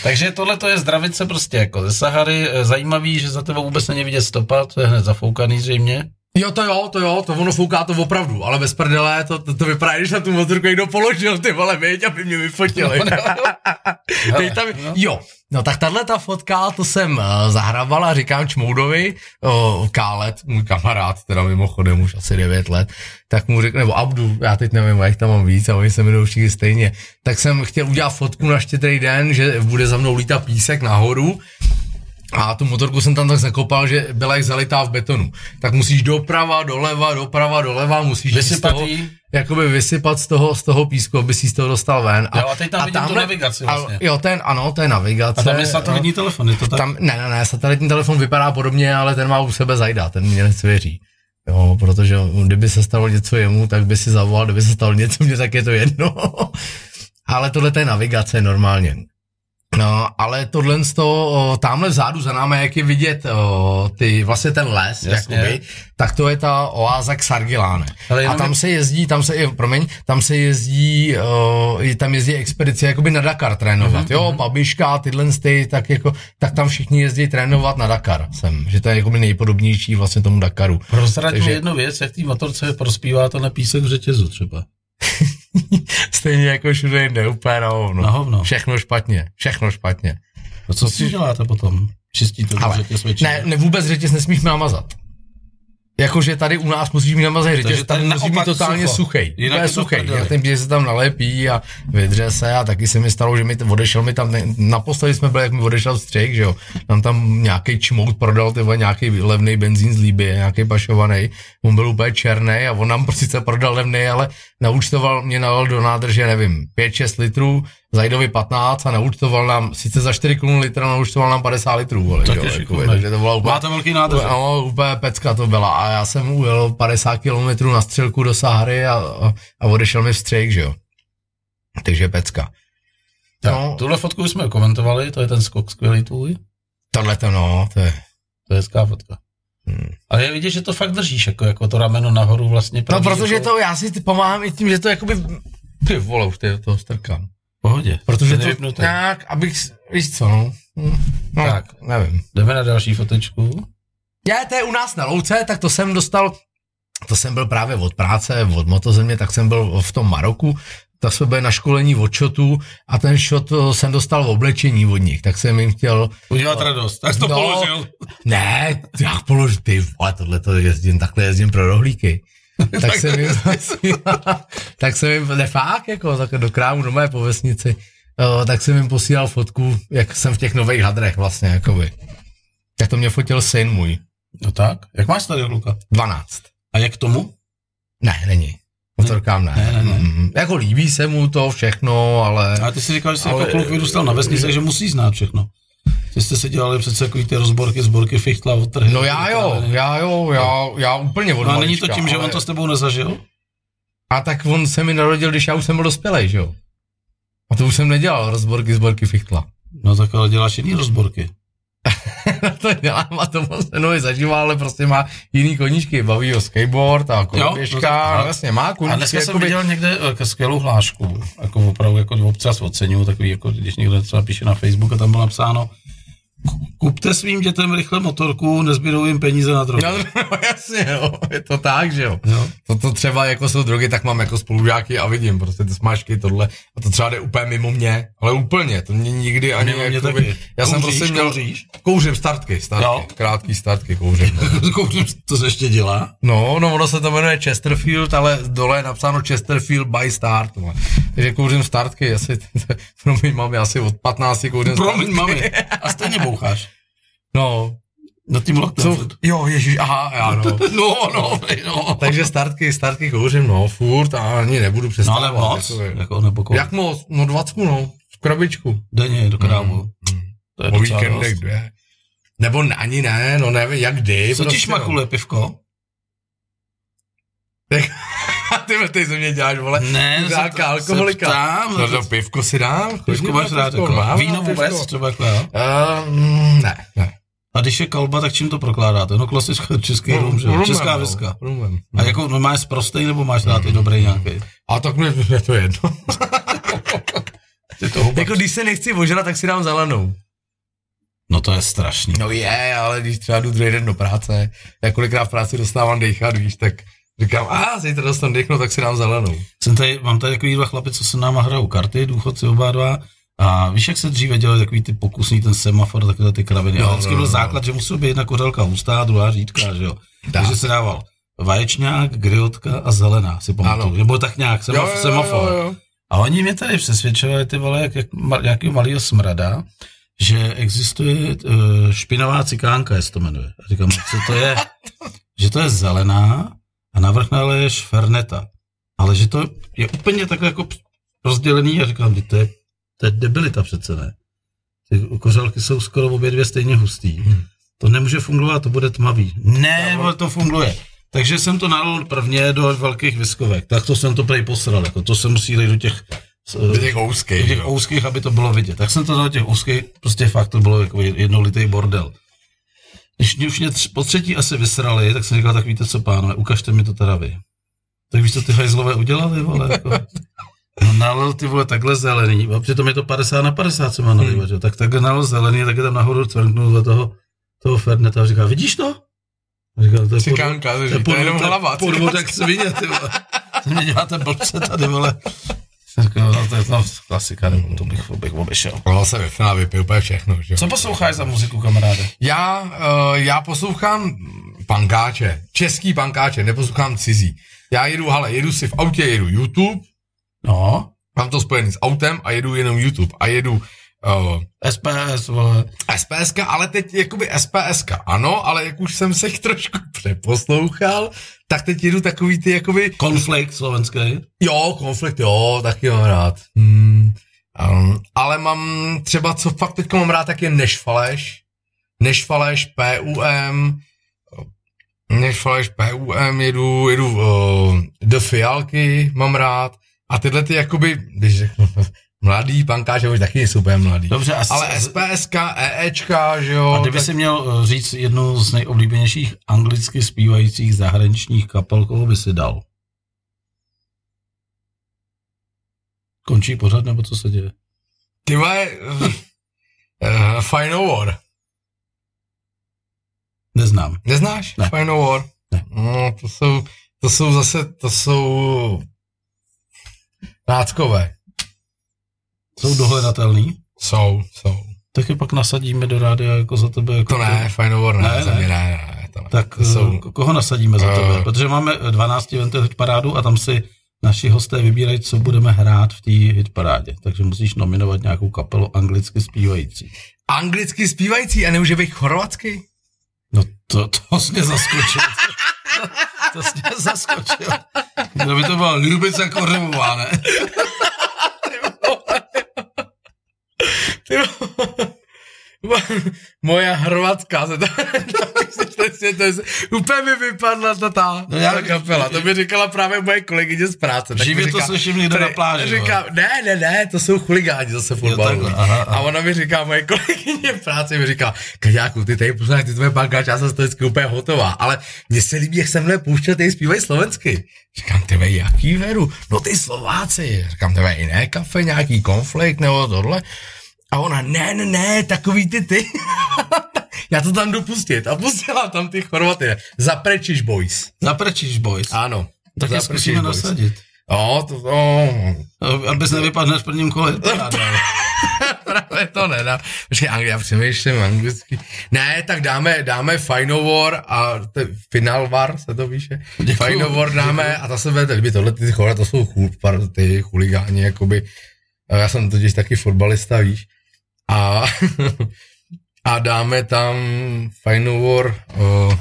Takže tohle to je zdravice prostě jako ze Sahary. Eh, Zajímavý, že za tebou vůbec není vidět stopa, to je hned zafoukaný zřejmě. Jo, to jo, to jo, to ono fouká to opravdu, ale bez prdele, to, to, to vypadá, když na tu motorku někdo položil, ty vole, věď, aby mě vyfotili. Dej tam, jo, no tak tahle ta fotka, to jsem uh, zahrabal a říkám Čmoudovi, uh, Kálet, můj kamarád, teda mimochodem už asi 9 let, tak mu řekl, nebo Abdu, já teď nevím, jak tam mám víc, a oni se jmenují všichni stejně, tak jsem chtěl udělat fotku na štědrý den, že bude za mnou lítat písek nahoru, a tu motorku jsem tam tak zakopal, že byla jak zalitá v betonu. Tak musíš doprava, doleva, doprava, doleva, musíš jít z Vysypat toho, jí? jakoby vysypat z toho, z toho písku, aby si z toho dostal ven. Jo, a teď tam vidím tu navigaci vlastně. A, jo, ten, ano, to je navigace. A tam je satelitní telefon, je to tak? Tam, ne, ne, ne, satelitní telefon vypadá podobně, ale ten má u sebe zajda, ten mě nesvěří. Jo, protože on- kdyby se stalo něco jemu, tak by si zavolal, kdyby se stalo něco mně, tak je to jedno. ale tohle to je navigace normálně. No, ale tohle z toho, o, tamhle vzadu za námi, jak je vidět o, ty, vlastně ten les, Jasně. jakoby, tak to je ta oáza k Sargiláne. Ale jenom A tam se jezdí, tam se, jo, promiň, tam se jezdí, uh, tam jezdí expedice jakoby na Dakar trénovat, Mhm, mm-hmm. jo, babiška a tyhle ty, tak jako, tak tam všichni jezdí trénovat na Dakar sem, že to je jakoby nejpodobnější vlastně tomu Dakaru. Prozrať mi Takže- jednu věc, jak tý motorce prospívá to na písek v řetězu třeba. Stejně jako všude jinde, úplně na hovno. Na hovno. Všechno špatně, všechno špatně. A co si děláte potom? Čistíte to Ale řetěz večer? ne, ne, vůbec řetěz nesmíš namazat. Jakože tady u nás musíš mít namazaný řetěz, Takže tady tady musí být naopak totálně sucho. suchý. Jinak Jinak je jako je to v suchý, prdeli. a ten že se tam nalepí a vydře se a taky se mi stalo, že mi t- odešel mi tam, ne, naposledy jsme byli, jak mi odešel střih, že jo, tam tam nějaký čmout prodal, ty vole, nějaký levný benzín z Líbie, nějaký pašovaný, on byl úplně černý a on nám sice prodal levný, ale naúčtoval, mě nalil do nádrže, nevím, 5-6 litrů, Zajdovi 15 a naúčtoval nám, sice za 4 korun litra, naúčtoval nám 50 litrů, vole, Tak jo, je jako, šikovné. takže to bylo úplně, Máte velký nádrž. No, úplně pecka to byla a já jsem ujel 50 km na střelku do Sahary a, a- a odešel mi vstřejk, že jo. Takže pecka. Tak, no. Tuhle fotku už jsme komentovali, to je ten skok skvělý tvůj. Tohle to no, to je. To je hezká fotka. Hmm. Ale je vidět, že to fakt držíš, jako, jako to rameno nahoru vlastně. No pravý, protože jako- to já si pomáhám i tím, že to jakoby, ty vole, už ty toho strkám. V Pohodě. Protože Ten je to vypnutý. nějak, abych, s- víš co, no. Hm, no Tak. tak. nevím. Jdeme na další fotečku. Já, to je u nás na louce, tak to jsem dostal to jsem byl právě od práce, od motozemě, tak jsem byl v tom Maroku, tak jsme byli na školení od šotu a ten šot eh, jsem dostal v oblečení od nich, tak jsem jim chtěl... Udělat radost. Tak jsi to No. no. položil. Ne, já položil, ty vole, tohle to jezdím, takhle jezdím pro rohlíky. tak jsem jim, tak jsem jim, ne fakt, jako, tak do krámu, do mé po vesnici, eh, tak jsem jim posílal fotku, jak jsem v těch nových hadrech vlastně, jakoby. Tak to mě fotil syn můj, No tak, jak máš tady kluka? 12. A jak k tomu? Ne, není. Motorkám ne. ne, ne, ne. Mm, jako líbí se mu to všechno, ale... A ty jsi říkal, že jsi Ale- jako kluk vyrůstal na vesnici, takže musí znát všechno. Ty jste se dělali přece takový ty rozborky, sborky, fichtla, otrhy. No já jo, já jo, já, já úplně od No a není to malička, tím, že ale- on to s tebou nezažil? A tak on se mi narodil, když já už jsem byl dospělej, že jo? A to už jsem nedělal, rozborky, zborky, fichtla. No tak ale děláš jiný rozborky. to dělám a to moc se mnou zažívá, ale prostě má jiný koníčky, baví ho skateboard a no tak- koloběžka, no, vlastně má A koníčky. dneska jsem jakoby- viděl někde eh, skvělou hlášku, jako opravdu, jako občas oceňuju, takový, jako když někdo třeba píše na Facebook a tam bylo napsáno, kupte svým dětem rychle motorku, nezbydou jim peníze na drogy. No, no, jasně, jo, je to tak, že jo. Jo. To, to třeba jako jsou drogy, tak mám jako spolužáky a vidím, prostě ty smáčky, tohle. A to třeba jde úplně mimo mě, ale úplně, to mě nikdy ani Mimo mě jakoby, taky. Já jsem Kouříš, prostě měl, kouříš? kouřím startky, startky, Jo. krátký startky kouřím. Koukám, to se ještě dělá. No, no, ono se to jmenuje Chesterfield, ale dole je napsáno Chesterfield by Start. No. Takže kouřím startky, asi, promiň, mám asi od 15 kouřím Promiň, startky. mami. A stejně boucháš. No, Na tím loktem. co? Jo, ježiš, aha, já no. No, no, no. Takže startky, startky kouřím, no, furt a ani nebudu No přestávat. ale moc, jakoby. jako nebo kolik. Jak moc? No dvacku, no, v krabičku. Denně do krámu. Mm. To je Po docela víkendech dost. dvě. Nebo n- ani ne, no nevím, jak kdy. Co ti no. šmakuje pivko? A ty ty ze mě děláš, vole. Ne, no, chudáka, se- se alkoholika. ptám. No to pivko si dám. Pivko máš rád, jako. Víno vůbec, třeba jako jo. Uh, ne, ne. A když je kalba, tak čím to prokládáte? No klasická český rum, že? no, jo? Česká viska. Rumem. A jako no, máš prostý nebo máš rád i Mm. dobrý nějaký? A tak mě, mě to je jedno. Ty to huba. jako když se nechci ožrat, tak si dám zelenou. No to je strašný. No je, ale když třeba jdu druhý den do práce, já kolikrát v práci dostávám dejchat, víš, tak říkám, a zítra dostanu dechnu, tak si dám zelenou. Jsem tady, mám tady takový dva chlapy, co se náma hrajou karty, důchodci oba dva. A víš, jak se dříve dělali takový ty pokusný ten semafor, takové ty kraviny. No, a vždycky no, byl no. základ, že musel být jedna kořelka hustá a druhá řídká, že jo. Tak. Takže se dával vaječňák, griotka a zelená, si pamatuju. Ano. Nebo tak nějak, semaf- semafor. jo. A oni mě tady přesvědčovali, ty vole, jak, jak ma- nějakého malého smrada, že existuje uh, špinavá cikánka, jestli to jmenuje. A říkám, co to je? že to je zelená a navrch naleješ ferneta. Ale že to je úplně takhle jako p- rozdělený a říkám, "Vždyť to je, to je debilita přece, ne? Ty kořálky jsou skoro obě dvě stejně hustý. To nemůže fungovat, to bude tmavý. Hmm. Ne, ale to funguje. Takže jsem to nalil prvně do velkých viskovek. Tak to jsem to prej posral. Jako to se musí dát do těch, Do eh, těch do houskej, těch jo. úzkých, aby to bylo vidět. Tak jsem to dal do těch úzkých, prostě fakt to bylo jako jednolitý bordel. Když mě už mě tři, po třetí asi vysrali, tak jsem říkal, tak víte co, pánové, ukažte mi to teda vy. Tak víš, co ty hajzlové udělali, vole, jako. No, nalil ty vole takhle zelený, a přitom je to 50 na 50, co má nalivat, hmm. tak takhle nalil zelený, tak je tam nahoru cvrknul do toho, toho Ferneta a říká, vidíš to? A říkal, to je podvod- Cikánka, to je jenom hlava. Podvod cikánka. jak svině, ty vole. To Mě děláte blbce tady, vole. Tak jo, no, to je to klasika, nebo to bych, bych obešel. No, se ve finále vypiju úplně všechno, že jo. Co posloucháš za muziku, kamaráde? Já, uh, já poslouchám pankáče, český pankáče, neposlouchám cizí. Já jedu, ale jedu si v autě, jedu YouTube, No, mám to spojený s autem a jedu jenom YouTube a jedu uh, SPS, vole. SPSK, ale teď jakoby SPSK, ano, ale jak už jsem se jich trošku přeposlouchal, tak teď jedu takový ty jakoby, Konflikt slovenský. jo, konflikt, jo, taky mám rád. Hmm. Um, ale mám třeba, co fakt teď mám rád, tak je Nešfaleš, Nešfaleš, PUM, Nešfaleš, PUM, jedu, jedu uh, do Fialky, mám rád, a tyhle ty jakoby, když řeknu, mladý pankáče, už taky jsou úplně mladý. Dobře, a s- Ale SPSK, EEčka, E že jo. No, A kdyby tak- si měl eh, říct jednu z nejoblíbenějších anglicky zpívajících zahraničních kapel, koho by si dal? Končí pořád, nebo co se děje? Ty vole, uh, Final War. Neznám. Neznáš? Ne. Final War. Ne. No, to jsou, to jsou zase, to jsou náckové. Jsou dohledatelný? Jsou, jsou. Tak je pak nasadíme do rádia jako za tebe. Jako To ne, Final War ne, ne, za mě ne, ne, to ne. Tak to jsou, jsou... koho nasadíme za Eh. tebe? Protože máme 12 eventy hitparádu a tam si naši hosté vybírají, co budeme hrát v té hitparádě. Takže musíš nominovat nějakou kapelu anglicky zpívající. anglicky zpívající a nemůže být chorvatsky? No to, to jsi mě zaskočil. To, to jsi mě zaskočil. Kdo by to byla Ljubice Kořevová, ne? Ty vole. Moja hrvatská se tam, přesně to je, úplně mi vypadla ta, ta, No já- ta kapela. To mi říkala právě moje kolegyně z práce. Tak mi živě to říká- slyším někde na pláži, Říká, ne, ne, ne, to jsou chuligáni zase fotbalu. takhle, aha, aha. A ona mi říká, moje kolegyně v práci mi říká, Kaďáku, ty tady posloucháš, ty tvoje bankáč, já jsem z toho vždycky úplně hotová, ale mně se líbí, jak se mne pouštěl, ty zpívají slovensky. Říkám, tebe, jaký veru? No ty Slováci. Říkám, tebe, i ne, kafe, nějaký konflikt nebo tohle. A ona, ne, ne, ne, takový ty ty. já to tam dopustit. A pustila tam ty Chorvaty. Zaprečiš boys. Zaprčíš, boys. Ano. tak je Zaprečiš zkusíme boys. nasadit. Eh, No, to, no, Abys nevypadl v prvním kole hitparády. Právě to nedá. Počkej, angli, já přemýšlím anglicky. Ne, tak dáme, dáme Final War a te, Final War se to píše. Děkuju, Final War dáme a ta se bude líbit. Tohle ty chore, to jsou chul, par, ty chuligáni, jakoby. A Já jsem totiž taky fotbalista, víš. A, a dáme tam Final War, uh,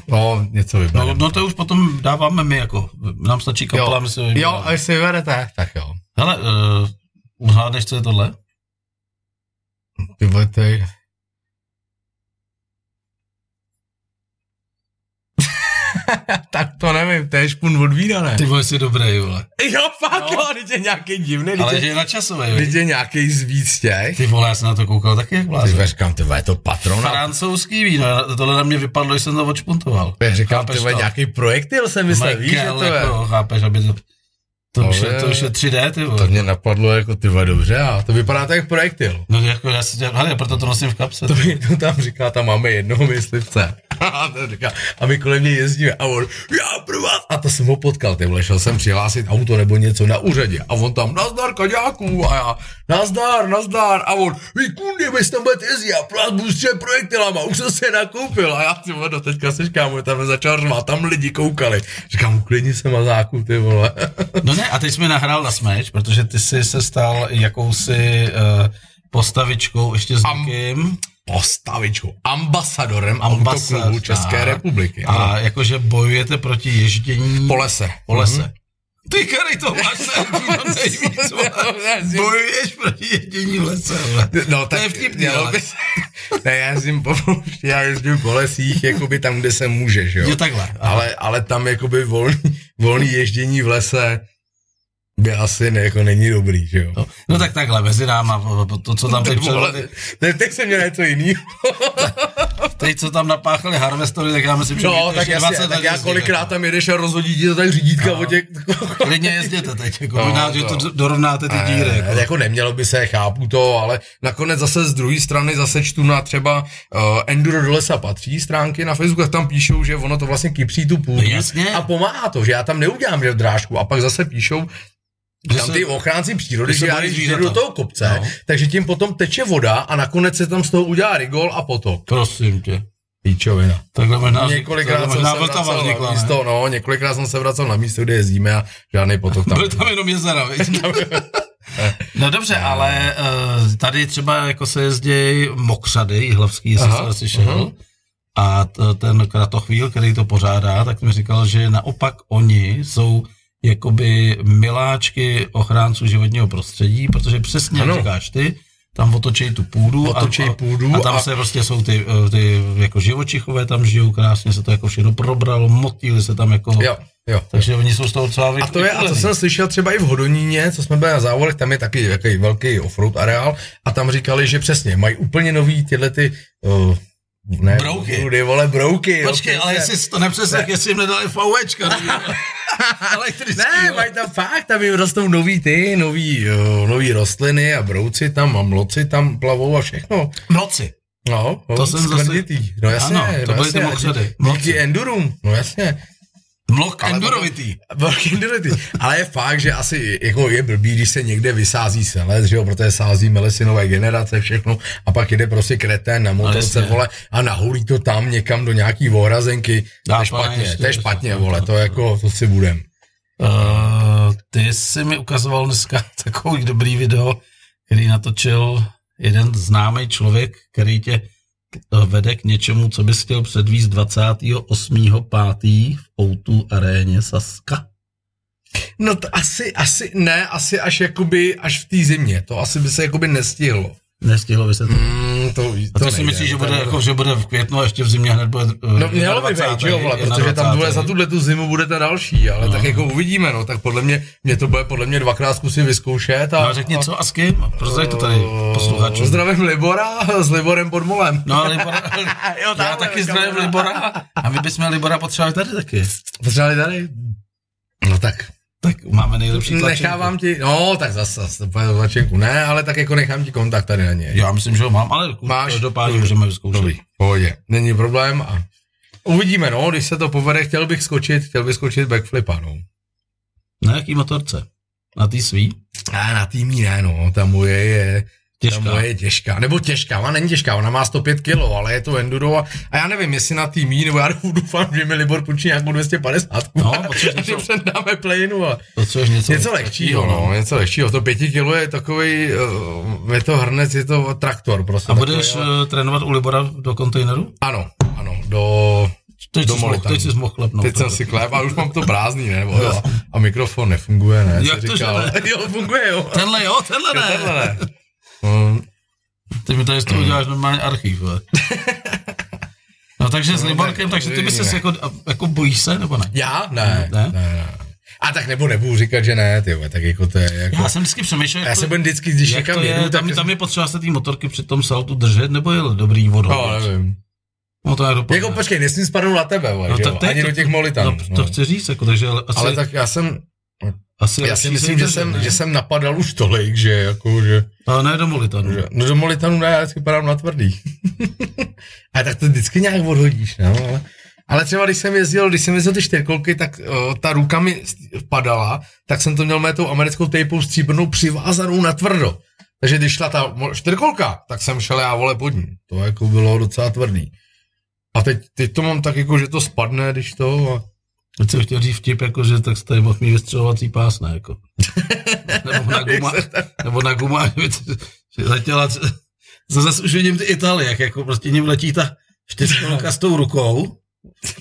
no, něco No, vybereme. no to už potom dáváme my, jako, nám stačí kapela, my si ho jo, vybereme. a jestli vyberete, tak jo. Hele, uh, uhádneš, co je tohle? Ty vole, to je... tak to nevím, to je špun od vína, ne? Ty vole, jsi dobrý, vole. Jo, fakt, no. jo, teď je nějaký divný, Ale že je načasový, teď viď? je nějaký z víc těch. Ty vole, já jsem na to koukal taky jak Ty blázen. vole, říkám, ty vole, je to patrona. Francouzský víno, tohle na mě vypadlo, že jsem to odšpuntoval. Já říkám, Chápeš ty vole, to? nějaký projektil jsem myslel, My víš, že gal, to je. jako, chápeš, aby to... To už, Ale- je, to už je 3D, ty To vole. mě napadlo jako, ty vole, dobře, a to vypadá tak jak projektil. No jako já si dělám, hele, proto to nosím v kapse. To mi to tam říká, tam máme jednoho myslivce. A, ten říká, a my kolem něj jezdíme. A on, já pro vás. A to jsem ho potkal, ty vole, šel jsem přihlásit auto nebo něco na úřadě. A on tam, nazdar, kaďáků. A já, nazdar, nazdar. A on, vy kundy, vy tam budete jezdit, já pro vás budu střílet projektilama, už jsem se je nakoupil. A já, ty vole, do teďka seš kámo, tam začal řvát, tam lidi koukali. Říkám, uklidni se mazáku, ty vole. No ne, a teď jsme nahrál na smeč, protože ty jsi se stal jakousi uh, postavičkou ještě s Am- někým. Postavičku, ambasadorem Ambasador, Autoklubu České tak. republiky. A jakože bojujete proti ježdění po lese. po Mhm. lese. Ty kary to máš se nejvíc, vole. Bojuješ proti ježdění v lese, vole. No, tak to je vtipný, mělo ale. by se- ne, já jezdím po poušti, já jezdím po lesích, jakoby tam, kde se můžeš, jo. Jo, takhle. no. Ale, ale tam jakoby volný, volný ježdění v lese by asi ne, jako není dobrý, že jo. No, no tak takhle, mezi náma, po- po- to, co tam teď, předvedli, Teď, teď jsem měl něco jiného. teď co tam napáchali harvestory, tak já myslím, že No, budete tak, ještě jasně, 20 tak let No. já jezdit, kolikrát jako. tam jedeš a rozhodí ti to tak řídítka o těch... Klidně jezděte teď, jako No, možná, že to- to d- dorovnáte ty díry. Ne, Jako. jako nemělo by se, chápu to, ale nakonec zase z druhé strany zase čtu na třeba uh, Enduro do lesa patří stránky na Facebooku, a tam píšou, že ono to vlastně kypří tu půdu No jasně. a pomáhá to, že já tam neudělám že drážku a pak zase píšou, Že tam se- ty ochránci přírody, že že se já bojí když zvířata. jdu do toho kopce, No. no. takže tím potom teče voda a nakonec se tam z toho udělá rigol a potok. Prosím tě. Píčovina. Takhle možná, takhle Několikrát jsem možná se Vltava vracel vznikla, na ne? místo, no, několikrát jsem se vracel na místo, kde jezdíme a žádný potok tam. Byly tam jenom jezera, viď? No dobře, ale eh, tady třeba jako se jezdí mokřady, jihlavský, jestli Aha, jste slyšel. A t- ten kratochvíl, který to pořádá, tak mi říkal, že naopak oni jsou jakoby miláčky ochránců životního prostředí, protože přesně jak Ano. říkáš ty, tam otočejí tu půdu, Otočej a, půdu a tam a- se prostě jsou ty, eh, ty jako živočichové tam žijou krásně, se to jako všechno probralo, motýly se tam jako... Jo, jo. Takže oni jsou z toho docela vy- A to je, a to vykulený. jsem slyšel třeba i v Hodoníně, co jsme byli na závodech, tam je taky jaký velký offroad areál a tam říkali, že přesně, mají úplně nový tyhle ty, uh, ne, Brouky. Ty vole, brouky. Počkej, jo, ale přesně. jestli jsi to nepřeslech, jestli jim nedali VUčka. Elektrický. Ne, jo. mají tam fakt, tam jim rostou nový ty, nový, uh, nový rostliny a brouci tam a mloci tam plavou a všechno. Noci. No, no To jsem zase- skvrnitý. No jasně, Ano, to no byly jasně, ty mokřady. Díky Endurum, no jasně. Mlok endurovitý. Velký endurity. Ale je fakt, že asi jako je blbý, když se někde vysází selec, že jo, protože sází melesy nové generace, všechno, a pak jede prostě kretén na motorce, No, jasně. vole, a nahulí to tam někam do nějaký ohrazenky. To Dá, je špatně, jasně, to je jasně, špatně, jasně. vole, to jako, to si budem. Uh, ty jsi mi ukazoval dneska takový dobrý video, který natočil jeden známý člověk, který tě eh, vede k něčemu, co bys chtěl předvíst 28.5. v Outu aréně Saska. No to asi, asi, ne, asi až jakoby, až v té zimě, to asi by se jakoby nestihlo. Nestihlo by se to. Mm, to, A to, to si nejde, myslíš, že to bude, je jako, že bude v květnu a ještě v zimě hned bude eh, No mělo by 21., být, že jo, vole, protože tam 21.. bude za tuhle tu zimu bude ta další, ale No. no. tak jako uvidíme, no, tak podle mě, mě to bude podle mě dvakrát zkusit vyzkoušet a... No řekni co a s kým, prozrať to tady Eh, posluchačům. Zdravím Libora s Liborem pod molem. No, Libora, Jo, já taky zdravím Libora a my bychom Libora potřebovali tady taky. Potřebovali tady? No tak, Tak máme nejlepší tlačenku. nechávám ti, no tak zase, zase úplně do tlačenku, ne, ale tak jako nechám ti kontakt tady na něj. Já myslím, že ho mám, ale Máš? Máš? každopádně můžeme vyzkoušet. Dobrý, v pohodě, není problém a uvidíme, no, když se to povede, chtěl bych skočit, chtěl bych skočit backflipa, no. Na jaký motorce? Na ty svý? Ne, na týmí ne, no, ta moje je, Těžká. Ta moje je těžká, nebo těžká, ona není těžká, ona má 105 kg, ale je to enduro a, a já nevím, jestli na týmí, nebo já doufám, že mi Libor půjčí nějakou 250. No, a potřebuješ že něco- předáme plejnu a Potřebuješ něco, něco lehčího, no, něco lehčího, to 5 kg je takový, je to hrnec, je to traktor prostě. A budeš Takový, ale- eh, trénovat u Libora do kontejneru? ano, ano, do... Teď Do jsi mohl, Molitanu. teď jsi mohl klepnout. Teď jsem si klep a už mám to prázdný, ne? Nebo, jo. A mikrofon nefunguje, ne? Jak jsi to, že říkal. ne? Jo, funguje, jo. Tenhle jo, tenhle ne. Tenhle ne. Mm, Ty mi tady z toho uděláš normálně archiv, ale. No takže s Liborkem, takže ty bys se uvidíme. jako, a- jako bojíš se, nebo ne? Já? Ne, Ne? ne, ne. A tak nebo nebudu říkat, že ne, ty vole, tak jako to je jako... Já jsem vždycky přemýšlel, Já jak se to, budem vždycky, když jak to někam jedu, je, tak... tam, tam je potřeba se té motorky při tom saltu držet, nebo je dobrý vodou? No, nevím. no to jak dopadne. Jako počkej, nesmím spadnout na tebe, vole, no, No, tak že jo? to je Ani to- do těch molitanů. no, to No. chci říct, jako, takže ale asi, Ale tak já jsem, asi já lepší si se myslím, že držet, jsem, ne? že jsem napadal už tolik, že jako, že... Ale ne do Molitanu. že- No do molitanů ne, já vždycky padám na tvrdý. A tak to vždycky nějak odhodíš, no, ale... Ale třeba když jsem jezdil, když jsem jezdil ty čtyřkolky, tak uh, ta ruka mi st- padala, tak jsem to měl mé tou americkou tejpou stříbrnou přivázanou na tvrdo. Takže když šla ta mo- čtyřkolka, tak jsem šel já vole pod ní. To jako bylo docela tvrdý. A teď, teď to mám tak jako, že to spadne, když to... A... Teď jsem chtěl říct vtip, jako, že tak jste mohl mít vystřelovací pás, ne? Jako. nebo na guma, nebo na guma, že by to- že letěla, to zase už vidím ty Italy, jak jako prostě ním letí ta čtyřkolka s tou rukou,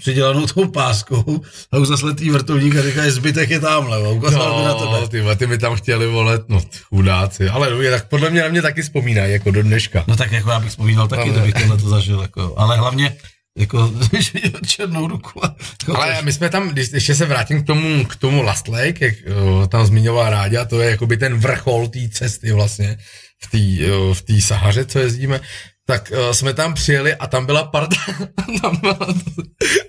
přidělanou tou páskou, a už zase letí vrtulník a říká, že zbytek je tamhle, a ukázal by na No, tebe. ty, vole, ty mi tam chtěli volet, no ty chudáci. Ale dobrý, tak podle mě na mě taky vzpomínají, jako do dneška. No tak jako já bych vzpomínal taky, Tam- kdybych tohle to zažil, jako, ale hlavně jako, když viděl černou ruku. A, jako, Ale my jsme tam, když ještě se vrátím k tomu, k tomu Last Lake, jak uh, tam zmiňoval Ráďa, to je jakoby ten vrchol té cesty vlastně v té uh, v té Sahaře, co jezdíme, tak uh, jsme tam přijeli a tam byla parta, tam byla, to,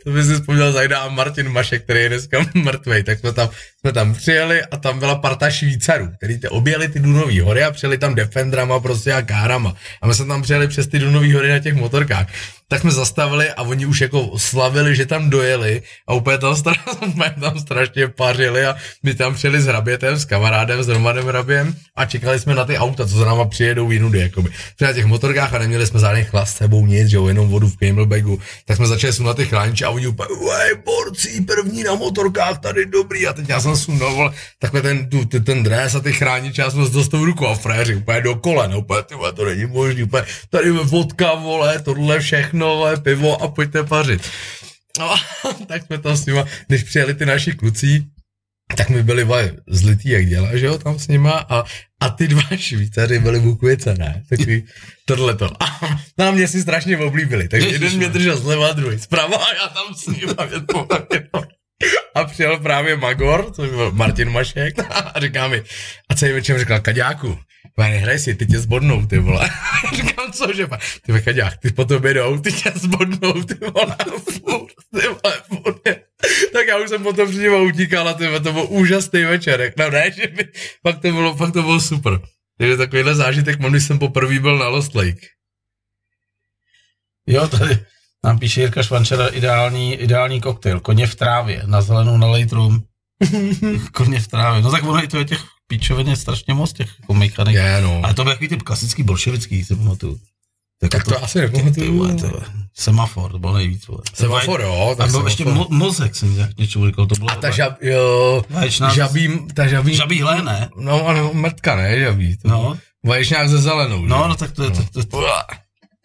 to by si vzpomněl Zajda a Martin Mašek, který je dneska mrtvej, tak jsme tam, jsme tam přijeli a tam byla parta Švýcarů, který te objeli ty Dunové hory a přijeli tam Defendrama prostě a Kárama. A my jsme tam přijeli přes ty Dunové hory na těch motorkách. Tak jsme zastavili a oni už jako slavili, že tam dojeli a úplně tam, stra, úplně tam strašně pařili a my tam přijeli s Hrabětem, s kamarádem, s Romanem Hraběm a čekali jsme na ty auta, co za náma přijedou jinudy, jakoby. Přijeli na těch motorkách a neměli jsme žádný chlast s sebou nic, že jo, jenom vodu v camelbagu. Tak jsme začali sundat ty chrániče a oni úplně, uej, borci, první na motorkách, tady dobrý. A teď já jsem sundal, vole, takhle ten, tu, ten, ten dres a ty chrániče, já jsem s tou rukou a fréři úplně do kolen, úplně, ty vole, to není možný, úplně, tady vodka, vole, tohle všechno, vole, pivo a pojďte pařit. No, tak jsme tam s nima, když přijeli ty naši kluci, tak my byli vole, zlitý jak děla, že jo, tam s nima a, a ty dva švýcaři byli bukvěce, ne? Takový tohleto. A na mě si strašně oblíbili, takže Ježiš, Ježiš, jeden mě no. držel zleva, druhý zprava a já tam s ním a mě to- mě to- a přijel právě Magor, což byl Martin Mašek, a říká mi, a celý večer říkal, Kaďáku, Pane, nehraj si, ty tě zbodnou, ty vole. Říkám, cože, pa- ty ve Kaďák, ty po tobě jdou, ty tě zbodnou, ty vole, furt, ty vole, furt. Tak já už jsem potom před nimi utíkal a ty vole, to byl úžasný večer. No ne, že by, fakt to bylo, fakt to bylo super. Takže takovýhle zážitek mám, když jsem poprvé byl na Lost Lake. jo, tady, Nám píše Jirka Švančera ideální, ideální koktejl. Koně v trávě, na zelenou nalej rum. Koně v trávě. No tak ono i to je těch píčovin je strašně moc těch jako mechanik. Je, no. Ale to byl takový typ klasický bolševický, si pamatuju. Jako Tak to asi Ty vole, to nepamatuju. je- Semafor, to bylo nejvíc. Vole. Semafor, jo. Tam tak byl ještě semafor. mo- mozek, jsem nějak něčemu říkal, to bylo. A ta žab, jo, Vaječná- žabí, ta žabí, žabí hle, ne? no ano, mrtka, ne, žabí. To. No, Vaječňák ze zelenou, že? no, no tak to je... To, to, to.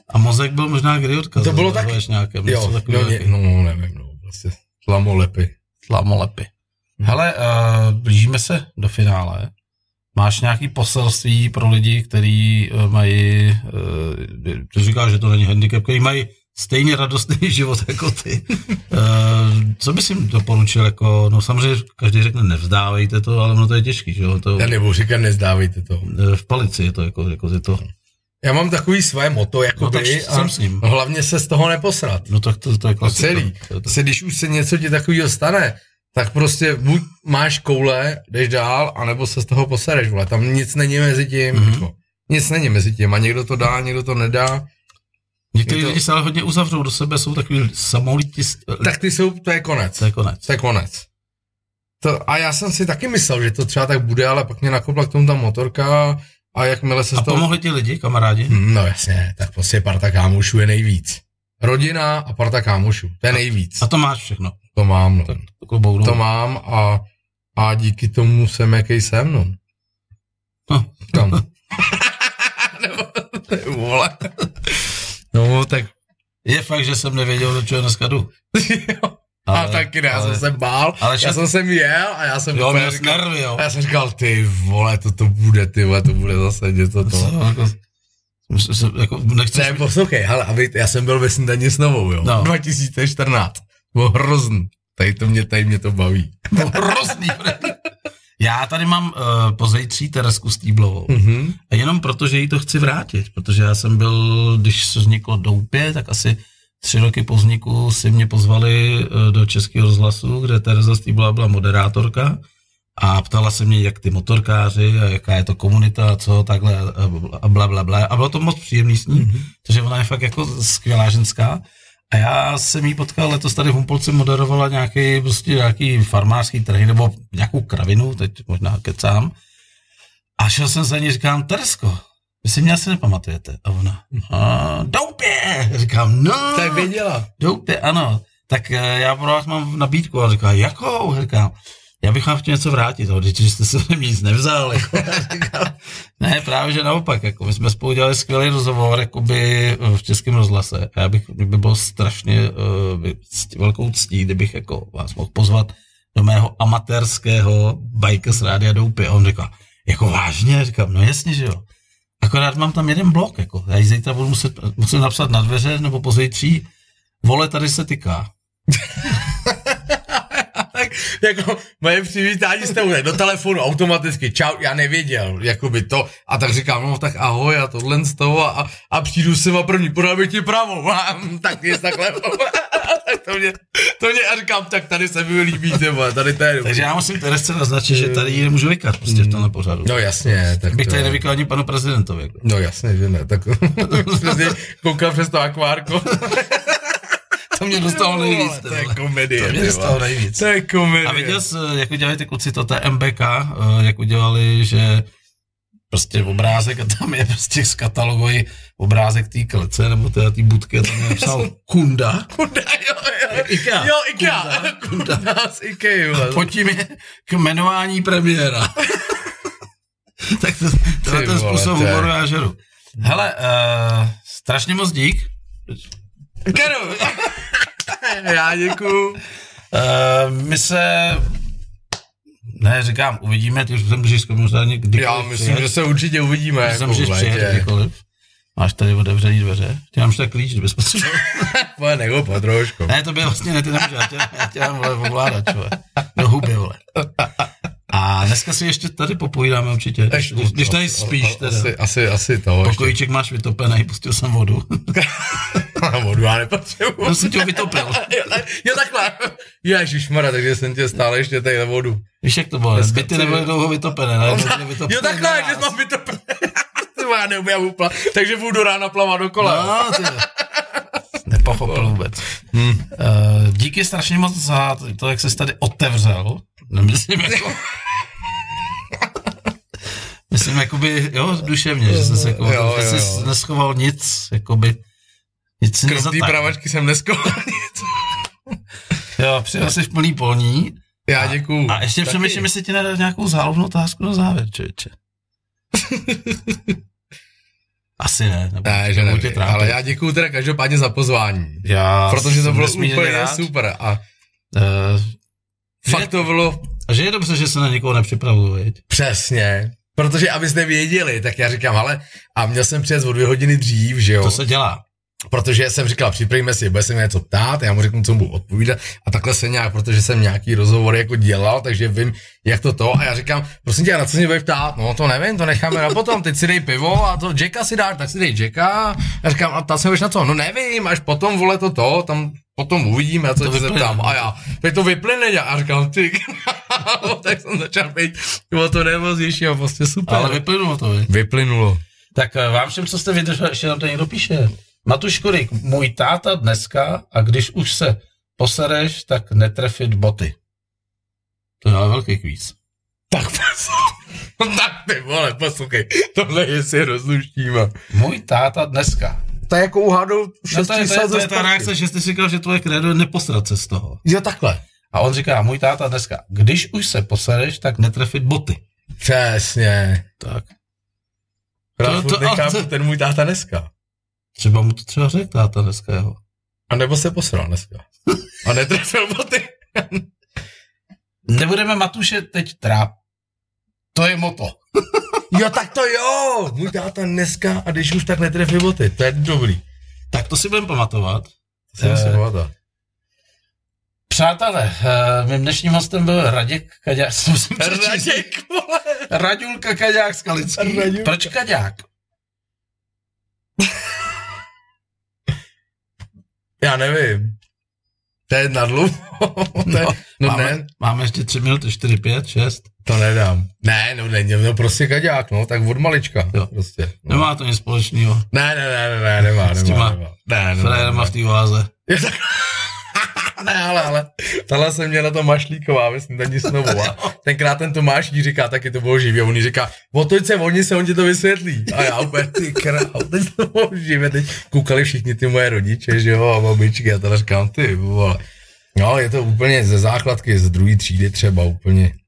A mozek byl možná kdy odkaz. To bylo taky- Nějakém, jo, no, ně, no, nevím, no, prostě slamolepy. Slamolepy. Hele, uh, blížíme se do finále. Máš nějaký poselství pro lidi, kteří uh, mají, uh, ty říkáš, že to není handicap, který mají stejně radostný život jako ty. uh, co bys jim doporučil? Jako, no samozřejmě každý řekne, nevzdávejte to, ale ono to je těžký, že jo? To, Já nebo říkat, nezdávejte to. eh, v palici je to, jako, jako je to. Já mám takový své moto, jako No tak by, jsem s ním. hlavně se z toho neposrat. No tak to, to je To klasika. celý. To, to, Se, když už se něco ti takového stane, tak prostě buď máš koule, jdeš dál, anebo se z toho posereš, vole. Tam nic není mezi tím. Mhm. Mm-hmm. Jako. Nic není mezi tím. A někdo to dá, někdo to nedá. Někteří je to- lidi se ale hodně uzavřou do sebe, jsou takový samolití, Tak ty jsou, to je konec. to je konec. To je konec. To, a já jsem si taky myslel, že to třeba tak bude, ale pak mě nakopla k tomu ta motorka a jakmile se A z toho... pomohli ti lidi, kamarádi? Hmm, No jasně, tak prostě parta kámošů je nejvíc. Rodina a parta kámošů, to je nejvíc. A to máš všechno. To mám, no. Klobouk To dolů. mám a, a díky tomu jsem, jaký jsem, no. Hm. Tam. Nebo- ty vole. No, tak... Je fakt, že jsem nevěděl, do čeho dneska jdu. Jo. A Ale- taky ne, já ale- jsem se bál, ale ale šest- já jsem sem jel a já jsem Jo, úplně měl jsi říkal- nervy, jo. a No, já jsem říkal, ty vole, to to bude, ty vole, to bude zase něco to. Co, jako- Myslím, že jako nechci... Ne, poslouchej, hele, aby, já jsem byl ve snídani s novou, jo. No. No. 2014. Bylo hrozný. Tady to mě, tady mě to baví. Bylo hrozný. Já tady mám uh, pozejtří Teresku Stýblovou. Mhm. A jenom proto, že jí to chci vrátit, protože já jsem byl, když se vzniklo Doupě, tak asi tři roky po vzniku si mě pozvali eh, do Českého rozhlasu, kde Tereza Stýbla byla moderátorka a ptala se mě, jak ty motorkáři a jaká je to komunita a co takhle a bla- a bla, bla, bla. A bylo to moc příjemný s ní, mm-hmm. protože ona je fakt jako skvělá ženská. A já jsem jí potkal letos tady v Humpolce, moderovala nějaký, prostě nějaký farmářský trhy nebo nějakou kravinu, teď možná kecám. A šel jsem za ní, říkám, Tersko, vy si mě asi nepamatujete. A ona, a, doupě, říkám, no, Tak věděla. doupě, ano. Tak eh, já pro vás mám nabídku. A říká, jakou? Říkám, já bych vám chtěl něco vrátit, ale když jste se mě nic nevzal. Jako, Já říkám, ne, právě že naopak. Jako, my jsme spolu dělali skvělý rozhovor jakoby, eh, v Českém rozhlase. A já bych, mě by bylo strašně uh, velkou ctí, kdybych jako, vás mohl pozvat do mého amatérského Bikers Rádia Doupy. A on říká, jako vážně? Říkám, no jasně, že jo. Akorát mám tam jeden blok, jako. Já ji zítra budu muset, musím napsat na dveře nebo pozítří. Vole, tady se tyká. Tak jako moje přivítání jste udělali do telefonu automaticky. Čau, já nevěděl, jakoby to. A tak říkám, no tak ahoj a tohle z toho a, a přijdu si a první, podal bych ti pravou. A, mm, tak je takhle. tak to mě, to mě, a říkám, tak tady se mi líbí, ty vole, tady to je dobrý. Takže já musím Teresce naznačit, že tady ji nemůžu vykat prostě v tomhle pořadu. No jasně, tak Bych to tady je. nevykal ani panu prezidentovi. Jako. No jasně, že ne, tak přesně koukal přes to akvárko. To mě dostalo nejvíc. Vole, ty to je vole. komedie, To mě ty dostalo vole. nejvíc. To je komedie. A viděl jsi, jak udělali ty kluci to TMBK, eh, jak udělali, že prostě obrázek a tam je prostě z katalogu i obrázek té klece nebo teda té budky a tam je napsal Kunda. Kunda, jo, jo. Ikea. Jo, Ikea. Kunda, Kunda z Ikea, vole. Pojďme k jmenování premiéra. tak to, to je Ty ten vole, způsob to je- humoru já žeru. Hele, uh, strašně moc dík. Keru. Já děkuju. Uh, my se... Ne, říkám, uvidíme, ty už jsem říct, možná někdy. Já myslím, že se určitě uvidíme. jsem jako v že přijet létě. kdykoliv. Máš tady otevřený dveře. Ty mám tak klíč, kdybys potřeboval. Vole, nebo po trošku. Ne, to by vlastně ne, ty nemůžu, já tě, já tě mám vole, ovládat, vole. Do huby, vole. A dneska si ještě tady popovídáme určitě, když, když, když tady spíš teda. Asi, asi, asi to. Pokojíček máš vytopený, pustil jsem vodu. ještě. Vodu já nepotřebuju. Já jsem tě ho vytopil. Jo, takhle. Ježišmarja, takže jsem tě stále ještě tady na vodu. Víš, jak to bylo? Dneska Byty chci- nebyly dlouho vytopené, ne? Byly vytopené Jo, takhle, naraz. že mám vytopené. No, Já neumím plavat, takže budu rána plavat dokola. No, ty. pochopil vůbec. Hm. Hmm. Díky strašně moc za to, jak jsi tady otevřel. Nemyslím jako... Myslím, jakoby, jo, duševně, že jsi se jako, Jo, že jsi jo, jo. neschoval nic, jakoby, nic si Krom té nezatáhl. pravačky jsem neskoval nic. Jo, přijel jsi v plný polní Já děkuju. a ještě Taky. přemýšlím, jestli ti nadat nějakou zálovnou otázku na závěr, člověče. Asi ne. Nebo Ne, že nebo ne, tě trápit. ale já děkuju teda každopádně za pozvání. já Protože to jsem bylo nesmírně úplně rád. super a Eh, fakt to bylo A že je dobře, že se na někoho nepřipravuju, viď? přesně. Protože abyste věděli, tak já říkám, ale a měl jsem přijet o dvě hodiny dřív, že jo? To se dělá. protože jsem říkal, připravíme si, bude se mě něco ptát, já mu řeknu, co mu budu odpovídat a takhle se nějak, protože jsem nějaký rozhovor jako dělal, takže vím, jak to to a já říkám, prosím tě, a na co se mě bude ptát, no to nevím, to necháme na potom, teď si dej pivo a to Jacka si dáš, tak si dej Jacka a říkám, a ptát se mě budeš na co, no nevím, až potom, vole, to to, tam potom uvidíme, a co se zeptám. A já, teď to vyplyne a říkám, ty, krávo, tak jsem začal být o to nervoznější a prostě super. Ale vyplynulo to, viď? vyplynulo. Tak eh, vám všem, co jste vydrželi, ještě nám to někdo píše. Matuš Kurik, můj táta dneska a když už se posereš, tak netrefit boty. To je ale velký kvíz. Tak No tak ty vole, poslouchej, tohle je si rozluštíme. Můj táta dneska. To je jako uhádou No 6 to, je, to, je, to je ta reakce, že jsi říkal, že tvoje kredo je neposrat se z toho. Jo, takhle. A on říká, můj táta dneska, když už se posereš, tak netrefit boty. Přesně. Tak. Já To- to, to- nechápu, ale to- ten můj táta dneska. Třeba mu to třeba řekl táta dneska jeho. A nebo se posral dneska. A netrefil boty. Nebudeme Matuše teď tráp. To je moto. Jo, tak to jo. Můj táta dneska a když už tak netrefil boty. To je dobrý. Tak to si budeme pamatovat. To si musím Eh. pamatovat. Přátelé, eh, mým dnešním hostem byl Raděk Kaďák. To musím přečíst. Raděk, vole. Raďulka Kaďák z Kalický. Raďulka. Proč Kaďák? Já nevím. To je na dlouho. To je, no, no máme, ne, máme ještě 3 minuty, 4, 5, 6. to nedám. Ne, no, ne, no prostě kaďák, no, tak od malička. Jo. Jo. Prostě. No. Nemá to nic společného. Ne, ne, ne, ne, ne, nemá, S nemá, těma nemá. Ne, ne, ne, Frajerma ne, v té oáze. ne, ale, ale, tahle se mě na to Mašlíková, myslím, ten nic novou. A tenkrát ten Tomáš jí říká, taky to bylo živě, on jí říká, otoč se, oni se, on ti to vysvětlí. A já úplně, ty král, teď to bylo živě, teď koukali všichni ty moje rodiče, že jo, a babičky, a teda říkám, ty vole. No, je to úplně ze základky, z druhé třídy třeba úplně.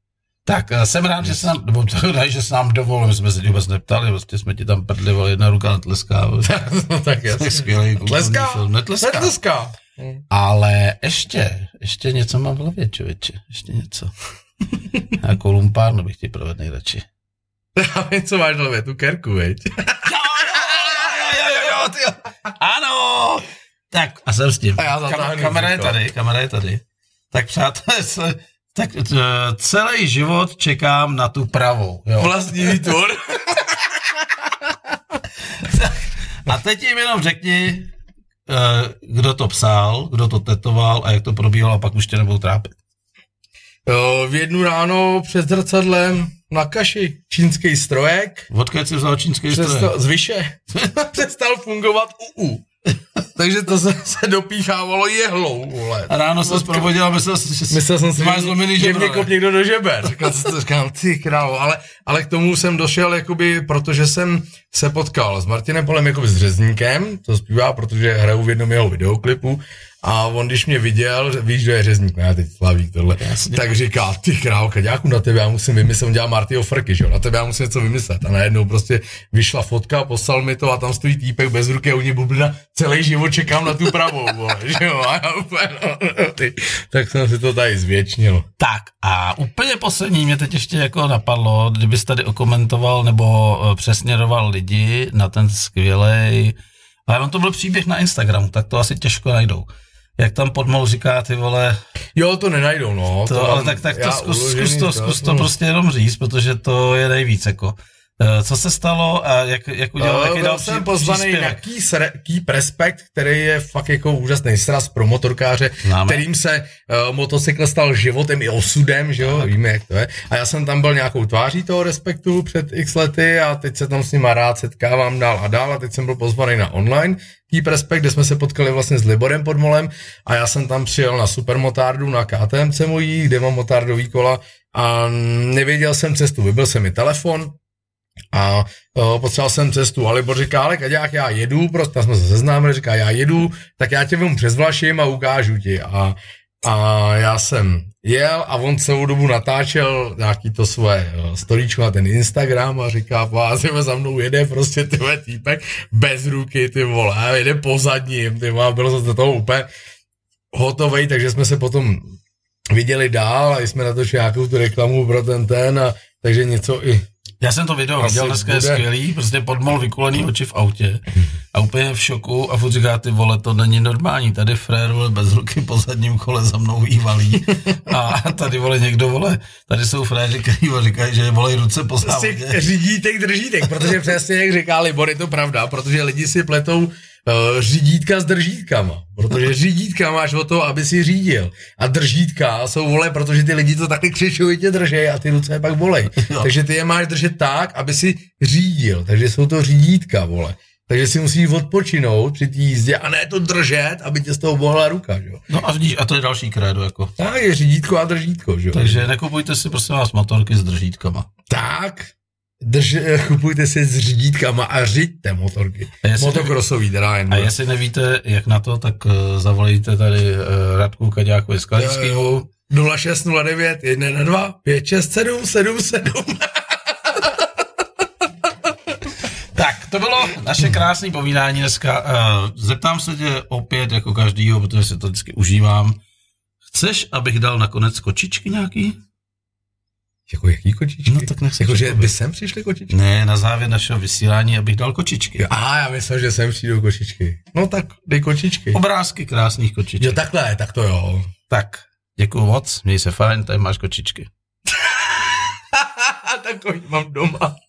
Tak eh, jsem rád, že se nám, nebo to, ne, že se nám dovolil, my jsme se tě vůbec neptali, vlastně jsme ti tam prdli, vole, jedna ruka netleská. no, tak To jasně. je skvělý Tleská? kulturní film. Netleská. Netleská. Ale ještě, ještě něco mám v hlavě, člověče, ještě něco. A kolumpárnu bych ti provedl nejradši. Já vím, co máš v hlavě, tu kerku, veď. Ano! Tak a jsem s tím. A já Kam, zatáhnu kamera je říkal. tady, kamera je tady. Tak přátelé, se- tak eh, celý život čekám na tu pravou. Jo. Vlastní výtvor. A teď jim jenom řekni, eh, kdo to psal, kdo to tetoval a jak to probíhalo a pak už tě nebudou trápit. Jo, v jednu ráno před zrcadlem na kaši čínský strojek, Odkud jsi vzal čínský stroj? přestal, z vyše, přestal fungovat UU. Takže to se, se dopíchávalo jehlou, vole. A ráno se probudil a myslel, jsi, že jsi- Myslel jsem si, máš že- zlomený že žebro. mě ne? kop někdo do žeber. Říkal, co to říkám, ty králo, ale, ale k tomu jsem došel, jakoby, protože jsem se potkal s Martinem Polem, jakoby s Řezníkem, to zpívá, protože hraju v jednom jeho videoklipu, a on, když mě viděl, že- víš, kdo je řezník, ne, teď slavík tohle, Jasně. tak říká, ty králo, kaďáku, na tebe já musím vymyslet, on dělá Martyho frky, že jo, na tebe já musím něco vymyslet. A najednou prostě vyšla fotka, poslal mi to a tam stojí týpek bez ruky a u něj bublina, celý život čekám na tu pravou, vole, že jo, a já úplně, no, ty, tak jsem si to tady zvětšnil. Tak a úplně poslední mě teď ještě jako napadlo, kdybys tady okomentoval nebo eh, přesměroval lidi na ten skvělej, ale on to byl příběh na Instagramu, tak to asi těžko najdou. Jak tam podmol říká, ty vole, Jo, to nenajdou, no. to, mám ale tak, tak to já zkus, uložený, no. zkus to, zkus to prostě jenom říct, protože to je nejvíc, jako. Eh, Co se stalo a jak, jak udělal, Eh, jaký Byl dal jsem pří- pozvaný na příspěvek? Keep, Keep Respect, který je fakt jako úžasný sraz pro motorkáře, Známe. kterým se uh, motocykl stal životem i osudem, že jo, víme jak to je. A já jsem tam byl nějakou tváří toho respektu před x lety a teď se tam s nima rád setkávám dál a dál a teď jsem byl pozvaný na online Keep Respect, kde jsme se potkali vlastně s Liborem Podmolem a já jsem tam přijel na supermotardu na KTMC mojí, kde mám motardový kola a nevěděl jsem cestu, vybil se mi telefon, a uh, potřeboval jsem cestu. A Libor říká, ale Kaďák, já jedu, prostě tam jsme se seznámili, říká, já jedu, tak já tě vemu přes Vlašim a ukážu ti. A, a já jsem jel a on celou dobu natáčel nějaký to svoje eh, storíčko na ten Instagram a říká, pojďme za mnou jede prostě ty vole, týpek bez ruky, ty vole, a jede po zadním, ty vole, a bylo se do toho úplně hotovej, takže jsme se potom viděli dál a jsme natočili nějakou tu reklamu pro ten ten a takže něco i Já jsem to video Asi viděl, dneska je bude. skvělý, prostě podmol vykulený oči v autě a úplně v šoku a furt říká, ty vole, to není normální, tady frér vole, bez ruky po zadním kole za mnou jí valí a tady vole někdo vole, tady jsou fréři, kteří vole, říkají, že volají ruce po závodě. si řídítek držítek, protože přesně jak říká Libor, je to pravda, protože lidi si pletou uh, řídítka s držítkama, protože řídítka máš o to, aby si řídil a držítka jsou vole, protože ty lidi to takhle křičovitě držej a ty ruce je pak bolej, Jo. takže ty je máš držet tak, aby si řídil, takže jsou to řídítka, vole. Takže si musíš odpočinout při té jízdě a ne to držet, aby tě z toho bohla ruka, že jo. No a vidíš, a to je další krédo jako. Tak je řídítko a držítko, že jo. Takže nekupujte si prosím vás motorky s držítkama. Tak, drž, kupujte si s řídítkama a řiďte motorky. A jestli- Motokrosový teda jen. A jestli nevíte, jak na to, tak eh, zavolejte tady eh, Radku Kaďákovi z Eh, Kalický. 0609 112 567 77. Tak, to bylo naše krásné povídání dneska. Eh, Zeptám se tě opět, jako každýho, protože si to vždycky užívám. Chceš, abych dal nakonec kočičky nějaký? Jako jaký kočičky? No tak nechci Jako, že čekovat. by sem přišly kočičky? Ne, na závěr našeho vysílání, abych dal kočičky. Jo, A já myslím, že sem přijdou kočičky. No tak dej kočičky. Obrázky krásných Jo kočiček. takhle, tak to jo. Tak, děkuju moc, měj se fajn, tady máš kočičky. A takový mám doma.